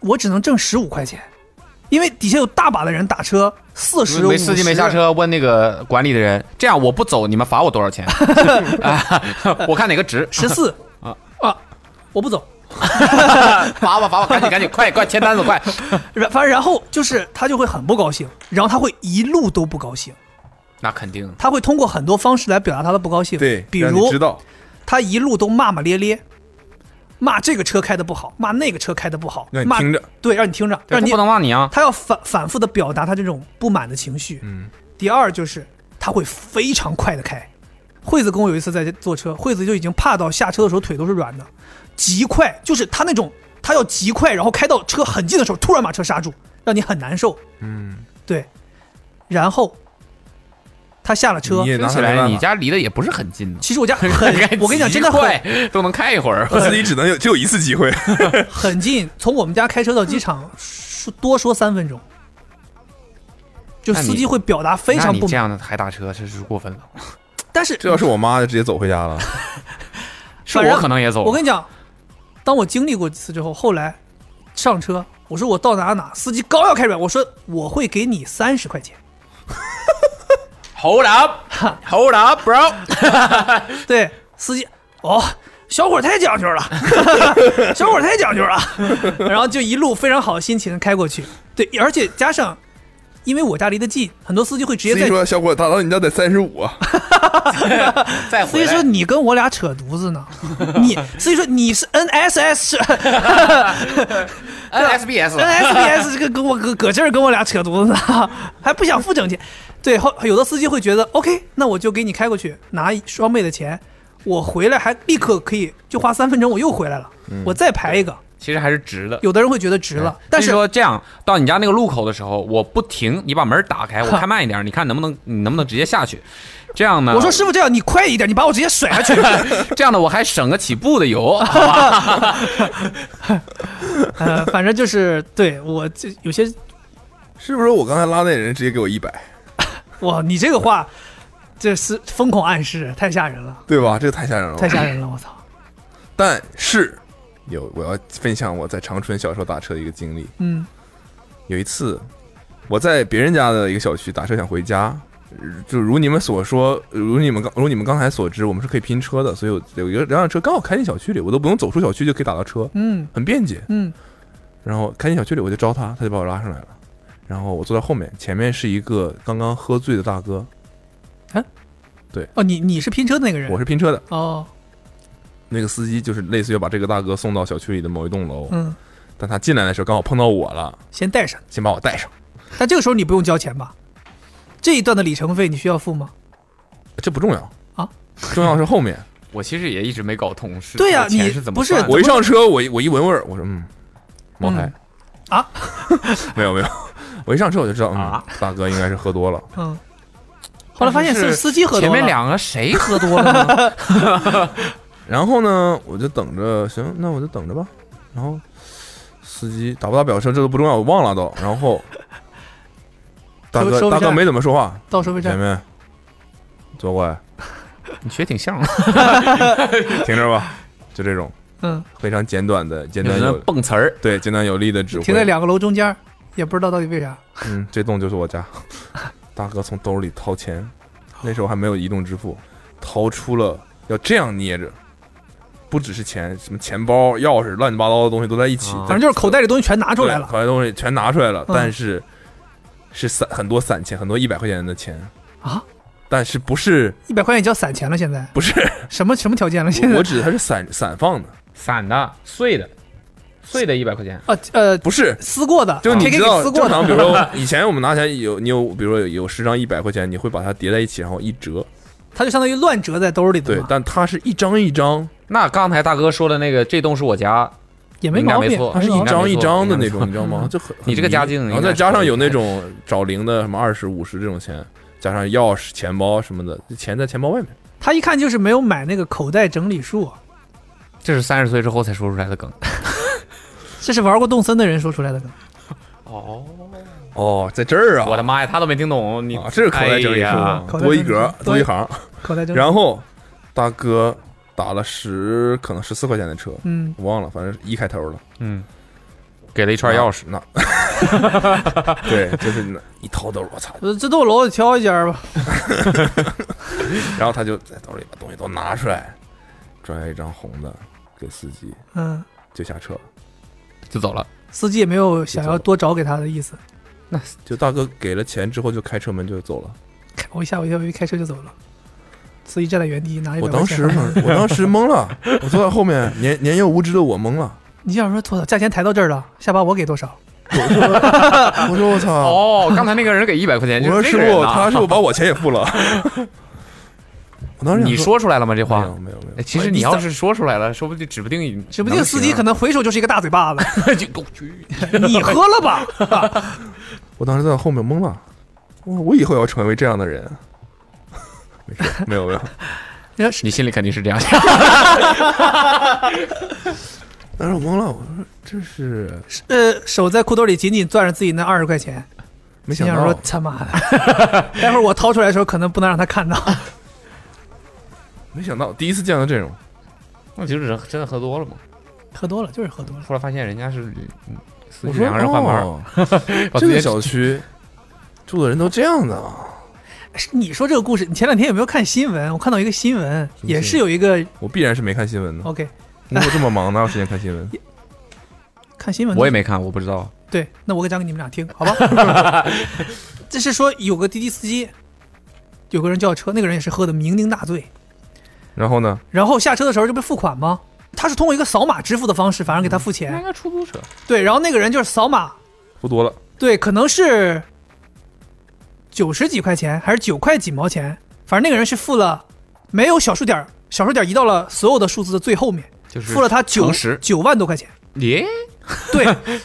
Speaker 3: 我只能挣十五块钱，因为底下有大把的人打车，四十
Speaker 4: 没司机没下， 车，问那个管理的人，这样我不走，你们罚我多少 钱？啊我看哪个值，
Speaker 3: 十四啊啊！我不走，
Speaker 4: 罚吧罚吧，赶紧赶紧，快快签单子快！
Speaker 3: 然反正然后就是他就会很不高兴，然后他会一路都不高兴。
Speaker 4: 那肯定，
Speaker 3: 他会通过很多方式来表达他的不高兴，
Speaker 2: 对，
Speaker 3: 比
Speaker 2: 让你
Speaker 3: 如
Speaker 2: 知道
Speaker 3: 他一路都骂骂咧咧，骂这个车开的不好，骂那个车开的不好，
Speaker 2: 让你
Speaker 3: 骂
Speaker 2: 听着，
Speaker 3: 对，让你听着，
Speaker 4: 他
Speaker 3: 让你
Speaker 4: 不能骂你啊！
Speaker 3: 他要反反复的表达他这种不满的情绪。
Speaker 2: 嗯，
Speaker 3: 第二就是他会非常快的开。惠子跟我有一次在坐车，惠子就已经怕到下车的时候腿都是软的，极快，就是他那种他要极快，然后开到车很近的时候，突然把车刹住，让你很难受。嗯，对。然后他下了车
Speaker 2: 你，也
Speaker 4: 听
Speaker 2: 拿
Speaker 4: 起
Speaker 2: 他没
Speaker 4: 来
Speaker 2: 办
Speaker 4: 你
Speaker 2: 法，
Speaker 4: 家离得也不是很近 呢。
Speaker 3: 其实我家很，我跟你讲，真 的
Speaker 4: 快
Speaker 3: 很
Speaker 4: 都能开一会儿。
Speaker 2: 二十一只能有就有一次机会。
Speaker 3: 很近，从我们家开车到机场，说多说三分钟，就
Speaker 4: 那你
Speaker 3: 司机会表达非
Speaker 4: 那
Speaker 3: 常
Speaker 4: 你
Speaker 3: 不
Speaker 4: 这，样的还打车，这是过分了。
Speaker 3: 但是
Speaker 2: 这要是我妈，就直接走回家了。
Speaker 4: 是
Speaker 3: 反正
Speaker 4: 我可能也走了。
Speaker 3: 我跟你讲，当我经历过几次之后，后来上车，我说我到哪哪，司机刚要开软，我说我会给你三十块钱。
Speaker 4: Hold up, hold up, bro。
Speaker 3: 对，司机哦，小伙儿太讲究 了，小伙儿太讲究了，然后就一路非常好的心情开过去。对，而且加上，因为我家离得近，很多司机会直接
Speaker 2: 司机
Speaker 3: 在。
Speaker 2: 说：“小伙，打到你家得三十五。啊
Speaker 4: 再
Speaker 3: 司机说你跟我俩扯犊子呢， 你司机说你是 NSS 啊
Speaker 4: ，NSBS，
Speaker 3: NSBS 这个跟我搁搁这儿跟我俩扯犊子呢， 还不想付整钱。对，后有的司机会觉得 OK，那我就给你开过去，拿双倍的钱，我回来还立刻可以就花三分钟，我又回来了，我再排一个。
Speaker 4: 其实还是值的。
Speaker 3: 有的人会觉得值了，但
Speaker 4: 就是说这样，到你家那个路口的时候，我不停，你把门打开，我开慢一点，你看能不能，你能不能直接下去？这样呢？
Speaker 3: 我说师傅这样，你快一点，你把我直接甩下去。
Speaker 4: 这样的，我还省个起步的油，好吧？
Speaker 3: 呃，反正就是对我这有些”
Speaker 2: 是不是我刚才拉那人直接给我一百，
Speaker 3: 哇，你这个话这是疯狂暗示，太吓人了，
Speaker 2: 对吧？这个太吓人了
Speaker 3: 太
Speaker 2: 吧。
Speaker 3: 吓人了，我操！
Speaker 2: 但是有我要分享我在长春小时候打车的一个经历。
Speaker 3: 嗯，
Speaker 2: 有一次，我在别人家的一个小区打车想回家，呃就如你们所说，如你们刚如你们刚才所知，我们是可以拼车的，所以有有一个两辆车刚好开进小区里，我都不用走出小区就可以打到车，
Speaker 3: 嗯
Speaker 2: 很便捷。
Speaker 3: 嗯
Speaker 2: 然后开进小区里，我就招他，他就把我拉上来了。然后我坐在后面，前面是一个刚刚喝醉的大哥，
Speaker 3: 哦，你你是拼车的那个人，
Speaker 2: 我是拼车的。
Speaker 3: 哦，
Speaker 2: 那个司机就是类似于把这个大哥送到小区里的某一栋楼，
Speaker 3: 嗯，
Speaker 2: 但他进来的时候刚好碰到我了，
Speaker 3: 先带上。
Speaker 2: 先把我带上。
Speaker 3: 但这个时候你不用交钱吧？这一段的里程费你需要付吗？
Speaker 2: 这不重要
Speaker 3: 啊，
Speaker 2: 重要是 后面。
Speaker 4: 我其实也一直没搞通是
Speaker 3: 对呀
Speaker 4: 这个钱
Speaker 3: 你
Speaker 4: 是怎么
Speaker 3: 不是
Speaker 4: 算的
Speaker 2: 我一上车，我一我一闻味儿，我说嗯，茅台、
Speaker 3: 啊，
Speaker 2: 没有没有，我一上车我就知道，嗯，
Speaker 4: 啊
Speaker 2: 大哥应该是喝多了。
Speaker 3: 嗯。后来发现
Speaker 4: 但
Speaker 3: 是
Speaker 4: 是
Speaker 3: 司机喝多了，
Speaker 4: 前面两个谁喝多了 呢？
Speaker 2: 然后呢，我就等着，行，那我就等着吧。然后司机打不打表车这都不重要，我忘了都。然 后大
Speaker 3: 收收
Speaker 2: 哥
Speaker 3: 不
Speaker 2: 大哥
Speaker 3: 下
Speaker 2: 没怎么说话，
Speaker 3: 到收费
Speaker 2: 前
Speaker 3: 站，
Speaker 2: 面左拐，
Speaker 4: 你学挺 像的，啊
Speaker 2: 停着吧，就这种
Speaker 3: 嗯，
Speaker 2: 非常简短的、简
Speaker 4: 有
Speaker 2: 单
Speaker 4: 人
Speaker 2: 有
Speaker 4: 蹦词儿。
Speaker 2: 对简单有力的指挥。
Speaker 3: 停在两个楼中间，也不知道到底为啥。
Speaker 2: 嗯，这栋就是我家。大哥从兜里掏钱，那时候还没有移动支付，掏出了要这样捏着，不只是钱，什么钱包、钥匙、乱七八糟的东西都在一起，
Speaker 4: 啊
Speaker 3: 反正就是口袋里东西全拿
Speaker 2: 拿
Speaker 3: 出来了
Speaker 2: 口袋东西全拿出来了，
Speaker 3: 嗯
Speaker 2: 但是是散很多散钱，很多一百块钱的钱
Speaker 3: 啊，
Speaker 2: 但是不是
Speaker 3: 一百块钱也叫散钱了，现在
Speaker 2: 不是，
Speaker 3: 什么什么条件了？现
Speaker 2: 我
Speaker 3: 在
Speaker 2: 我指它是散散放的，
Speaker 4: 散的、碎的、碎的一百块钱，
Speaker 3: 啊呃，
Speaker 2: 不是。
Speaker 3: 撕过的，
Speaker 2: 就你
Speaker 3: KK
Speaker 2: 知
Speaker 3: 给
Speaker 2: 道，
Speaker 3: 撕
Speaker 2: 正
Speaker 3: 过
Speaker 2: 常，
Speaker 3: 的，
Speaker 2: 比如说以前我们拿钱有你有，比如说有十张一百块钱，你会把它叠在一起，然后一折。
Speaker 3: 他就相当于乱折在兜里的
Speaker 2: 对
Speaker 3: 嘛，，
Speaker 2: 但它是一张一张
Speaker 4: 那刚才大哥说的那个，这栋是我家，
Speaker 3: 也没
Speaker 4: 应该
Speaker 3: 毛
Speaker 4: 没
Speaker 3: 病
Speaker 4: 错。
Speaker 2: 它是哦一
Speaker 4: 应该没
Speaker 2: 张
Speaker 4: 错
Speaker 2: 一张的那
Speaker 4: 应该没错
Speaker 2: 种，你知道吗？就很
Speaker 4: 你这个家境
Speaker 2: 然后
Speaker 4: 应该
Speaker 2: 再
Speaker 4: 是
Speaker 2: 加上有那种找零的，什么二十五十这种钱，加上钥匙、钱包什么的，钱在钱包外面。
Speaker 3: 他一看就是没有买那个口袋整理术，啊
Speaker 4: 这是三十岁之后才说出来的梗。
Speaker 3: 这是玩过动森的人说出来的梗。
Speaker 4: 哦，
Speaker 2: 哦，在这儿啊！
Speaker 4: 我的妈呀，他都没听懂，你
Speaker 2: 啊，这是口袋整理
Speaker 4: 哎呀
Speaker 2: 术，
Speaker 3: 口袋
Speaker 2: 多一
Speaker 3: 整理
Speaker 2: 格
Speaker 3: 术
Speaker 2: 多一行。
Speaker 3: 口袋整理，
Speaker 2: 然后大哥打了十，可能十四块钱的车，
Speaker 3: 嗯，
Speaker 2: 我忘了，反正是一开头了。
Speaker 4: 嗯，给了一串钥匙，
Speaker 2: 那， 对，就是那一掏兜，我操！
Speaker 3: 呃这栋楼挑一家吧。
Speaker 2: 然后他就在兜里把东西都拿出来，拽下一张红的给司机，
Speaker 3: 嗯，
Speaker 2: 就下车了。
Speaker 4: 就走了。
Speaker 3: 司机也没有想要多找给他的意思，
Speaker 2: 就大哥给了钱之后就开车门就走了。
Speaker 3: 开我一吓我一跳，我一开车就走了。司机站在原地拿一
Speaker 2: 我
Speaker 3: 百
Speaker 2: 当
Speaker 3: 块
Speaker 2: 时
Speaker 3: 钱，
Speaker 2: 懵，我当时懵了，我坐在后 面，年年幼无知的我懵了。
Speaker 3: 你想说，我操，价钱抬到这儿了，下把我给多少？
Speaker 2: 我说我操！
Speaker 4: 哦，刚才那个人给一百块钱，
Speaker 2: 啊
Speaker 4: 就
Speaker 2: 我说
Speaker 4: 是
Speaker 2: 师
Speaker 4: 那个人啊
Speaker 2: 傅，
Speaker 4: 呐
Speaker 2: 他是不是把我钱也 付了？我当时想
Speaker 4: 你说出来了吗？这
Speaker 2: 没
Speaker 4: 话
Speaker 2: 有？没有没
Speaker 4: 哎
Speaker 2: 有，
Speaker 4: 其实你要是说出来了，说不定指不定，
Speaker 3: 指不定司机可能回手就是一个大嘴巴子，
Speaker 4: 能就我去
Speaker 3: 你喝了 吧？
Speaker 2: 我当时在后面懵了。我我以后要成为这样的人， 没事，没有没有。
Speaker 3: 然后
Speaker 4: 你心里肯定是这样想。
Speaker 2: 当时我懵了，我说这是
Speaker 3: 呃手在裤兜里紧紧攥着自己那二十块钱，
Speaker 2: 没
Speaker 3: 心
Speaker 2: 想
Speaker 3: 想说
Speaker 2: 到，
Speaker 3: 他妈的， 待会儿我掏出来的时候可能不能让他看到。
Speaker 2: 没想到第一次见到这种，
Speaker 4: 那就是人真的喝多了嘛？
Speaker 3: 喝多了就是喝 多了，
Speaker 4: 后来发现人家是嗯司
Speaker 2: 我
Speaker 4: 机
Speaker 2: 说
Speaker 4: 两个人换班儿，
Speaker 2: 哦，
Speaker 4: 把
Speaker 2: 这
Speaker 4: 自
Speaker 2: 个
Speaker 4: 己
Speaker 2: 小区住的人都这样的啊，
Speaker 3: 是你说这个故事，你前两天有没有看新闻？我看到一个新闻，
Speaker 2: 什么
Speaker 3: 也
Speaker 2: 新
Speaker 3: 是有一个
Speaker 2: 我必然是没看新闻的。
Speaker 3: OK
Speaker 2: 工作这么忙，哪有时间看 新闻？
Speaker 3: 看新闻，
Speaker 4: 我也没看，我不知道。
Speaker 3: 对，那我给讲给你们俩听，好吧？ 这是说有个滴滴司机，有个人叫车，那个人也是喝的酩酊大醉，
Speaker 2: 然后呢？
Speaker 3: 然后下车的时候就被付款吗？他是通过一个扫码支付的方式，反而给他付
Speaker 4: 那
Speaker 3: 钱
Speaker 4: 应。该出租车，
Speaker 3: 对，然后那个人就是扫码，
Speaker 2: 喝多了，
Speaker 3: 对，可能是九十几块钱还是九块几毛钱，反正那个人是付了，没有小数点儿，小数点儿移到了所有的数字的最后面，
Speaker 4: 就是
Speaker 3: 付了他九
Speaker 4: 常识
Speaker 3: 九万多块钱。
Speaker 4: 耶，
Speaker 3: 对，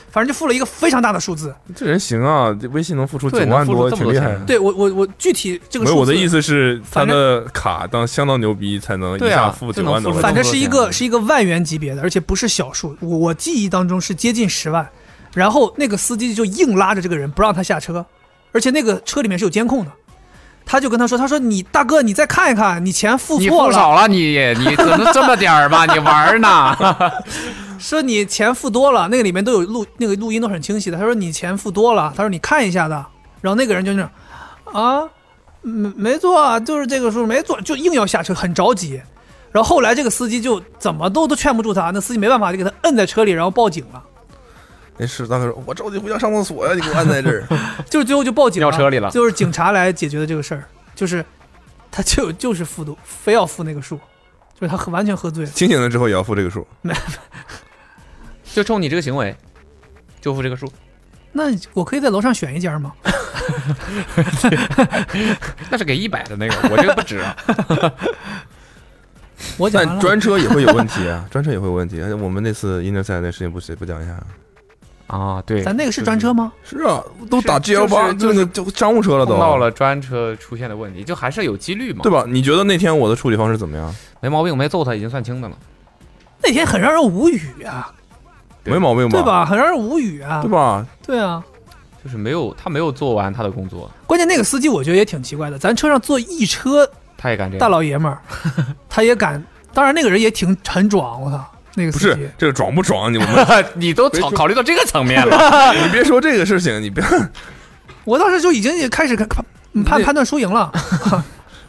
Speaker 3: 反正就付了一个非常大的数字。
Speaker 2: 这人行啊，这微信能付出
Speaker 4: 对
Speaker 2: 九
Speaker 4: 能
Speaker 2: 万
Speaker 4: 付出这么
Speaker 2: 挺
Speaker 4: 多
Speaker 2: 厉
Speaker 4: 钱
Speaker 2: 害的。
Speaker 3: 对我我我具体这个
Speaker 2: 没
Speaker 3: 数
Speaker 2: 有，
Speaker 3: 字，
Speaker 2: 我的意，思是，他
Speaker 3: 反正
Speaker 2: 的卡当相当牛逼，才能一
Speaker 4: 对
Speaker 2: 下
Speaker 4: 啊
Speaker 2: 付
Speaker 4: 这
Speaker 2: 九
Speaker 4: 能
Speaker 2: 万多
Speaker 4: 付出
Speaker 2: 块钱。
Speaker 3: 反正是一
Speaker 4: 这么多
Speaker 3: 个
Speaker 4: 钱
Speaker 3: 是一个万元级别的，而且不是小数。我我记忆当中是接近十万。然后那个司机就硬拉着这个人不让他下车，而且那个车里面是有监控的。他就跟他说：“他说你大哥，你再看一看，你钱付
Speaker 4: 你
Speaker 3: 错
Speaker 4: 付
Speaker 3: 了。”
Speaker 4: 少了你，你怎么这么点儿吧？你玩儿 呢？
Speaker 3: 说你钱付多了，那个里面都有录，那个录音都很清晰的。他说你钱付多了，他说你看一下的。然后那个人就那种，啊，没没错啊，就是这个数没错，就硬要下车，很着急。然后后来这个司机就怎么都都劝不住他，那司机没办法就给他摁在车里，然后报警了，
Speaker 2: 那哎是当时说我着急回家上厕所呀，你给我按在这儿。
Speaker 3: 就是最后就报警
Speaker 4: 尿车里了
Speaker 3: 就是警察来解决的这个事儿，就是他就就是付的，非要付那个数，就是他喝完全喝醉了。
Speaker 2: 清醒了之后也要付这个 数，
Speaker 4: 就冲你这个行为，就付这个数。
Speaker 3: 那我可以在楼上选一家吗？
Speaker 4: 那是给一百的那个，我这个不值 啊。
Speaker 3: 我讲完
Speaker 2: 但
Speaker 3: 了。
Speaker 2: 专车也会有问题啊， 专车也会有问题。我们那次 inner side 那事情不是不讲一下？
Speaker 4: 啊，对，
Speaker 3: 咱那个是专车吗？
Speaker 2: 是啊，都打
Speaker 4: 是就
Speaker 2: GL 八，
Speaker 4: 是就
Speaker 2: 就是那就商务车了
Speaker 4: 碰
Speaker 2: 都，
Speaker 4: 到了专车出现的问题，就还是有几率嘛
Speaker 2: 对。吧？你觉得那天我的处理方式怎么样？
Speaker 4: 没毛病，没揍他已经算轻的了。
Speaker 3: 那天很让人无语啊，
Speaker 4: 对
Speaker 2: 没毛病
Speaker 3: 对
Speaker 2: 吧？
Speaker 3: 吧？很让人无语啊
Speaker 2: 对，吧？
Speaker 3: 对啊。
Speaker 4: 就是没有他没有做完他的工作，
Speaker 3: 关键那个司机我觉得也挺奇怪的，咱车上坐一车
Speaker 4: 他也敢这
Speaker 3: 大
Speaker 4: 样。
Speaker 3: 老爷们 儿，他也敢。当然那个人也挺很壮，我操，那个
Speaker 2: 不
Speaker 3: 司
Speaker 2: 是
Speaker 3: 机
Speaker 2: 这个爽不爽？你我们
Speaker 4: 你都
Speaker 2: 没
Speaker 4: 考
Speaker 2: 错
Speaker 4: 考虑到这个层面了，
Speaker 2: 你别说这个事情，你别
Speaker 3: 我当时就已经也开始看判判
Speaker 2: 那
Speaker 3: 判断输赢了。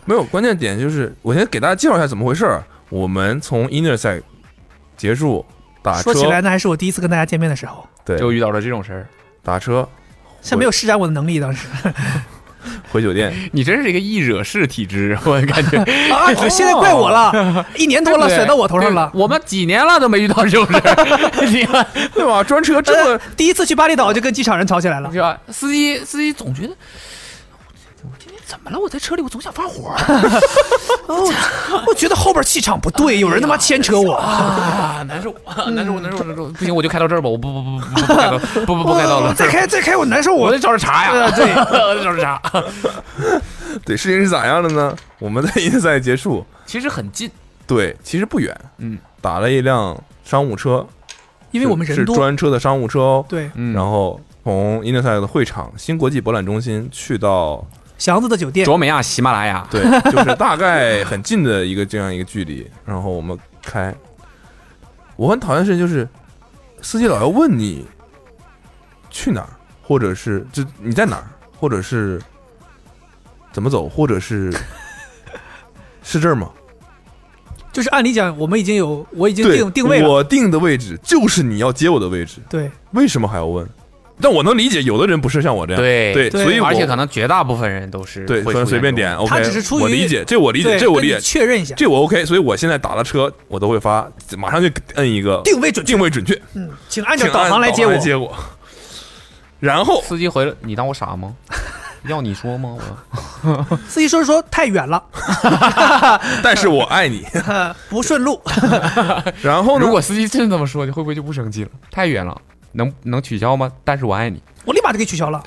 Speaker 2: 没有关键点就是，我先给大家介绍一下怎么回事儿。我们从 inner side 结束打
Speaker 3: 说，
Speaker 2: 车
Speaker 3: 起来，那还是我第一次跟大家见面的时候，
Speaker 2: 对，
Speaker 4: 就遇到了这种事儿。
Speaker 2: 打车
Speaker 3: 是没有施展我的能力。当 时
Speaker 2: 回酒 店，
Speaker 4: 你真是一个易惹事体质，我感觉
Speaker 3: 啊，
Speaker 2: 哦
Speaker 3: 现在怪我 了，一年多了，
Speaker 4: 对
Speaker 3: 甩到我头上了
Speaker 4: 对。我们几年了都没遇到这种事儿， 你看
Speaker 2: 对吧？专车这 么
Speaker 3: 呃第一次去巴厘岛就跟机场人吵起来了，
Speaker 4: 是吧？司机司机总觉得。我今天怎么了？我在车里，我总想发火。
Speaker 3: 我觉得后边气场不对，有人
Speaker 2: 哎
Speaker 3: 他妈牵扯我。
Speaker 4: 啊，难受，难受，难受，难受！不行，我就开到这儿吧，我不不不不不不开到，不不不开到了，
Speaker 3: 再开再开我难受，
Speaker 4: 我
Speaker 3: 我
Speaker 4: 得找点茬呀，对， 我得找点茬。
Speaker 2: 对事情是咋样的呢？我们在 inner side 结束，
Speaker 4: 其实很近，
Speaker 2: 对，其实不远，
Speaker 4: 嗯，
Speaker 2: 打了一辆商务车，
Speaker 3: 因为我们
Speaker 2: 是
Speaker 3: 人
Speaker 2: 是
Speaker 3: 多，
Speaker 2: 专车的商务车哦。
Speaker 3: 对，
Speaker 4: 嗯
Speaker 2: 然后从 Inderside 的会场新国际博览中心去到
Speaker 3: 祥子的酒店，
Speaker 4: 卓美亚、喜马拉雅，
Speaker 2: 对，就是大概很近的一个这样一个距离。然后我们开，我很讨厌的事情就是，司机老要问你去哪儿，或者是就你在哪儿，或者是怎么走，或 者是是这儿吗？
Speaker 3: 就是按理讲，我们已经有，我已经
Speaker 2: 对，
Speaker 3: 定定位了。
Speaker 2: 我定的位置就是你要接我的位置，
Speaker 3: 对，
Speaker 2: 为什么还要问？但我能理解，有的人不是像我这样，
Speaker 4: 对
Speaker 2: 对，
Speaker 3: 对
Speaker 2: 所以我
Speaker 4: 而且可能绝大部分人都是
Speaker 2: 对，
Speaker 4: 会
Speaker 2: 可能随便点，OK，
Speaker 3: 他只是出于
Speaker 2: 我理解，这我理解，
Speaker 3: 对
Speaker 2: 这我
Speaker 3: 跟你
Speaker 2: 理解，
Speaker 3: 确认一下，
Speaker 2: 这我 OK，所以我现在打了车，我都会发，马上就摁一个
Speaker 3: 定位准确。
Speaker 2: 定位准确，
Speaker 3: 嗯，请按照
Speaker 2: 请
Speaker 3: 导
Speaker 2: 按
Speaker 3: 航来接我。
Speaker 2: 接我。然后
Speaker 4: 司机回了，你当我傻吗？ 要你说吗？我
Speaker 3: 司机说是说太远了，
Speaker 2: 但是我爱你。
Speaker 3: 呃不顺路。
Speaker 2: 然
Speaker 3: 哦
Speaker 2: 后呢
Speaker 4: 如？果司机真这么说，你会不会就不生气了？太远了，能能取消吗？但是我爱你。
Speaker 3: 我立马就给取消了。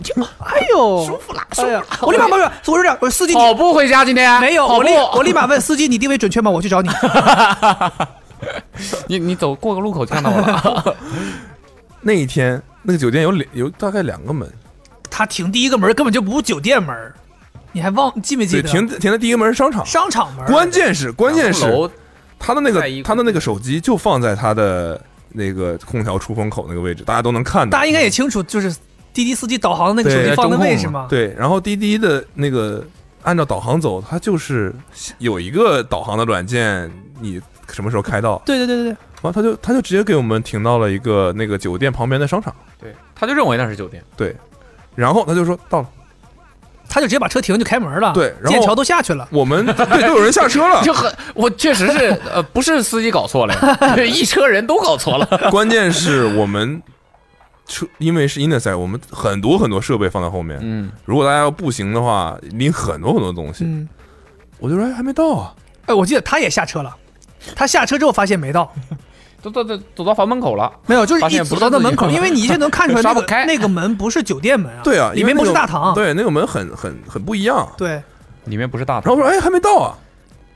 Speaker 3: 哎呦，舒服啦，舒服啦！我立马抱怨，我说这样，我说司机你
Speaker 4: 跑步回家今天
Speaker 3: 没有，
Speaker 4: 跑
Speaker 3: 我
Speaker 4: 步
Speaker 3: 立我立马问司机你定位准确吗？我去找你。
Speaker 4: 你你走过个路口就看到我了，
Speaker 2: 那一天那个酒店有两有大概两个门，
Speaker 3: 他停第一个门根本就不是酒店门，你还忘记没记
Speaker 2: 对，
Speaker 3: 得？
Speaker 2: 停停的第一个门是商场。
Speaker 3: 商场门，
Speaker 2: 关键是 关键是
Speaker 4: 楼
Speaker 2: 他的那个
Speaker 4: 在一个
Speaker 2: 他的那个手机就放在他的那个空调出风口那个位置，大家都能看到。
Speaker 3: 大家应该也清楚，就是滴滴司机导航的那个手
Speaker 2: 对
Speaker 3: 机放的位置
Speaker 4: 中控
Speaker 3: 嘛。
Speaker 2: 对，然后滴滴的那个按照导航走，它就是有一个导航的软件，你什么时候开到，
Speaker 3: 对对对对对，
Speaker 2: 完他就他就直接给我们停到了一个那个酒店旁边的商场，
Speaker 4: 对，他就认为那是酒店，
Speaker 2: 然后他就说到了，
Speaker 3: 他就直接把车停就开门了。
Speaker 2: 对然后
Speaker 3: 剑桥都下去了。
Speaker 2: 我 们对都有人下车了，
Speaker 4: 就很我确实是呃不是司机搞错了呀， 对一车人都搞错了，
Speaker 2: 关键是我们车因为是 i n t e r s i d e 我们很多很多设备放在后面，
Speaker 4: 嗯，
Speaker 2: 如果大家要步行的话，拎很多很多东西，
Speaker 3: 嗯，
Speaker 2: 我就说哎还没到啊，
Speaker 3: 哎，我记得他也下车了。他下车之后发现没到，
Speaker 4: 都都都走到房门口了，
Speaker 3: 没有，就是
Speaker 4: 发
Speaker 3: 一
Speaker 4: 现
Speaker 3: 走
Speaker 4: 不是
Speaker 3: 到那门口，
Speaker 4: 自己
Speaker 3: 因
Speaker 4: 的
Speaker 3: 为你一下能 看出来那
Speaker 4: 刷不
Speaker 3: 个
Speaker 4: 开
Speaker 3: 那个门不是酒店门啊，
Speaker 2: 对啊，
Speaker 3: 里
Speaker 2: 因为
Speaker 3: 面
Speaker 2: 那
Speaker 3: 不是
Speaker 2: 个
Speaker 3: 大堂，
Speaker 2: 对，那个门很很很很不一样，
Speaker 3: 对，
Speaker 4: 里面不是大
Speaker 2: 然
Speaker 4: 堂
Speaker 2: 后，说哎还没到啊。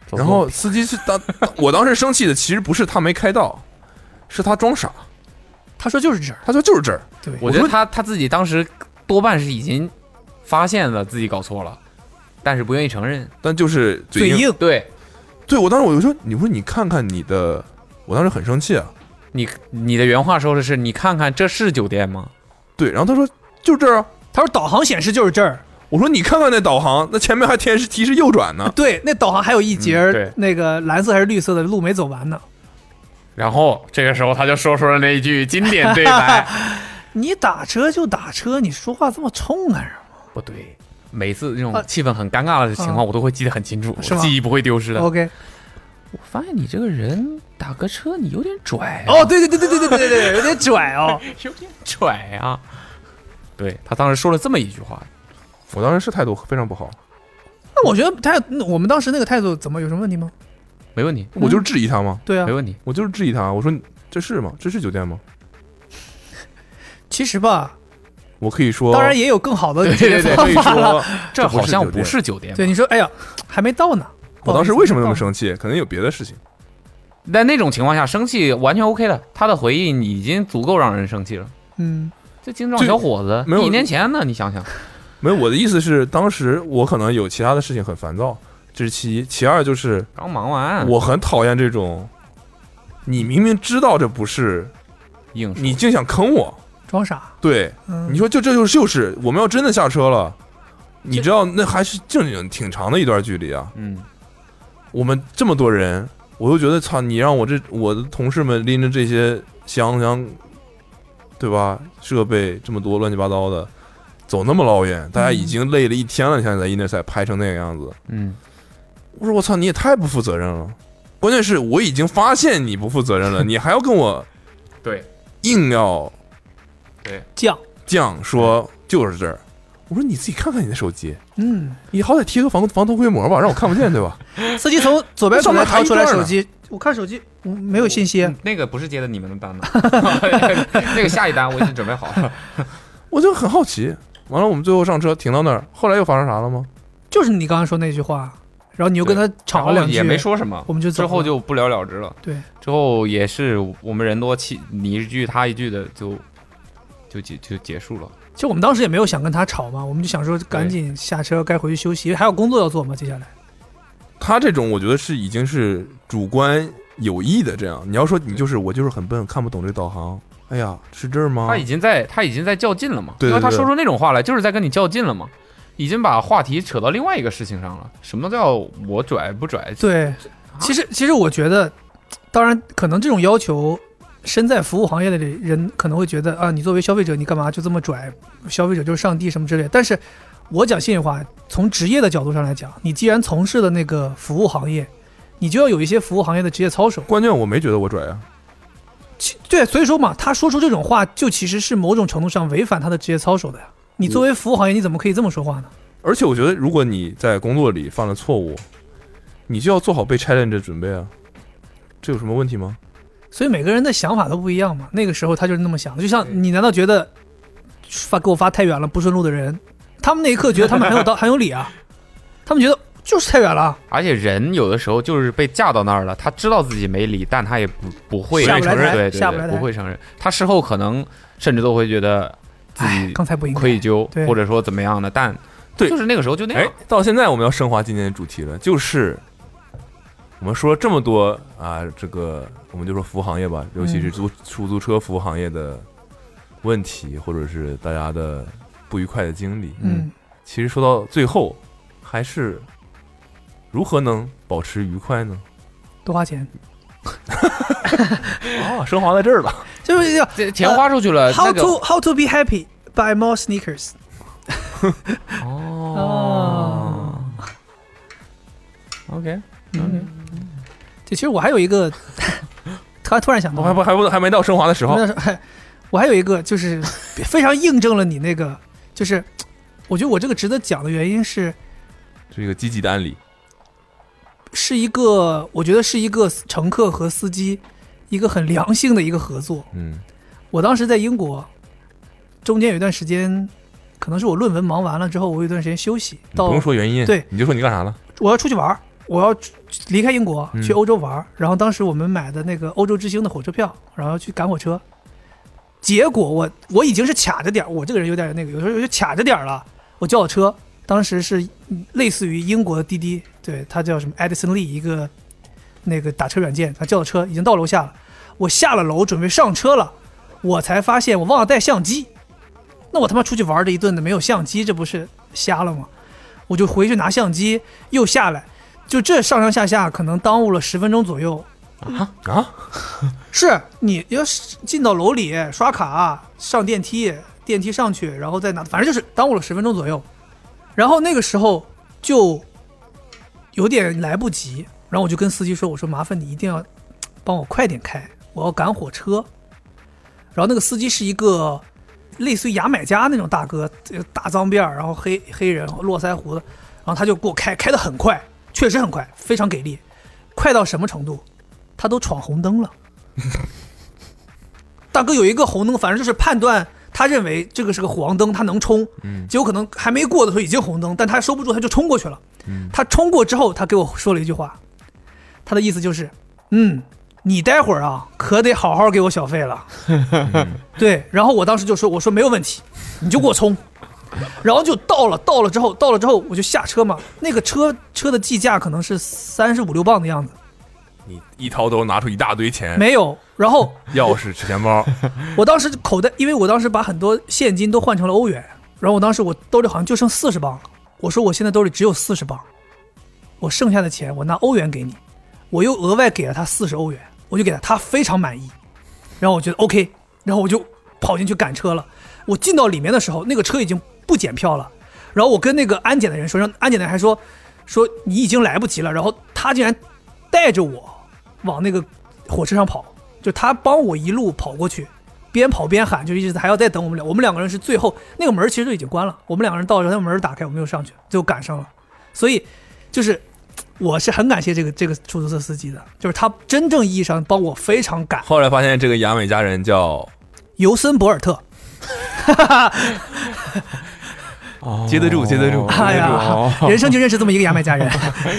Speaker 4: 走
Speaker 2: 然后司机是当，当 我当时生气的其实不是他没开到，是他装傻。
Speaker 3: 他说就是这儿，
Speaker 2: 他说就是这儿，
Speaker 3: 对，
Speaker 4: 我觉得他他自己当时多半是已经发现了自己搞错了，但是不愿意承认，
Speaker 2: 但就是
Speaker 3: 嘴
Speaker 2: 硬。
Speaker 3: 硬，
Speaker 4: 对。
Speaker 2: 对我当时我就说，你不是你看看你的，我当时很生气啊。
Speaker 4: 你你的原话说的是，你看看这是酒店吗？
Speaker 2: 对，然后他说就是这儿啊。
Speaker 3: 他说导航显示就是这儿，
Speaker 2: 我说你看看那导航，那前面还提示提示右转呢。
Speaker 3: 对，那导航还有一节
Speaker 4: 嗯对
Speaker 3: 儿那个蓝色还是绿色的路没走完呢，
Speaker 4: 然后这个时候他就说出了那一句经典对白：
Speaker 3: 你打车就打车，你说话这么冲啊干什么
Speaker 4: 不对，每次这种
Speaker 3: 啊
Speaker 4: 气氛很尴尬的情
Speaker 3: 啊
Speaker 4: 况，我都会记得很清楚，我
Speaker 3: 是吗哦
Speaker 4: 记忆不会丢失的。
Speaker 3: ？OK，
Speaker 4: 我发现你这个人打个车，你有点拽啊
Speaker 3: 哦，，对对对对对对对对，有点拽 哦，
Speaker 4: 有点拽啊。对他当时说了这么一句话，
Speaker 2: 我当时是态度非常不好，
Speaker 3: 那我觉得态，那我们当时那个态度怎么有什么问题吗？
Speaker 4: 没问题，
Speaker 3: 嗯
Speaker 2: 我就是质疑他嘛，
Speaker 3: 对啊
Speaker 4: 没，问题。
Speaker 2: 我就是质疑他。我说这是吗？这是酒店吗？
Speaker 3: 其实吧，
Speaker 2: 我可以说，
Speaker 3: 当然也有更好的
Speaker 4: 对
Speaker 3: 解
Speaker 4: 对
Speaker 3: 决
Speaker 4: 对
Speaker 3: 方
Speaker 2: 可以
Speaker 3: 法了。
Speaker 2: 说，
Speaker 4: 这好像
Speaker 2: 不
Speaker 4: 不
Speaker 2: 是
Speaker 4: 是酒店。
Speaker 3: 对，你说，哎呀，还没到呢。
Speaker 2: 我当时为什么那么
Speaker 3: 说？
Speaker 2: 生气？可能有别的事情。
Speaker 4: 在那种情况下，生气完全 OK 的，他的回应已经足够让人生气了。
Speaker 3: 嗯，
Speaker 4: 这精壮小伙子，
Speaker 2: 没有
Speaker 4: 一年前呢，你想想，
Speaker 2: 没有，我的意思是，当时我可能有其他的事情很烦躁，这是其一。其二就是
Speaker 4: 刚忙完，
Speaker 3: 嗯
Speaker 2: 我很讨厌这种，你明明知道这不是，
Speaker 4: 硬
Speaker 3: 嗯
Speaker 4: 说
Speaker 2: 你竟想坑我。
Speaker 3: 装傻。
Speaker 2: 对，
Speaker 3: 嗯，
Speaker 2: 你说就这就是就是，我们要真的下车了，你知道那还是正经挺长的一段距离啊。
Speaker 4: 嗯，
Speaker 2: 我们这么多人，我就觉得操，你让我这我的同事们拎着这些箱箱，对吧？设备这么多乱七八糟的，走那么老远，大家已经累了一天了，你看在 i n 赛拍成那个样子，
Speaker 4: 嗯，
Speaker 2: 我说我操，你也太不负责任了。关键是我已经发现你不负责 任了，你还要跟我
Speaker 4: 对，
Speaker 2: 硬要
Speaker 3: 犟。
Speaker 2: 犟说就是这儿。我说你自己看看你的手机，
Speaker 3: 嗯，
Speaker 2: 你好歹贴个防防偷窥膜吧，让我看不见，对 吧？
Speaker 3: 司机从左边
Speaker 2: 上
Speaker 3: 左
Speaker 2: 面
Speaker 3: 边掏
Speaker 2: 还一
Speaker 3: 出
Speaker 2: 段
Speaker 3: 来
Speaker 2: 呢
Speaker 3: 手机，我看手机，嗯，没有信息。
Speaker 4: 那个不是接的你们的单呢， 那个下一单我已经准备好了。
Speaker 2: 我就很好奇。完了，我们最后上车停到那儿，后来又发生啥了吗？
Speaker 3: 就是你刚刚说那句话，然后你又跟
Speaker 4: 对
Speaker 3: 他
Speaker 2: 嗯
Speaker 3: 吵了两句，
Speaker 4: 也没，说什么，
Speaker 3: 我们就走
Speaker 4: 之
Speaker 3: 了
Speaker 4: 后就不了了之了。
Speaker 3: 对，
Speaker 4: 之后也是我们人多气，你一句他一句的就就结就结束了。
Speaker 3: 其实我们当时也没有想跟他吵嘛，我们就想说赶紧下车，该回去休息，因为还有工作要做嘛。接下来，
Speaker 2: 他这种我觉得是已经是主观有意的这样。你要说你就是我就是很笨，看不懂这导航。哎呀，是这儿吗？
Speaker 4: 他已经在他已经在较劲了嘛，
Speaker 2: 对对
Speaker 4: 因为他
Speaker 2: 对
Speaker 4: 说出那种话来，就是在跟你较劲了嘛。已经把话题扯到另外一个事情上了。什么叫我拽不拽？
Speaker 3: 对，其实其实我觉得，当然可能这种要求，身在服务行业的人可能会觉得啊，你作为消费者，你干嘛就这么拽？消费者就是上帝什么之类的。但是我讲心里话，从职业的角度上来讲，你既然从事的那个服务行业，你就要有一些服务行业的职业操守。
Speaker 2: 关键我没觉得我拽啊。
Speaker 3: 其对，所以说嘛，他说出这种话，就其实是某种程度上违反他的职业操守的呀。你作为服务行业，你怎么可以这么说话呢？
Speaker 2: 而且我觉得，如果你在工作里犯了错误，你就要做好被 challenge 的准备啊。这有什么问题吗？
Speaker 3: 所以每个人的想法都不一样嘛。那个时候他就是那么想的，就像
Speaker 4: 对
Speaker 3: 你难道觉得发给我发太远了不顺路的人，他们那一刻觉得他们很有道很有理啊，他们觉得就是太远了，
Speaker 4: 而且人有的时候就是被架到那儿了，他知道自己没理，但他也不不会
Speaker 3: 下不来
Speaker 4: 承认，
Speaker 3: 台
Speaker 4: 对对
Speaker 3: 下不来
Speaker 4: 对，
Speaker 3: 台
Speaker 4: 不会承认。他事后可能甚至都会觉得自
Speaker 3: 哎
Speaker 4: 己，
Speaker 3: 刚才不应该。
Speaker 4: 愧疚
Speaker 3: 对，
Speaker 4: 或者说怎么样的，但
Speaker 2: 对
Speaker 4: 就是那个时候就那
Speaker 2: 哎
Speaker 4: 样。，
Speaker 2: 到现在我们要升华今天的主题了，就是我们说了这么多啊，这个我们就说服务行业吧，尤其是租出租车服务行业的问题，或者是大家的不愉快的经历。
Speaker 3: 嗯，
Speaker 2: 其实说到最后，还是如何能保持愉快呢？
Speaker 3: 多花钱，
Speaker 2: 啊，升华在这儿了。
Speaker 3: 就是要
Speaker 4: 这钱花出去了，
Speaker 3: how
Speaker 4: 那
Speaker 3: to
Speaker 4: 个
Speaker 3: how to be happy buy more sneakers。
Speaker 4: 哦，OK，
Speaker 3: 嗯，对，其实我还有一个，突然突然想到
Speaker 2: 我，还不还不还没到升华的时候
Speaker 3: 那，是哎我还有一个就是非常印证了你那个，就是我觉得我这个值得讲的原因是，
Speaker 2: 是一个积极的案例。
Speaker 3: 是一个我觉得是一个乘客和司机一个很良性的一个合作。
Speaker 2: 嗯
Speaker 3: 我当时在英国，中间有一段时间，可能是我论文忙完了之后，我有一段时间休息，
Speaker 2: 你
Speaker 3: 到
Speaker 2: 不用说原因，
Speaker 3: 对，
Speaker 2: 你就说你干啥了？
Speaker 3: 我要出去玩儿，我要出离开英国
Speaker 2: 嗯
Speaker 3: 去欧洲玩儿。然后当时我们买的那个欧洲之星的火车票，然后去赶火车。结果我我已经是卡着点儿，我这个人有点那个，有时候就卡着点儿了。我叫我车，当时是嗯类似于英国的滴滴，对，它叫什么 Edison Lee 一个那个打车软件，他叫我车已经到楼下了，我下了楼准备上车了，我才发现我忘了带相机。那我他妈出去玩儿这一顿的没有相机，这不是瞎了吗？我就回去拿相机，又下来，就这上上下下可能耽误了十分钟左右。
Speaker 2: 啊，
Speaker 3: 是你要是进到楼里刷卡，上电梯，电梯上去，然后再拿，反正就是耽误了十分钟左右。然后那个时候就有点来不及，然后我就跟司机说：“我说麻烦你一定要帮我快点开，我要赶火车。”然后那个司机是一个类似于牙买加那种大哥，呃大脏辫儿，然后黑黑人，络腮胡子，然后他就给我开，开得很快，确实很快，非常给力，快到什么程度？他都闯红灯了。大哥有一个红灯，反正就是判断他认为这个是个黄灯，他能冲，
Speaker 2: 嗯
Speaker 3: 结果可能还没过的时候已经红灯，但他收不住，他就冲过去了。
Speaker 2: 嗯
Speaker 3: 他冲过之后，他给我说了一句话，他的意思就是，嗯，你待会儿啊，可得好好给我小费了。
Speaker 2: 嗯
Speaker 3: 对，然后我当时就说，我说没有问题，你就给我冲。然后就到了，到了之后，到了之后我就下车嘛。那个车车的计价可能是三十五六磅的样子，
Speaker 2: 你一掏兜拿出一大堆钱，
Speaker 3: 没有。然后
Speaker 2: 钥匙、钱包，
Speaker 3: 我当时口袋，因为我当时把很多现金都换成了欧元，然后我当时我兜里好像就剩四十磅了。我说我现在兜里只有四十磅，我剩下的钱我拿欧元给你，我又额外给了他四十欧元，我就给他，他非常满意。然后我觉得 OK，然后我就跑进去赶车了。我进到里面的时候，那个车已经不检票了。然后我跟那个安检的人说，让安检的人还说说你已经来不及了。然后他竟然带着我往那个火车上跑，就他帮我一路跑过去，边跑边喊，就一直还要再等我们俩。我们两个人是最后那个门其实就已经关了，我们两个人到了，那门打开，我们又上去，最后赶上了。所以就是我是很感谢这个这个出租车司机的，就是他真正意义上帮我非常赶。
Speaker 2: 后来发现这个牙买加人叫
Speaker 3: 尤森博尔特，
Speaker 2: 接得住接得住
Speaker 3: 哎呀，人生就认识这么一个牙买加人。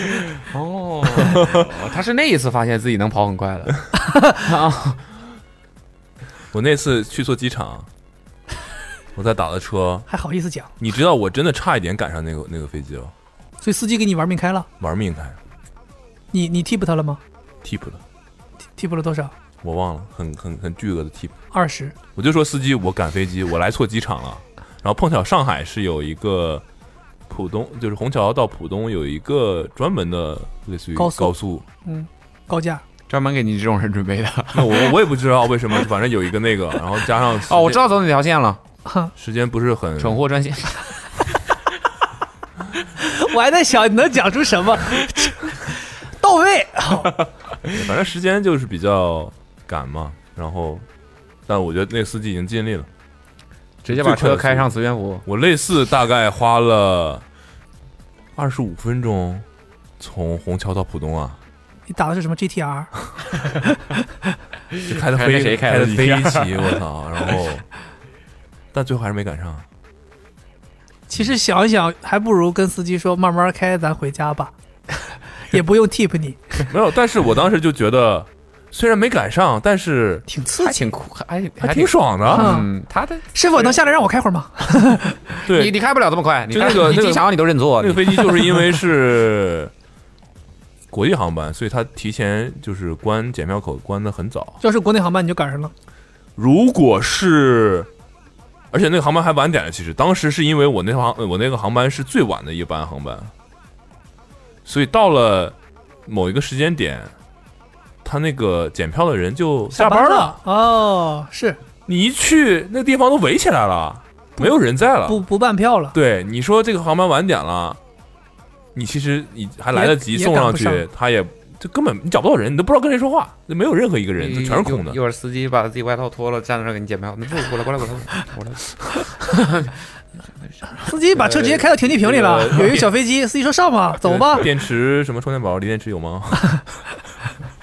Speaker 4: 哦，他是那一次发现自己能跑很快的，
Speaker 2: 我那次去坐机场，我在打的车，
Speaker 3: 还好意思讲，
Speaker 2: 你知道我真的差一点赶上那个那个飞机哦，
Speaker 3: 所以司机给你玩命开了，
Speaker 2: 玩命开
Speaker 3: 你你 tip 他了吗
Speaker 2: tip 了，
Speaker 3: ？tip tip 了多少？
Speaker 2: 我忘了，很很很巨额的 tip。
Speaker 3: 二十。
Speaker 2: 我就说司机，我赶飞机，我来错机场了。然后碰巧上海是有一个浦东，就是虹桥到浦东有一个专门的类似于
Speaker 3: 高速
Speaker 2: 高速，
Speaker 3: 嗯，高价。
Speaker 4: 专门给你这种人准备的。
Speaker 2: 那我我也不知道为什么，反正有一个那个，然后加上时间
Speaker 4: 哦，我知道走哪条线了，
Speaker 3: 哼，
Speaker 2: 时间不是很
Speaker 4: 蠢货 专线。
Speaker 3: 我还在想你能讲出什么， 到位。
Speaker 2: 反正时间就是比较赶嘛，然后，但我觉得那个司机已经尽力了。
Speaker 4: 直接把车开上磁悬浮。
Speaker 2: 我类似大概花了二十五分钟，从虹桥到浦东啊，
Speaker 3: 你打的是什么 GTR？
Speaker 2: 就开的
Speaker 4: 开
Speaker 2: 飞
Speaker 4: 那谁开啊
Speaker 2: 的
Speaker 4: 的
Speaker 2: 飞起，我操！然后，但最后还是没赶上。
Speaker 3: 其实想一想，还不如跟司机说慢慢开，咱回家吧， 也不用 tip 你，
Speaker 2: 没有，但是我当时就觉得，虽然没赶上，但是
Speaker 3: 挺刺
Speaker 4: 还
Speaker 3: 激。
Speaker 4: 挺酷，还
Speaker 2: 还
Speaker 4: 还
Speaker 2: 挺。爽的。
Speaker 4: 嗯，他的
Speaker 3: 哎师傅能下来让我开会儿吗？
Speaker 4: 你
Speaker 2: 啊对，
Speaker 4: 你开不了这么快，你
Speaker 2: 就
Speaker 4: 开
Speaker 2: 那个
Speaker 4: 你
Speaker 2: 那个
Speaker 4: 机场你都认错，
Speaker 2: 那个
Speaker 4: 你
Speaker 2: 飞机就是因为是国际航班，所以它提前就是关检票口关的很早。
Speaker 3: 要是国内航班你就赶上了。
Speaker 2: 如果是，而且那个航班还晚点了，其实当时是因为我那航我那个航班是最晚的一班航班，所以到了某一个时间点，他那个检票的人就下班了。
Speaker 3: 了哦，是
Speaker 2: 你一去，那地方都围起来了，没有人在了。
Speaker 3: 不不办票了，
Speaker 2: 对，你说这个航班晚点了，你其实你还来得及
Speaker 3: 也也
Speaker 2: 送
Speaker 3: 赶
Speaker 2: 上
Speaker 3: 不
Speaker 2: 去，
Speaker 3: 上
Speaker 2: 他也就根本你找不到人，你都不知道跟谁说话，没有任何一个
Speaker 4: 嗯
Speaker 2: 人，就全是空的
Speaker 4: 一。会儿司机把自己外套脱了，站在那儿给你检票，你不过来过来过来过来，
Speaker 3: 司机把车直接开到停机坪里了
Speaker 2: 呃这。个
Speaker 3: 有一个小飞机，司机说上吧，走吧。
Speaker 2: 电池什么充电宝、锂电池有吗？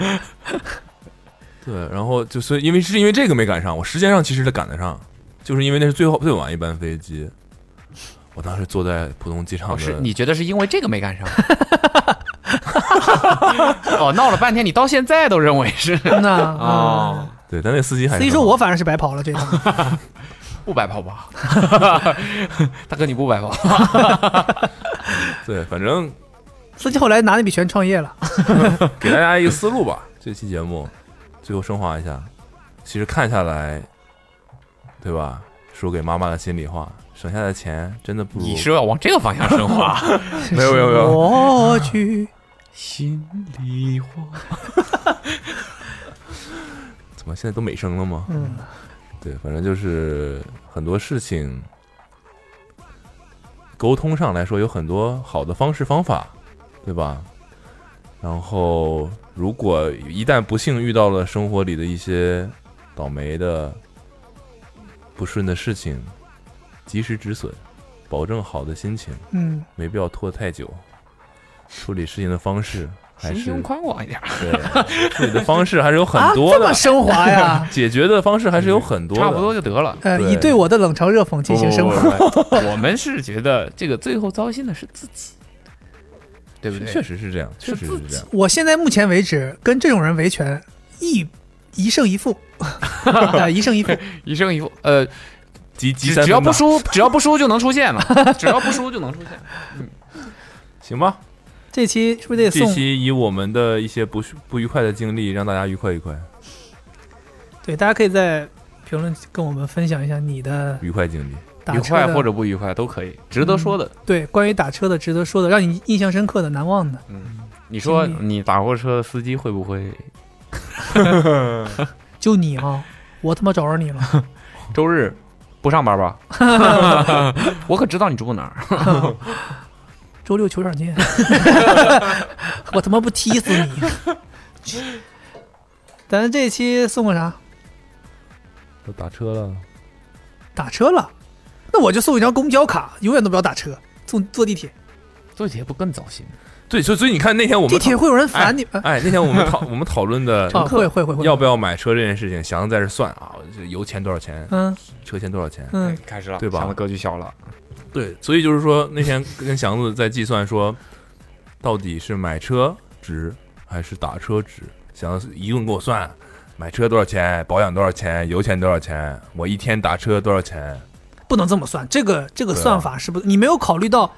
Speaker 2: 对，然后就所以因为是因为这个没赶上，我时间上其实得赶得上，就是因为那是最后最晚一班飞机。我当时坐在浦东机场
Speaker 4: 哦，
Speaker 2: 的，
Speaker 4: 是你觉得是因为这个没赶 上？哦，闹了半天，你到现在都认为是
Speaker 3: 真的
Speaker 4: 哦
Speaker 3: 啊，，
Speaker 2: 对，但那司机还
Speaker 3: 司机
Speaker 2: 是很
Speaker 3: 说
Speaker 2: 好
Speaker 3: 我反正是白跑了 这趟。
Speaker 4: 不白跑吧？ 大哥，你不白跑？
Speaker 2: 对，反正
Speaker 3: 司机后来拿那笔钱创业了，
Speaker 2: 给大家一个思路吧。这期节目最后升华一下，其实看下来，对吧？说给妈妈的心里话，省下的钱真的不如
Speaker 4: 你是要往这个方向啊升华？
Speaker 2: 没有没有没有
Speaker 3: 我去，
Speaker 4: 心里话，
Speaker 2: 怎么现在都美声了吗？
Speaker 3: 嗯，
Speaker 2: 对，反正就是很多事情沟通上来说有很多好的方式方法，对吧？然后如果一旦不幸遇到了生活里的一些倒霉的、不顺的事情，及时止损，保证好的心情，
Speaker 3: 嗯，
Speaker 2: 没必要拖太久。处理事情的方式还
Speaker 4: 心
Speaker 2: 是
Speaker 4: 胸宽广一点，
Speaker 2: 对，处理的方式还是有很
Speaker 3: 啊，
Speaker 2: 多
Speaker 3: 这
Speaker 2: 的。
Speaker 3: 么，升华呀
Speaker 2: 解决的方式还是有很多的，
Speaker 4: 差不多就得了。
Speaker 3: 呃，
Speaker 2: 对
Speaker 3: 以对我的冷嘲热讽进行升华，
Speaker 4: 不不不不我们是觉得这个最后糟心的是自己，对不对？
Speaker 2: 确实是这样，确实是这样。
Speaker 3: 我现在目前为止跟这种人维权一一胜一负， 啊，一胜一负，
Speaker 4: 一胜一负，呃，
Speaker 2: 集集
Speaker 4: 只
Speaker 2: 三
Speaker 4: 只要
Speaker 2: 分吧
Speaker 4: 不输，只要不输就能出现嘛，只要不输就能出现。
Speaker 2: 行吧。
Speaker 3: 这期是不是得
Speaker 2: 这
Speaker 3: 送？
Speaker 2: 期以我们的一些不不愉快的经历，让大家愉快愉快，
Speaker 3: 对，大家可以在评论跟我们分享一下你的
Speaker 2: 愉快经历。
Speaker 3: 打
Speaker 4: 愉
Speaker 3: 车
Speaker 4: 快
Speaker 3: 的，
Speaker 4: 或者不愉快都可以，值得说的。
Speaker 3: 对关于打车的值得说的，让你印象深刻的、难忘的。
Speaker 4: 你说
Speaker 3: 经历
Speaker 4: 你打过车，司机会不会
Speaker 3: 就你啊，我他妈找着你了，
Speaker 4: 周日不上班吧？我可知道你住哪儿。
Speaker 3: 周六球场见，我他妈不踢死你！ 咱这期送个啥？
Speaker 2: 都打车了，
Speaker 3: 打车了，那我就送一张公交卡，永远都不要打车，坐坐地铁。
Speaker 4: 坐地铁不更糟心吗？
Speaker 2: 对，所以所以你看那天我
Speaker 3: 地
Speaker 2: 们
Speaker 3: 铁
Speaker 2: 讨
Speaker 3: 会有人烦你啊？
Speaker 2: 哎，那天我们讨我们讨 论的
Speaker 3: 啊会会会会，
Speaker 2: 要不要买车这件事情，祥子在这算啊，这油钱多少钱，
Speaker 3: 嗯
Speaker 2: 车钱多少钱？
Speaker 3: 嗯，
Speaker 4: 开始了，
Speaker 2: 对吧
Speaker 4: 想的格局小了。
Speaker 2: 对，所以就是说那天跟祥子在计算说，到底是买车值还是打车值？祥子一顿给我算，买车多少钱，保养多少钱，油钱多少钱，我一天打车多少钱？
Speaker 3: 不能这么算，这个这个
Speaker 2: 对啊
Speaker 3: 算法是不？你没有考虑到，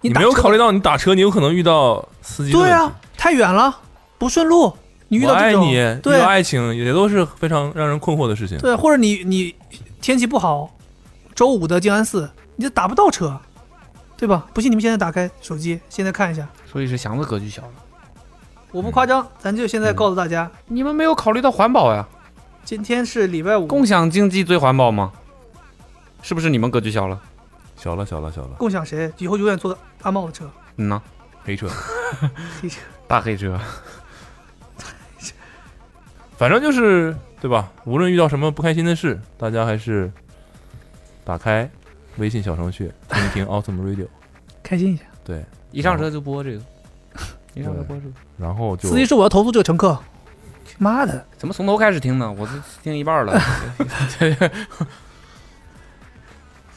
Speaker 2: 你
Speaker 3: 打
Speaker 2: 没有
Speaker 3: 车
Speaker 2: 考虑到你打车，你有可能遇到司机的问
Speaker 3: 对
Speaker 2: 题。
Speaker 3: 啊，太远了，不顺路，你遇
Speaker 2: 我
Speaker 3: 到这
Speaker 2: 爱
Speaker 3: 种
Speaker 2: 你，遇
Speaker 3: 对
Speaker 2: 到爱情也都是非常让人困惑的事情。
Speaker 3: 对，或者你你天气不好，周五的静安寺你就打不到车，对吧？不信你们现在打开手机，现在看一下，
Speaker 4: 所以是祥子格局小了。
Speaker 3: 我不夸张，咱就现在告诉大家，
Speaker 4: 你们没有考虑到环保呀？
Speaker 3: 今天是礼拜五，
Speaker 4: 共享经济最环保吗？是不是你们格局小了？
Speaker 2: 小了，小了，小了，
Speaker 3: 共享谁？以后永远坐阿茂的车，
Speaker 4: 嗯呐，
Speaker 2: 黑车。
Speaker 4: 大黑车。
Speaker 2: 反正就是对吧？无论遇到什么不开心的事，大家还是打开微信小程序听一听 Awesome Radio，
Speaker 3: 开心一下。
Speaker 2: 对，
Speaker 4: 一上车就播 这个，一上车播这个，
Speaker 2: 然后就
Speaker 3: 司机说我要投诉这个乘客，妈的！
Speaker 4: 怎么从头开始听呢？ 我都听一半了。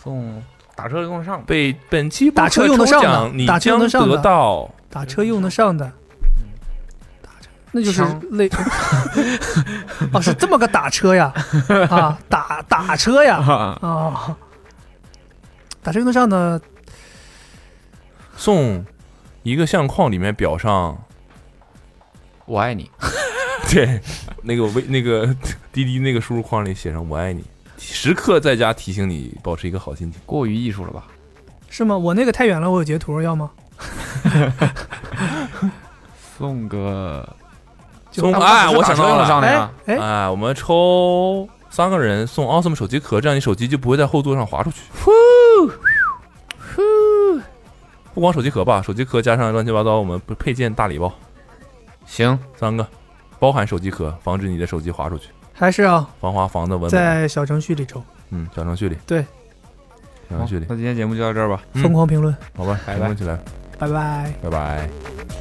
Speaker 4: 送打车用得上。
Speaker 2: 被本期
Speaker 3: 打车用得上的
Speaker 2: 播客抽奖你
Speaker 3: 打车用得上
Speaker 2: 将
Speaker 3: 的
Speaker 2: 得到
Speaker 3: 打车用得上的，嗯打车那就是
Speaker 4: 枪
Speaker 3: 类，哦，是这么个打车呀，啊，打打车呀，
Speaker 4: 啊，
Speaker 3: 哦，打车用得上的，
Speaker 2: 送一个相框，里面表 上
Speaker 4: 我爱你，
Speaker 2: 对那个微那个滴滴那个输入框里写上“我爱你”，时刻在家提醒你保持一个好心情。
Speaker 4: 过于艺术了吧？
Speaker 3: 是吗？我那个太远了，我有截图，要吗？
Speaker 4: 送个
Speaker 3: 就
Speaker 2: 送
Speaker 3: 啊
Speaker 2: 哎我想到了
Speaker 4: 用得上的
Speaker 3: 哎
Speaker 4: 呀，
Speaker 3: 哎，
Speaker 2: 哎，我们抽三个人送 Awesome 手机壳，这样你手机就不会在后座上滑出去。不光手机壳吧，手机壳加上乱七八糟我们配件大礼包，
Speaker 4: 行，
Speaker 2: 三个，包含手机壳，防止你的手机滑出去，
Speaker 3: 还是要
Speaker 2: 防滑防的稳稳。
Speaker 3: 在小程序里抽，
Speaker 2: 嗯，小程序里。
Speaker 3: 对，
Speaker 2: 小程序里
Speaker 4: 好。那今天节目就到这儿吧。
Speaker 2: 嗯
Speaker 3: 疯狂评论，
Speaker 2: 好吧，
Speaker 4: 拜拜
Speaker 2: 评论起来，
Speaker 3: 拜拜。
Speaker 2: 拜拜。